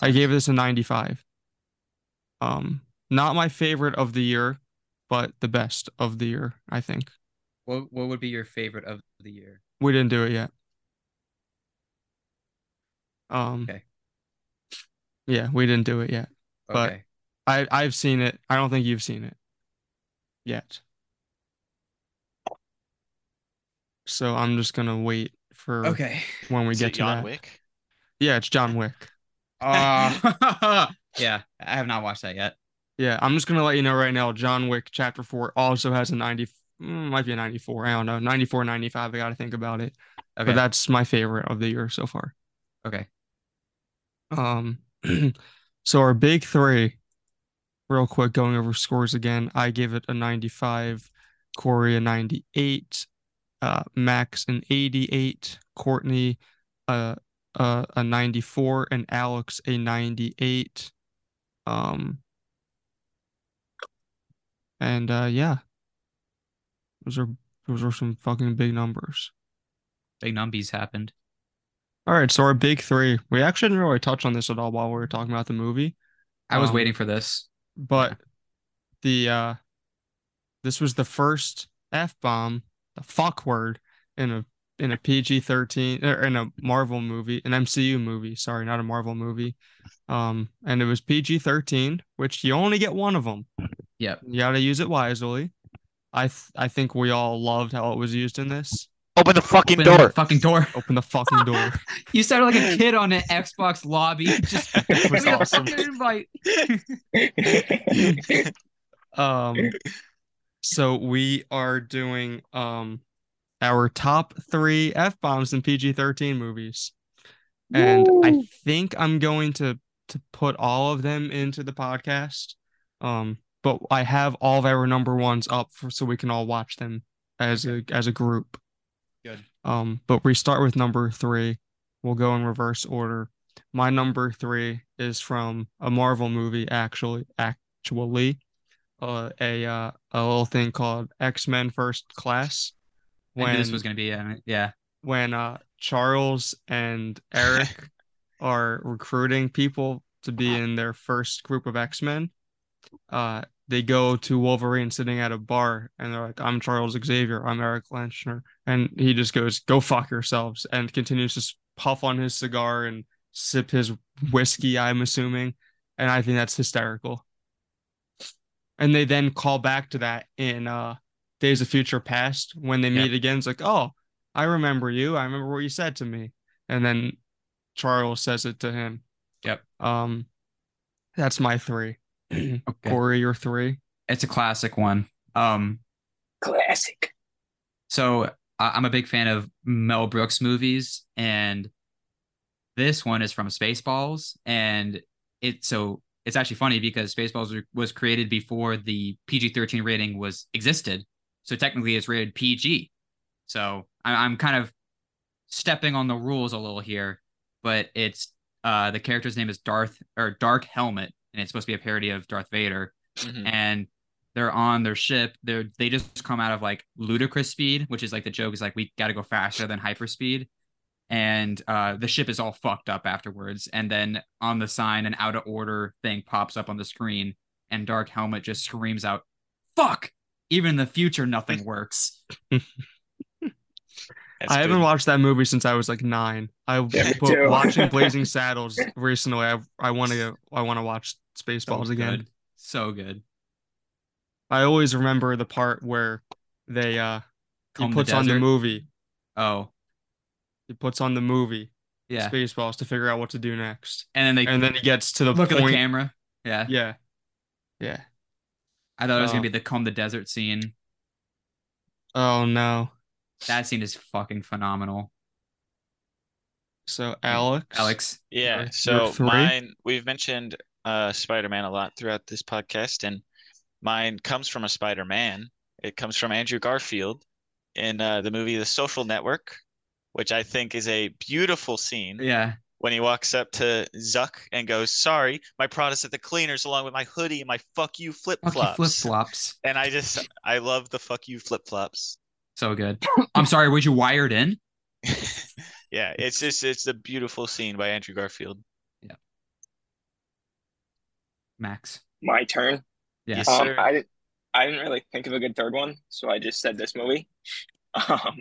Speaker 3: I gave this a ninety-five. Um, not my favorite of the year, but the best of the year, I think.
Speaker 4: What what would be your favorite of the year?
Speaker 3: We didn't do it yet. Um,
Speaker 4: Okay.
Speaker 3: yeah, we didn't do it yet. But-
Speaker 4: Okay.
Speaker 3: I I've seen it. I don't think you've seen it yet. So I'm just gonna wait for
Speaker 4: okay.
Speaker 3: when we
Speaker 5: Is
Speaker 3: get
Speaker 5: it
Speaker 3: to
Speaker 5: John
Speaker 3: that.
Speaker 5: Wick?
Speaker 3: Yeah, it's John Wick.
Speaker 4: Uh, yeah, I have not watched that yet.
Speaker 3: Yeah, I'm just gonna let you know right now. John Wick Chapter Four also has a 90, mm, might be a 94. I don't know, 94, 95. I gotta think about it.
Speaker 4: Okay.
Speaker 3: But that's my favorite of the year so far.
Speaker 4: okay.
Speaker 3: Um, so our big three, real quick, going over scores again. I give it a 95, Corey a 98, uh, Max an 88, Courtney uh, uh, a 94, and Alex a 98. Um, and uh, yeah, those are those are some fucking big numbers.
Speaker 4: Big numbies happened.
Speaker 3: All right, so our big three. We actually didn't really touch on this at all while we were talking about the movie.
Speaker 4: I was
Speaker 3: Um,
Speaker 4: waiting for this.
Speaker 3: but the uh this was the first f bomb the fuck word in a in a PG-13 or er, in a Marvel movie an MCU movie sorry not a Marvel movie um and it was PG-13 which you only get one of them
Speaker 4: Yep.
Speaker 3: you got to use it wisely I th- I think we all loved how it was used in this
Speaker 5: Open the fucking
Speaker 4: Open the
Speaker 5: door.
Speaker 4: Fucking door.
Speaker 3: open the fucking door
Speaker 4: You sounded like a kid on an Xbox lobby. Just
Speaker 5: That
Speaker 3: was
Speaker 4: we got a
Speaker 3: awesome.
Speaker 4: fucking invite.
Speaker 3: um so we are doing um our top three f-bombs in pg-13 movies and i think i'm going to to put all of them into the podcast um but i have all of our number ones up for, so we can all watch them as a as a group
Speaker 4: Good.
Speaker 3: um but we start with number three we'll go in reverse order my number three is from a marvel movie actually actually uh, a uh, a little thing called x-men first class
Speaker 4: I knew this was gonna be uh, yeah.
Speaker 3: when uh Charles and Eric are recruiting people to be in their first group of X-Men, uh they go to Wolverine sitting at a bar and they're like, I'm Charles Xavier, I'm Eric Lanchner. And he just goes, Go fuck yourselves, and continues to s- puff on his cigar and sip his whiskey, I'm assuming. And I think that's hysterical. And they then call back to that in uh Days of Future Past when they
Speaker 4: Yeah.
Speaker 3: meet again. It's like, oh, I remember you. I remember what you said to me. And then Charles says it to him.
Speaker 4: Yep.
Speaker 3: Um, that's my three.
Speaker 4: Okay.
Speaker 3: Corey, your three.
Speaker 4: It's a classic one. Um,
Speaker 2: Classic.
Speaker 4: so I- I'm a big fan of Mel Brooks movies, and this one is from Spaceballs, and it so it's actually funny because Spaceballs were- was created before the PG-13 rating was existed, so technically it's rated PG. So I- I'm kind of stepping on the rules a little here, but it's uh, the character's name is Darth or Dark Helmet, and it's supposed to be a parody of Darth Vader
Speaker 3: Mm.
Speaker 5: Mhm.
Speaker 4: and they're on their ship. They're they just come out of like ludicrous speed, which is like the joke is like we got to go faster than hyperspeed, and uh, the ship is all fucked up afterwards. And then on the sign, an out of order thing pops up on the screen, and Dark Helmet just screams out, "Fuck!" Even in the future, nothing works.
Speaker 5: That's
Speaker 3: I haven't
Speaker 5: good.
Speaker 3: watched that movie since I was like nine. I
Speaker 2: Yeah, me
Speaker 3: but
Speaker 2: too.
Speaker 3: watching Blazing Saddles recently. I I want to I want to watch Spaceballs
Speaker 4: so
Speaker 3: again.
Speaker 4: good. so good.
Speaker 3: I always remember the part where they uh he
Speaker 4: Comb the
Speaker 3: puts on the
Speaker 4: desert.
Speaker 3: movie.
Speaker 4: Oh
Speaker 3: He puts on the movie
Speaker 4: yeah,
Speaker 3: Spaceballs to figure out what to do next,
Speaker 4: and then they
Speaker 3: and then he gets to the
Speaker 4: look at the
Speaker 3: point.
Speaker 4: camera. Yeah,
Speaker 3: yeah, yeah.
Speaker 4: I thought it was
Speaker 3: Um,
Speaker 4: gonna be the comb the desert scene.
Speaker 3: Oh no.
Speaker 4: That scene is fucking phenomenal.
Speaker 3: So Alex,
Speaker 4: Alex,
Speaker 5: Yeah,
Speaker 3: Number
Speaker 5: so
Speaker 3: three?
Speaker 5: mine we've mentioned uh Spider-Man a lot throughout this podcast and mine comes from a Spider-Man. It comes from Andrew Garfield in uh, the movie The Social Network, which I think is a beautiful scene
Speaker 4: yeah.
Speaker 5: when he walks up to Zuck and goes, "Sorry, my product's at the cleaners along with my hoodie and my fuck you flip-flops."
Speaker 4: flip flops.
Speaker 5: And I just I love the fuck you flip-flops.
Speaker 4: So good. I'm sorry, was you wired in?
Speaker 5: Yeah, it's just it's a beautiful scene by Andrew Garfield.
Speaker 4: Max.
Speaker 2: My turn.
Speaker 4: Yes.
Speaker 5: Yeah.
Speaker 2: Um,
Speaker 5: Sure.
Speaker 2: I didn't. I didn't really think of a good third one, so I just said this movie. Um,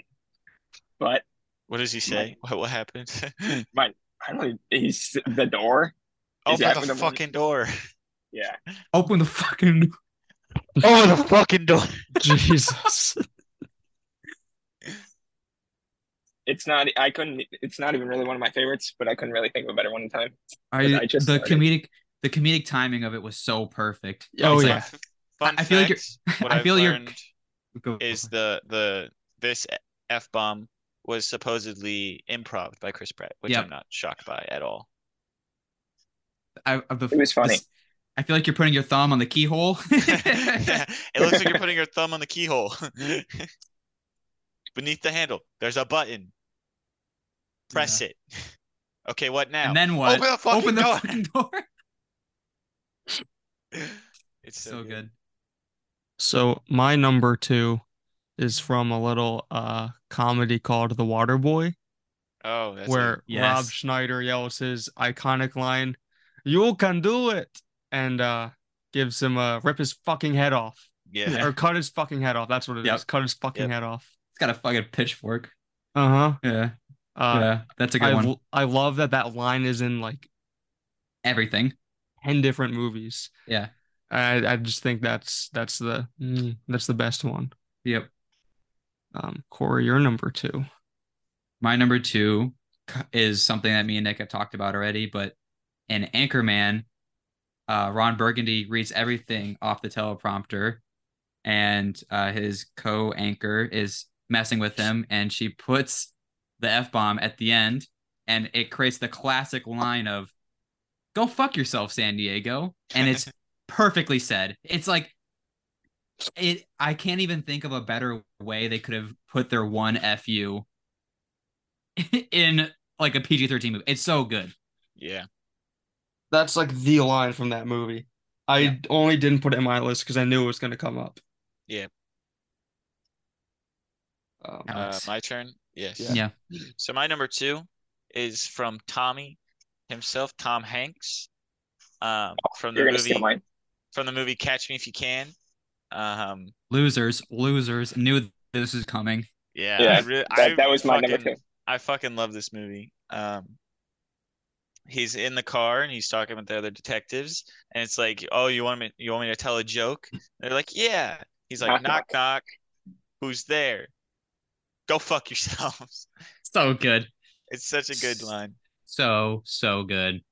Speaker 2: but
Speaker 5: What does he say? What what happened?
Speaker 2: I don't. He's the door. Is that
Speaker 5: Open
Speaker 2: what
Speaker 5: the
Speaker 2: the-
Speaker 5: fucking door.
Speaker 2: Yeah.
Speaker 4: Open the fucking
Speaker 5: Oh, the fucking door.
Speaker 3: Jesus.
Speaker 2: It's not. I couldn't. It's not even really one of my favorites, but I couldn't really think of a better one in time.
Speaker 4: Are
Speaker 2: But
Speaker 4: you,
Speaker 2: I just
Speaker 4: the
Speaker 2: started.
Speaker 4: comedic the comedic timing of it was so perfect.
Speaker 3: Oh,
Speaker 4: It's
Speaker 3: yeah.
Speaker 4: like-
Speaker 5: Fun
Speaker 4: I feel like you're-
Speaker 5: facts, what
Speaker 4: I
Speaker 5: I've
Speaker 4: feel you're-
Speaker 5: learned is the the this f bomb was supposedly improv by Chris Pratt, which
Speaker 4: Yep.
Speaker 5: I'm not shocked by at all.
Speaker 4: I, of the,
Speaker 2: It was funny.
Speaker 4: this- I feel like you're putting your thumb on the keyhole.
Speaker 5: it looks like you're putting your thumb on the keyhole. Beneath the handle, there's a button. Press it. Okay, what now?
Speaker 4: and then what?
Speaker 5: Open the fucking
Speaker 4: Open the
Speaker 5: door.
Speaker 4: fucking door.
Speaker 5: It's
Speaker 4: so good.
Speaker 3: So my number two is from a little uh comedy called The Water Boy,
Speaker 5: Oh, that's
Speaker 3: where
Speaker 5: good.
Speaker 3: Rob
Speaker 4: Yes.
Speaker 3: Schneider yells his iconic line, "You can do it," and uh gives him a rip his fucking head off
Speaker 5: yeah.
Speaker 4: Yeah.
Speaker 3: or cut his fucking head off. That's what it is.
Speaker 4: Yep.
Speaker 3: Cut his fucking
Speaker 5: Yep.
Speaker 3: head off.
Speaker 4: It's got a fucking pitchfork.
Speaker 3: Uh-huh.
Speaker 4: Yeah.
Speaker 3: Uh
Speaker 4: yeah. That's a good
Speaker 3: I
Speaker 4: one.
Speaker 3: l- I love that that line is in like
Speaker 4: Everything.
Speaker 3: 10 different movies.
Speaker 4: Yeah.
Speaker 3: I I just think that's that's the mm, that's the best one.
Speaker 4: Yep.
Speaker 3: Um Corey, you're number 2.
Speaker 4: My number two is something that me and Nick have talked about already, but in Anchorman, uh, Ron Burgundy reads everything off the teleprompter, and uh, his co-anchor is messing with him, and she puts the f bomb at the end, and it creates the classic line of "Go fuck yourself, San Diego," and it's perfectly said. It's like it. I can't even think of a better way they could have put their one fu in like a PG thirteen movie. It's so good.
Speaker 5: Yeah.
Speaker 3: That's like the line from that movie. I
Speaker 4: Yeah.
Speaker 3: only didn't put it in my list because I knew it was going to come up.
Speaker 5: Yeah.
Speaker 3: Um,
Speaker 4: Yeah.
Speaker 5: Uh,
Speaker 4: Alex.
Speaker 5: my turn. Yes.
Speaker 3: Yeah.
Speaker 4: Yeah.
Speaker 5: So my number two is from Tommy himself, Tom Hanks, um, from the
Speaker 2: Oh, You're gonna steal
Speaker 5: movie
Speaker 2: mine.
Speaker 5: from the movie Catch Me If You Can. Um,
Speaker 4: Losers, losers knew this was coming.
Speaker 5: yeah,
Speaker 2: Yeah,
Speaker 5: I really, I
Speaker 2: That, that was my number
Speaker 5: fucking-
Speaker 2: two.
Speaker 5: I fucking love this movie. Um, he's in the car and he's talking with the other detectives, and it's like, "Oh, you want me? You want me to tell a joke?" And they're like, "Yeah." He's like,
Speaker 2: Knock,
Speaker 5: "Knock
Speaker 2: knock.
Speaker 5: knock, who's there? Go fuck yourselves."
Speaker 4: So good.
Speaker 5: It's such a good line.
Speaker 4: So so good.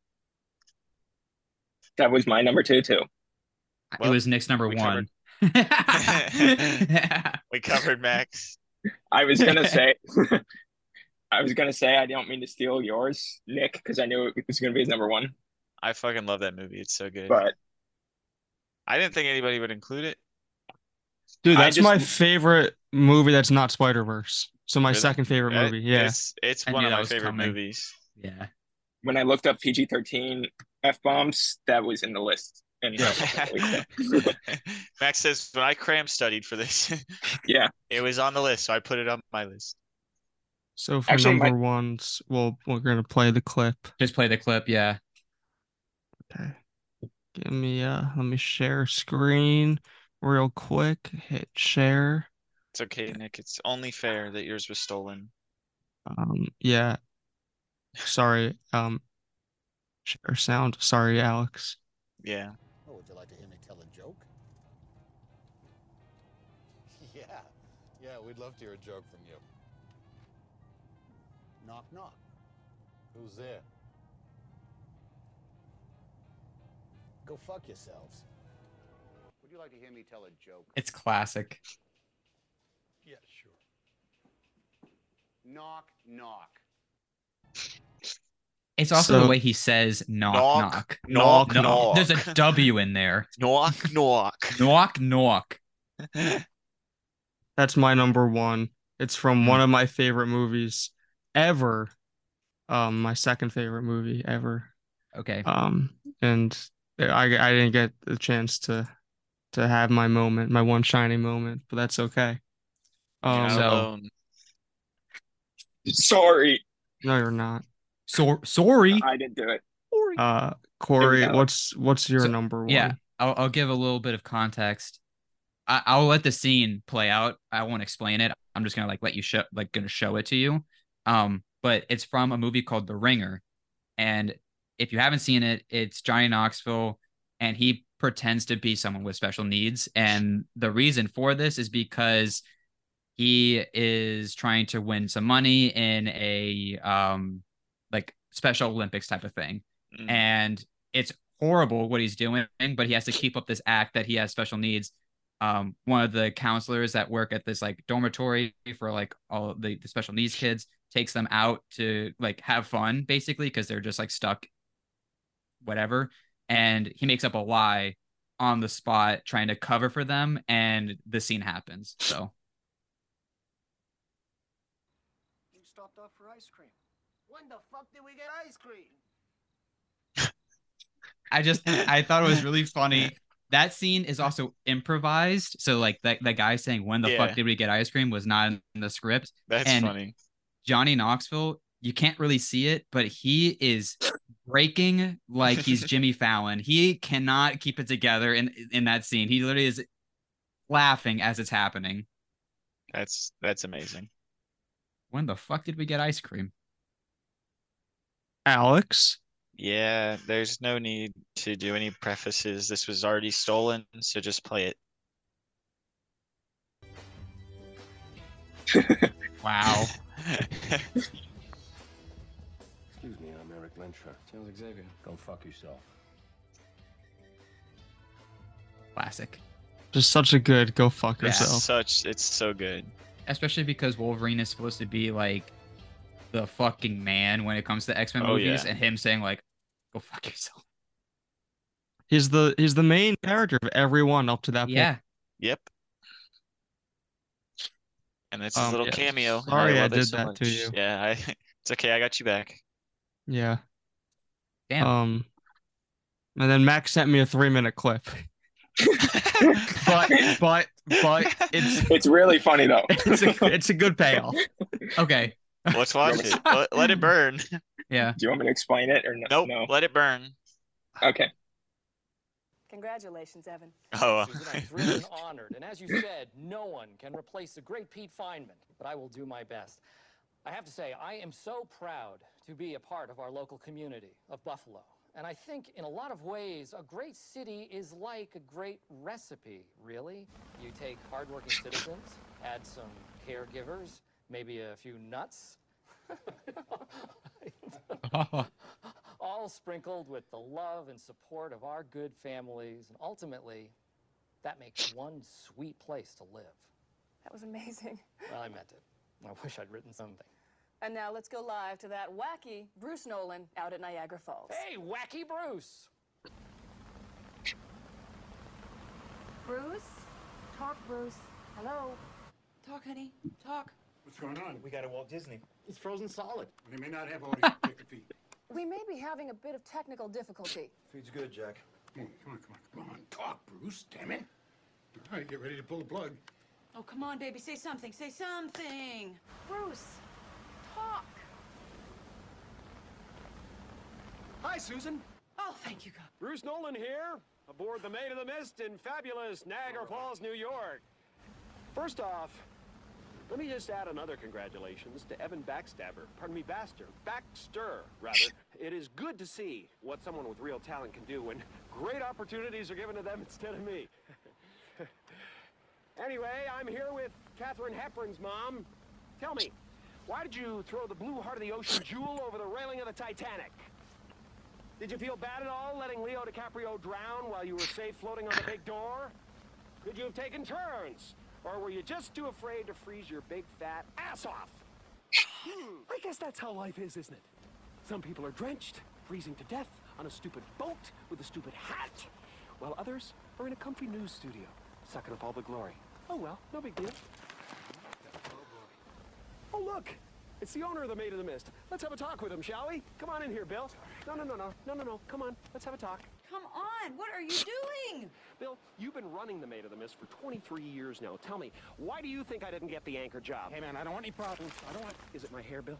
Speaker 2: That was my number two too.
Speaker 4: it
Speaker 5: Well,
Speaker 4: was Nick's number
Speaker 5: we
Speaker 4: one.
Speaker 5: covered- We covered Max.
Speaker 2: I was gonna say. I was gonna say I don't mean to steal yours, Nick, because I knew it was gonna be his number one.
Speaker 5: I fucking love that movie. It's so good.
Speaker 2: But
Speaker 5: I didn't think anybody would include it.
Speaker 3: dude,
Speaker 2: I
Speaker 3: that's
Speaker 2: just-
Speaker 3: my favorite movie that's not Spider Verse. So my
Speaker 5: Really?
Speaker 3: second favorite
Speaker 5: Uh,
Speaker 3: movie. Yeah.
Speaker 5: It's it's
Speaker 4: I
Speaker 5: one
Speaker 4: knew
Speaker 5: of
Speaker 4: that
Speaker 5: my
Speaker 4: was
Speaker 5: favorite
Speaker 4: coming.
Speaker 5: movies.
Speaker 4: yeah.
Speaker 2: when I looked up PG thirteen f bombs, that was in the list. And
Speaker 5: Max says when I cram studied for this,
Speaker 2: Yeah.
Speaker 5: it was on the list, so I put it on my list.
Speaker 3: So for
Speaker 2: Actually, my-
Speaker 3: number ones, well, we're gonna play the clip.
Speaker 4: Just play the clip. Yeah.
Speaker 3: Okay. Give me uh let me share screen real quick. Hit share.
Speaker 5: It's okay, Nick. It's only fair that yours was stolen.
Speaker 3: Um yeah. Sorry, um share sound. Sorry, Alex.
Speaker 5: Yeah.
Speaker 6: Oh, would you like to hear me tell a joke?
Speaker 7: Yeah, yeah, we'd love to hear a joke from you.
Speaker 6: Knock, knock.
Speaker 7: Who's there?
Speaker 6: Go fuck yourselves. Would you like to hear me tell a joke?
Speaker 4: It's classic.
Speaker 6: Yeah, sure. Knock, knock.
Speaker 4: It's also the
Speaker 3: So-
Speaker 4: way he says knock
Speaker 5: Knock,
Speaker 4: knock.
Speaker 5: Knock,
Speaker 4: No-
Speaker 5: knock.
Speaker 4: There's a W in there.
Speaker 5: Knock knock.
Speaker 4: Knock knock.
Speaker 3: That's my number one. It's
Speaker 4: Hmm.
Speaker 3: from one of my favorite movies ever. Um, my second favorite movie ever.
Speaker 4: Okay.
Speaker 5: Uh,
Speaker 3: Um, and I I didn't get the chance to to have my moment, my one shining moment, but that's okay.
Speaker 5: You're
Speaker 3: Um,
Speaker 5: not
Speaker 4: So-
Speaker 5: alone.
Speaker 2: sorry,
Speaker 3: no, you're not.
Speaker 4: So sorry.
Speaker 2: I didn't do it.
Speaker 3: Uh, Corey,
Speaker 2: go.
Speaker 3: what's what's your
Speaker 4: So-
Speaker 3: number one?
Speaker 4: yeah. I'll, I'll give a little bit of context. I, I'll let the scene play out. I won't explain it. I'm just gonna like let you show like gonna show it to you. Um, but it's from a movie called The Ringer, and if you haven't seen it, it's Johnny Knoxville, and he pretends to be someone with special needs. And the reason for this is because he is trying to win some money in a um like Special Olympics type of thing
Speaker 5: Mm.
Speaker 4: and it's horrible what he's doing but he has to keep up this act that he has special needs um one of the counselors that work at this like dormitory for like all the, the special needs kids takes them out to like have fun basically because they're just like stuck whatever and he makes up a lie on the spot trying to cover for them and the scene happens so
Speaker 6: You stopped off for ice cream. When the fuck did we get ice cream?
Speaker 4: I just I thought it was really funny. That scene is also improvised. So like that that guy saying when the
Speaker 5: Yeah.
Speaker 4: fuck did we get ice cream was not in the script.
Speaker 5: That's
Speaker 4: And-
Speaker 5: funny.
Speaker 4: Johnny Knoxville, you can't really see it, but he is breaking like he's Jimmy Fallon. He cannot keep it together in in that scene. He literally is laughing as it's happening.
Speaker 5: That's that's amazing.
Speaker 4: When the fuck did we get ice cream?
Speaker 3: Alex.
Speaker 5: Yeah, there's no need to do any prefaces. This was already stolen, so just play it.
Speaker 4: Wow.
Speaker 6: Excuse me, I'm Eric Lyncher. Sounds Xavier. Go fuck yourself.
Speaker 4: Classic.
Speaker 3: Just such a good go fuck
Speaker 4: Yeah.
Speaker 3: yourself.
Speaker 5: Such it's so good.
Speaker 4: especially because Wolverine is supposed to be like the fucking man when it comes to X Men
Speaker 5: Oh,
Speaker 4: movies,
Speaker 5: yeah.
Speaker 4: and him saying like, "Go fuck yourself."
Speaker 3: He's the he's the main character of everyone up to that point.
Speaker 4: yeah,
Speaker 5: Yep. And that's his
Speaker 3: Um,
Speaker 5: little
Speaker 3: yeah,
Speaker 5: cameo. and
Speaker 3: sorry I
Speaker 5: love it
Speaker 3: did
Speaker 5: so
Speaker 3: that to
Speaker 5: much.
Speaker 3: you.
Speaker 5: Yeah, I, it's okay. I got you back.
Speaker 3: Yeah.
Speaker 4: Damn.
Speaker 3: Um and then Max sent me a three minute clip. But but but it's
Speaker 2: It's really funny though.
Speaker 3: it's a it's a good payoff.
Speaker 4: okay,
Speaker 5: Let's watch it. Let, let it burn.
Speaker 4: yeah.
Speaker 2: Do you want me to explain it or no?
Speaker 5: Nope.
Speaker 2: No.
Speaker 5: Let it burn.
Speaker 2: Okay.
Speaker 8: Congratulations, Evan.
Speaker 5: Oh,
Speaker 9: Susan, I'm thrilled and honored. And as you said, no one can replace the great Pete Feynman, but I will do my best. I have to say, I am so proud to be a part of our local community of Buffalo. And I think in a lot of ways, a great city is like a great recipe, really. You take hardworking citizens, add some caregivers, maybe a few nuts. all sprinkled with the love and support of our good families. And ultimately, that makes one sweet place to live.
Speaker 8: That was amazing.
Speaker 9: Well, I meant it. I wish I'd written something.
Speaker 8: And now let's go live to that wacky Bruce Nolan out at Niagara Falls.
Speaker 9: Hey, Wacky Bruce!
Speaker 10: Bruce? Talk, Bruce. Hello?
Speaker 8: Talk, honey. Talk.
Speaker 11: What's going on?
Speaker 12: We got a Walt Disney.
Speaker 9: It's frozen solid.
Speaker 11: They may not have audio. Take a beat.
Speaker 8: We may be having a bit of technical difficulty.
Speaker 12: Feed's good, Jack.
Speaker 11: Come on, come on, come on, come on. Talk, Bruce. Damn it. All right, get ready to pull the plug.
Speaker 10: Oh, come on, baby. Say something. Say something. Bruce, talk.
Speaker 9: Hi, Susan.
Speaker 10: Oh, thank you, God.
Speaker 9: Bruce Nolan here, aboard the Maid of the Mist in fabulous Niagara Falls, New York. First off, let me just add another congratulations to Evan Backstabber. Pardon me, Baster. Baxter, rather. it is good to see what someone with real talent can do when great opportunities are given to them instead of me. anyway, I'm here with Catherine Hepburn's mom. Tell me, why did you throw the blue heart of the ocean jewel over the railing of the Titanic? Did you feel bad at all letting Leo DiCaprio drown while you were safe floating on the big door? Could you have taken turns? Or were you just too afraid to freeze your big fat ass off? I guess that's how life is, isn't it? Some people are drenched, freezing to death on a stupid boat with a stupid hat, while others are in a comfy news studio, sucking up all the glory. Oh well, no big deal. Oh, look! It's the owner of the Maid of the Mist. Let's have a talk with him, shall we? Come on in here, Bill. No, no, no, no. No, no, no. Come on. Let's have a talk.
Speaker 10: Come on. What are you doing?
Speaker 9: Bill, you've been running the Maid of the Mist for 23 years now. Tell me, why do you think I didn't get the anchor job?
Speaker 11: Hey, man, I don't want any problems. I don't want.
Speaker 9: Is it my hair, Bill?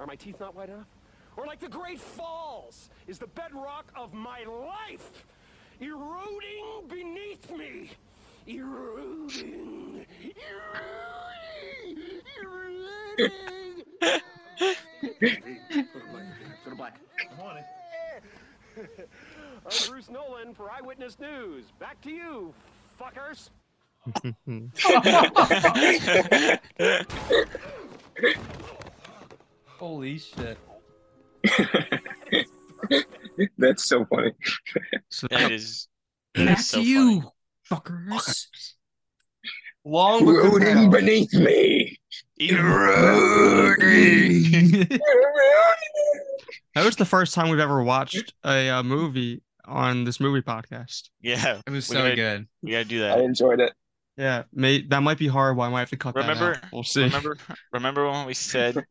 Speaker 9: Are my teeth not white enough? Or like the Great Falls is the bedrock of my life! eroding beneath me. Eroding, eroding, eroding.
Speaker 11: Go to black. I want it.
Speaker 9: I'm Bruce Nolan for Eyewitness News. Back to you, fuckers.
Speaker 4: Holy shit.
Speaker 2: That's so funny.
Speaker 5: That is
Speaker 2: Back
Speaker 5: so
Speaker 2: to
Speaker 5: funny.
Speaker 3: fuckers.
Speaker 1: Long with the
Speaker 2: Eroding
Speaker 1: pound.
Speaker 2: beneath me.
Speaker 1: Eroding.
Speaker 3: That was the first time we've ever watched a uh, movie on this movie podcast.
Speaker 5: Yeah,
Speaker 4: It was
Speaker 5: we
Speaker 4: so
Speaker 5: gotta-
Speaker 4: good.
Speaker 5: We gotta do
Speaker 2: I
Speaker 5: that.
Speaker 2: enjoyed it.
Speaker 3: Yeah, may, that might be horrible. I might have to cut that
Speaker 5: Remember-
Speaker 3: out. We'll see.
Speaker 5: Remember, remember when we said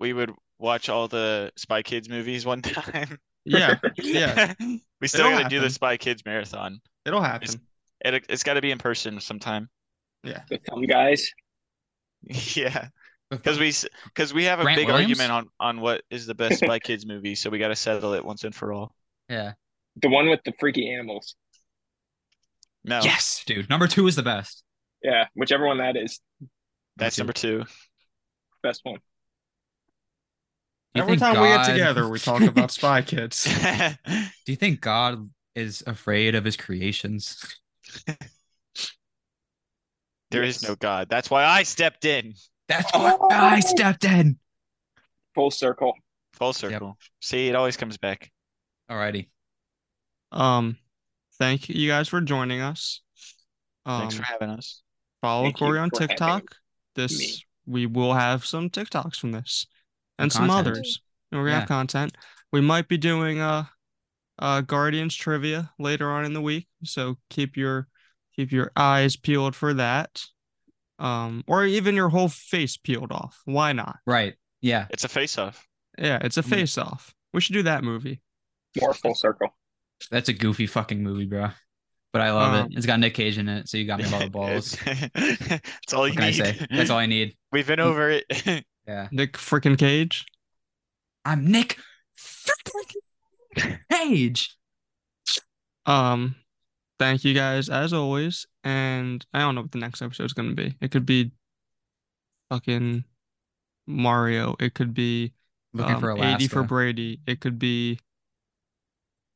Speaker 5: we would watch all the Spy Kids movies one time?
Speaker 3: Yeah, yeah,
Speaker 5: we still
Speaker 3: It'll
Speaker 5: gotta do the
Speaker 3: happen.
Speaker 5: Spy Kids marathon.
Speaker 3: it'll happen.
Speaker 5: It, it's gotta be in person sometime.
Speaker 2: The thumb guys.
Speaker 5: Yeah, because we because we have a
Speaker 4: Grant
Speaker 5: big
Speaker 4: Williams?
Speaker 5: argument on on what is the best Spy Kids movie, so we gotta settle it once and for all.
Speaker 4: Yeah.
Speaker 2: The one with the freaky animals.
Speaker 5: No,
Speaker 4: Yes, dude. Number two is the best.
Speaker 2: Yeah, whichever one that is.
Speaker 5: that's number two.
Speaker 2: Best one.
Speaker 4: Do you
Speaker 3: Every
Speaker 4: think
Speaker 3: time we get
Speaker 4: God-
Speaker 3: together, we talk about Spy Kids.
Speaker 4: Do you think God is afraid of his creations?
Speaker 5: There is no God. That's why I stepped in.
Speaker 4: That's
Speaker 3: Oh!
Speaker 4: why I stepped in.
Speaker 2: Full circle.
Speaker 5: Full circle. See, it always comes back.
Speaker 4: Alrighty.
Speaker 3: Um, thank you guys for joining us. Um,
Speaker 5: Thanks for having us.
Speaker 3: follow
Speaker 2: Thank you
Speaker 3: Corey on
Speaker 2: for having
Speaker 3: TikTok. This we will have some TikToks from this
Speaker 4: And
Speaker 3: and some
Speaker 4: content.
Speaker 3: others. And we're gonna
Speaker 4: Yeah.
Speaker 3: have content. We might be doing uh uh Guardians trivia later on in the week. So keep your keep your eyes peeled for that. Um or even your whole face peeled off. Why not?
Speaker 4: Right. Yeah.
Speaker 5: It's a face off.
Speaker 3: Yeah, it's a
Speaker 4: Mm.
Speaker 3: face off. We should do that movie.
Speaker 2: More full circle.
Speaker 4: That's a goofy fucking movie, bro. But I love
Speaker 3: Um,
Speaker 4: it. It's got Nick Cage in it, so you got me by the balls.
Speaker 5: That's all
Speaker 4: What
Speaker 5: you
Speaker 4: can I
Speaker 5: need.
Speaker 4: say? That's all I need.
Speaker 5: We've been over it.
Speaker 4: Yeah.
Speaker 3: Nick freaking Cage.
Speaker 4: I'm Nick freaking Cage.
Speaker 3: Um, thank you guys as always. And I don't know what the next episode's gonna be. It could be fucking Mario. It could be
Speaker 4: Looking
Speaker 3: um,
Speaker 4: for Alaska.
Speaker 3: 80 for Brady. It could be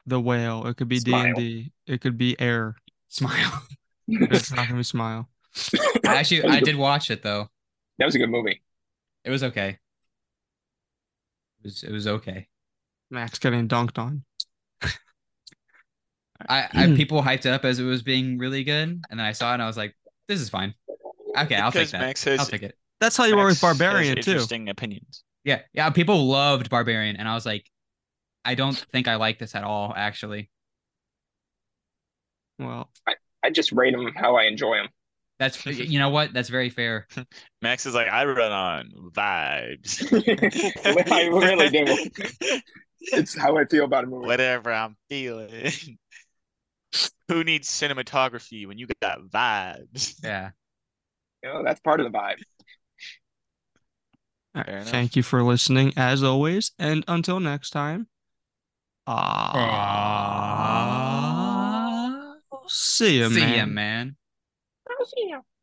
Speaker 3: the whale. It could be D
Speaker 2: Smile.
Speaker 3: and D. It could be air.
Speaker 4: Smile.
Speaker 3: It's not gonna be smile.
Speaker 4: I actually
Speaker 2: That was
Speaker 4: I
Speaker 2: good-
Speaker 4: did watch it though.
Speaker 2: That was a good movie.
Speaker 4: It was okay. It was it was okay.
Speaker 3: Max getting dunked on.
Speaker 4: I, I
Speaker 3: Hmm.
Speaker 4: people hyped up as it was being really good, and then I saw it and I was like, "This is fine. Okay, I'll
Speaker 5: Because
Speaker 4: take that.
Speaker 5: Max has,
Speaker 4: I'll take it."
Speaker 3: That's how you were with
Speaker 5: Max has
Speaker 3: Barbarian too.
Speaker 5: Interesting opinions.
Speaker 4: Yeah, yeah. People loved Barbarian, and I was like, "I don't think I like this at all." Actually,
Speaker 3: Well,
Speaker 2: I just rate them how I enjoy them.
Speaker 4: that's you know what? That's very fair.
Speaker 5: Max is like, I run on vibes.
Speaker 2: I really do. It's how I feel about a movie.
Speaker 5: Whatever I'm feeling. Who needs cinematography when you got vibes?
Speaker 4: Yeah.
Speaker 2: You know, that's part of the vibe.
Speaker 3: all
Speaker 5: Fair
Speaker 3: right,
Speaker 5: enough.
Speaker 3: uh, thank you for listening as always. And until next time, uh, see you,
Speaker 4: See
Speaker 3: man.
Speaker 4: Ah. ya, man.
Speaker 2: I'll see you.